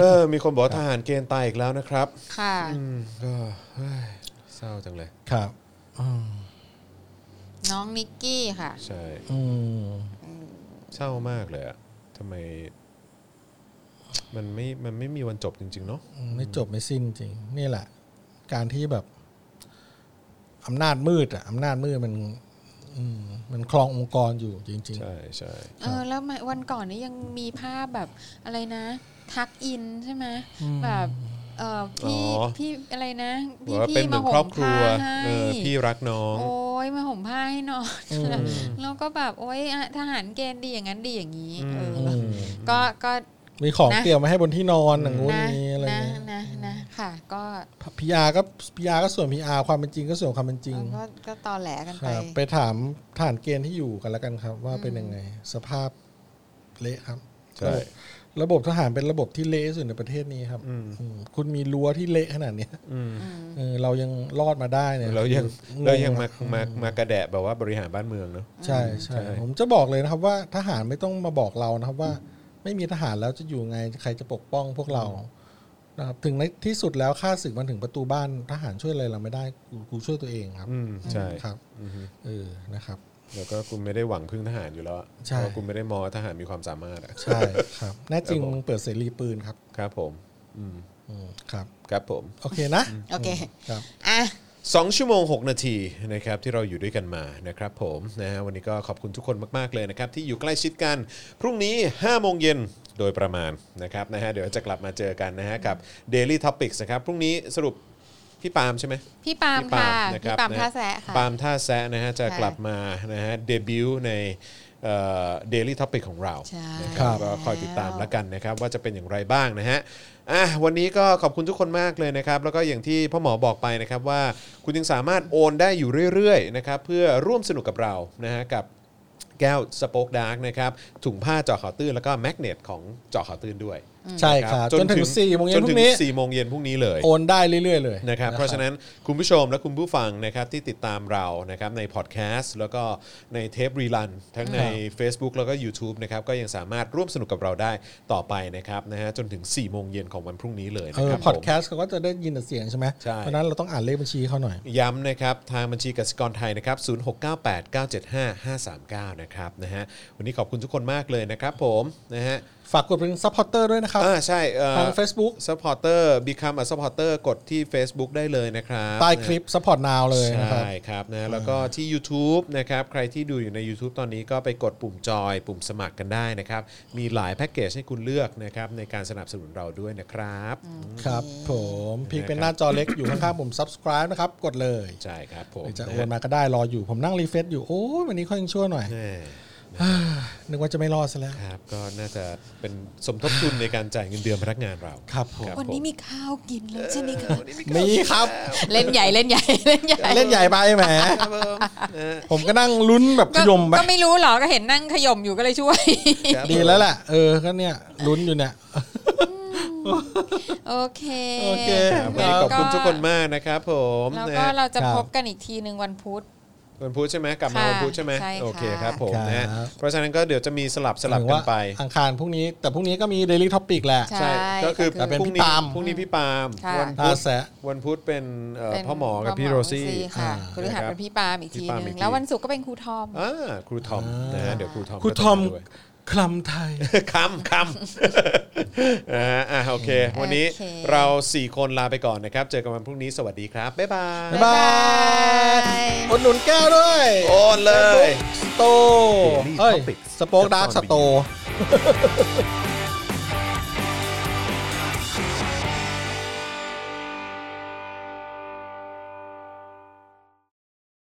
Speaker 1: เออมีคนบอกว่าทหารเกณฑ์ตายอีกแล้วนะครับ
Speaker 2: ค่ะ
Speaker 1: อืมก็เฮ้ยเศร้าจังเลย
Speaker 3: ครับ
Speaker 2: น้องนิกกี้ค่ะ
Speaker 1: ใช่
Speaker 3: อืม
Speaker 1: เศร้ามากเลยอะทำไม มันไม่มันไม่มีวันจบจริง ๆ เนาะ
Speaker 3: ไม่จบไม่สิ้นจริง นี่แหละ การที่แบบอำนาจมืดอะอำนาจมืดมัน อืมมันครององค์กรอยู่จริง
Speaker 1: ใช่ใช่
Speaker 2: เออแล้วมาวันก่อนนี้ยังมีภาพแบบอะไรนะ ทักอินใช่ไหมแบบเออพี่พี่อะไรนะ
Speaker 1: บอกว่า
Speaker 2: พี่
Speaker 1: เป็นเหมือนครอบครัว
Speaker 2: มาห่ม
Speaker 1: เอ
Speaker 2: ผ้า
Speaker 1: อ
Speaker 2: ให้
Speaker 1: พี่รักน้อง
Speaker 2: โอ้ยมาห่มผ้าให้หนอนแล้วก็แบบโอ้ยอะทหารเกณฑ์ดีอย่างนั้นดีอย่างนี้เอออ
Speaker 3: ม
Speaker 2: ก็ก็
Speaker 3: ๆ มีของ
Speaker 2: นะ
Speaker 3: เตรียมมาให้บนที่นอนอย่างงู้น
Speaker 2: นะ
Speaker 3: อย่างนี้อะไร
Speaker 2: นะ
Speaker 3: เงี้ย
Speaker 2: นะนะค่ะ ก็
Speaker 3: พีอาร์ก็พีอาร์ก็ส่วนพีอาร์ความเป็นจริงก็ส่วนความเป็นจริง
Speaker 2: ก็ก็ตอแหลกัน
Speaker 3: ค
Speaker 2: ไป
Speaker 3: รับไปถามฐานเกณฑ์ที่อยู่กันแล้วกันครับ ว่าเป็นยังไง สภาพเละครับ
Speaker 1: ใช่
Speaker 3: ระบบทหารเป็นระบบที่เละที่สุดในประเทศนี้ครับอืมคุณมีรั้วที่เละขนาดเนี้ยเออเรายังรอดมาได้เนี่ย
Speaker 1: เรายัง
Speaker 3: ง
Speaker 1: เรายังมามามากระแดะแบบว่าบริหารบ้านเมืองเนาะ
Speaker 3: ใช่ใช่
Speaker 1: ใช่
Speaker 3: ผมจะบอกเลยนะครับว่าทหารไม่ต้องมาบอกเรานะครับว่า ไม่มีทหารแล้วจะอยู่ไงใครจะปกป้องพวกเรานะครับถึงในที่สุดแล้วค่าศึกมันถึงประตูบ้านทหารช่วยอะไรเราไม่ได้กูกูช่วยตัวเองครับ
Speaker 1: อืมใช่
Speaker 3: ครับเออ นะครับ
Speaker 1: แล้วก็คุณไม่ได้หวังพึ่งทหารอยู่แล้วอะ
Speaker 3: ใช่
Speaker 1: เพราะคุณไม่ได้มองว่าทหารมีความสามารถอะ
Speaker 3: ใช่ครับ แน่จริงมึงเปิดเสรีปืนครับ
Speaker 1: ครับผม อืม
Speaker 3: อืมครับ
Speaker 1: ครับผม
Speaker 3: โอเคนะ
Speaker 2: โอเค
Speaker 3: ครับ
Speaker 2: อ่ะ
Speaker 1: 2 ชั่วโมง 6 นาทีนะครับที่เราอยู่ด้วยกันมานะครับผมนะฮะวันนี้ก็ขอบคุณทุกคนมาก ๆ เลยนะครับที่อยู่ใกล้ชิดกัน พรุ่งนี้ 5 โมงเย็นโดยประมาณนะครับนะฮะเดี๋ยวจะกลับมาเจอกันนะฮะกับ Daily Topics นะครับ พรุ่งนี้สรุปพี่ปาล์มใช่ไหม
Speaker 2: พี่ปาล์ม
Speaker 1: พี่
Speaker 2: ค่ะ
Speaker 1: นะค
Speaker 2: พี่
Speaker 1: รับ
Speaker 2: ปาล์ม
Speaker 1: นฮ
Speaker 2: ท่าแสะค่ะ
Speaker 1: ปาล์มท่าแซะนะฮะจะ
Speaker 2: ค่ะ
Speaker 1: กลับมานะฮะเดบิวต์ใน เดลี่ท็อปิกของเรา
Speaker 2: ใช่
Speaker 1: นะครับ
Speaker 3: ครับ
Speaker 1: ก็คอยติดตามแล้วกันนะครับว่าจะเป็นอย่างไรบ้างนะฮะอ่ะวันนี้ก็ขอบคุณทุกคนมากเลยนะครับ แล้วก็อย่างที่พ่อหมอบอกไปนะครับว่าคุณยังสามารถโอนได้อยู่เรื่อยๆนะครับเพื่อร่วมสนุกกับเรานะฮะกับ แก้วสป็อกดาร์กนะครับถุงผ้าเจาะข่าวตื้นแล้วก็แมกเนตของเจาะข่าวตื้นด้วย
Speaker 3: ใช่ครับจนถึงสี่โมงเย็
Speaker 1: จ
Speaker 3: น
Speaker 1: น
Speaker 3: พ
Speaker 1: ถึ
Speaker 3: รุ่
Speaker 1: ง
Speaker 3: งนี้
Speaker 1: สี่โมงเย็นพรุ่งนี้เลย
Speaker 3: โอนได้เรื่อยๆ เลย
Speaker 1: นะครับเพราะฉะนั้นคุณผู้ชมและคุณผู้ฟังนะครับที่ติดตามเรานะครับในพอดแคสต์แล้วก็ในเทปรีลันทั้งใน Facebook แล้วก็ YouTube นะครับก็ยังสามารถร่วมสนุกกับเราได้ต่อไปนะครับนะฮะจนถึง4ี่โมงเย็นของวันพรุ่งนี้เลย
Speaker 3: เอ
Speaker 1: นะ
Speaker 3: อ
Speaker 1: ครับ
Speaker 3: พอด
Speaker 1: ผม
Speaker 3: แคสต์เขาก็จะได้ยินแต่เสียงใช่ไหม
Speaker 1: ใช่
Speaker 3: เพราะฉะนั้นเราต้องอ่านเลขบัญชีเขาหน่อย
Speaker 1: ย้ำนะครับทางบัญชีกสิกรไทยนะครับ0698 975 539นะครับนะฮะวันนี้ขอบคุณทุกคนมากเลยนะครับผมนะฮะ
Speaker 3: ฝากกดเป็นซัพพอร์เตอร์ด้วยนะครับ
Speaker 1: อ่าใช่เอ่อ
Speaker 3: ทาง Facebook
Speaker 1: supporter become a supporter กดที่ Facebook ได้เลยนะครับ
Speaker 3: ใต้
Speaker 1: นะ
Speaker 3: คลิปซัพพอร์ตนาวเลยนะครับ
Speaker 1: ใช่ครับนะแล้วก็ที่ YouTube นะครับใครที่ดูอยู่ใน YouTube ตอนนี้ก็ไปกดปุ่มจอย ปุ่มสมัครกันได้นะครับ มีหลายแพ็กเกจให้คุณเลือกนะครับในการสนับสนุนเราด้วยนะครับ
Speaker 3: ครับผมพิงเป็นหน้าจอเล็กอยู่ข้างๆผม subscribe นะครับ กดเลย
Speaker 1: ใช่ครับผม
Speaker 3: หรือจะโอนมาก็ได้รออยู่ผมนั่งรีเฟซอยู่ โอ้ยวันนี้ค่อยยังชั่วหน่อย
Speaker 1: แน่
Speaker 3: นึกว่าจะไม่รอดซะแล้ว
Speaker 1: ครับก็น่าจะเป็นสมทบทุนในการจ่ายเงินเดือนพนักงานเรา
Speaker 3: ครับผม
Speaker 2: วันนี้มีข้าวกินแล้วใช่ไหมคะ
Speaker 3: มีครับ
Speaker 2: เล่นใหญ่เล่นใหญ่เล่นใหญ่
Speaker 3: เล่นใหญ่ไปแหม
Speaker 1: ครับผมนะ
Speaker 3: ผมก็นั่งลุ้นแบบข
Speaker 2: ก็
Speaker 3: ยมไป
Speaker 2: ก็ไม่รู้หรอกก็เห็นนั่งขยมอยู่ก็เลยช่วย
Speaker 1: ครับ
Speaker 3: ดีแล้วแหละเออก็เนี่ยลุ้นอยู่เนี่ย
Speaker 2: โอเค
Speaker 3: โอเค
Speaker 1: ครับวันนี้ขอบคุณทุกคนมากนะครับผม
Speaker 2: แล้ว
Speaker 1: นะ
Speaker 2: ก็
Speaker 1: ฮะ
Speaker 2: เราจะ
Speaker 3: ครับ
Speaker 2: พบกันอีกทีหนึ่งวันพุธ
Speaker 1: วันพุธใช่ไหมกลับมา
Speaker 2: ค่ะ
Speaker 1: วันพุธใช่ไหม
Speaker 2: ใช่ค่ะ
Speaker 1: โอเคครับผมนะฮะ
Speaker 3: ครับ
Speaker 1: เพราะฉะนั้นก็เดี๋ยวจะมีสลับสลับ
Speaker 3: ถึง
Speaker 1: กั
Speaker 3: ว่าน
Speaker 1: ไป
Speaker 3: อังคารพรุ่งนี้ แต่พรุ่งนี้ก็มี Daily Topic แหละ
Speaker 2: ใช่
Speaker 1: ก็คือ
Speaker 3: แต่เป็น
Speaker 1: พรุ่ง
Speaker 3: พี่
Speaker 1: นี้
Speaker 3: ปาล์ม
Speaker 1: พรุ่งนี้พี่ปาล์ม
Speaker 2: ค่ะ
Speaker 1: วัน
Speaker 3: อา
Speaker 1: พุธ
Speaker 3: แสะ
Speaker 1: วันพุธเป็นเอ่อ
Speaker 2: เป็น
Speaker 1: พ่อหมอกับพี่
Speaker 2: พ่
Speaker 1: โรซี่
Speaker 2: ค่ะ
Speaker 3: อ่า
Speaker 2: พฤหัสเป็นพี่ปาล์มอีก
Speaker 1: พี่
Speaker 2: ที
Speaker 1: ปาล์ม
Speaker 2: หนึ่
Speaker 1: อีก
Speaker 2: ง
Speaker 1: ที
Speaker 2: แล้ววันศุกร์ก็เป็นครูทอม
Speaker 1: อ่าครูทอมนะฮะเดี๋ยวครูทอม
Speaker 3: ครู
Speaker 1: ก็
Speaker 3: ท
Speaker 1: ต้
Speaker 3: อง ม
Speaker 1: ด้วย
Speaker 3: คลำไทย
Speaker 1: คำคำ อ่าอ่ะโอเค วันนี้
Speaker 2: โอเค
Speaker 1: เรา 4 คนลาไปก่อนนะครับ เจอกันวันพรุ่งนี้สวัสดีครับ บ๊ายบาย
Speaker 3: บ๊ายบาย อุดหนุนแก้วด้วย
Speaker 1: โอนเลย
Speaker 3: สโตร์
Speaker 1: Daily
Speaker 3: เอ้ย
Speaker 1: Topic
Speaker 3: สโป๊กดาร์กสโตร์
Speaker 1: ค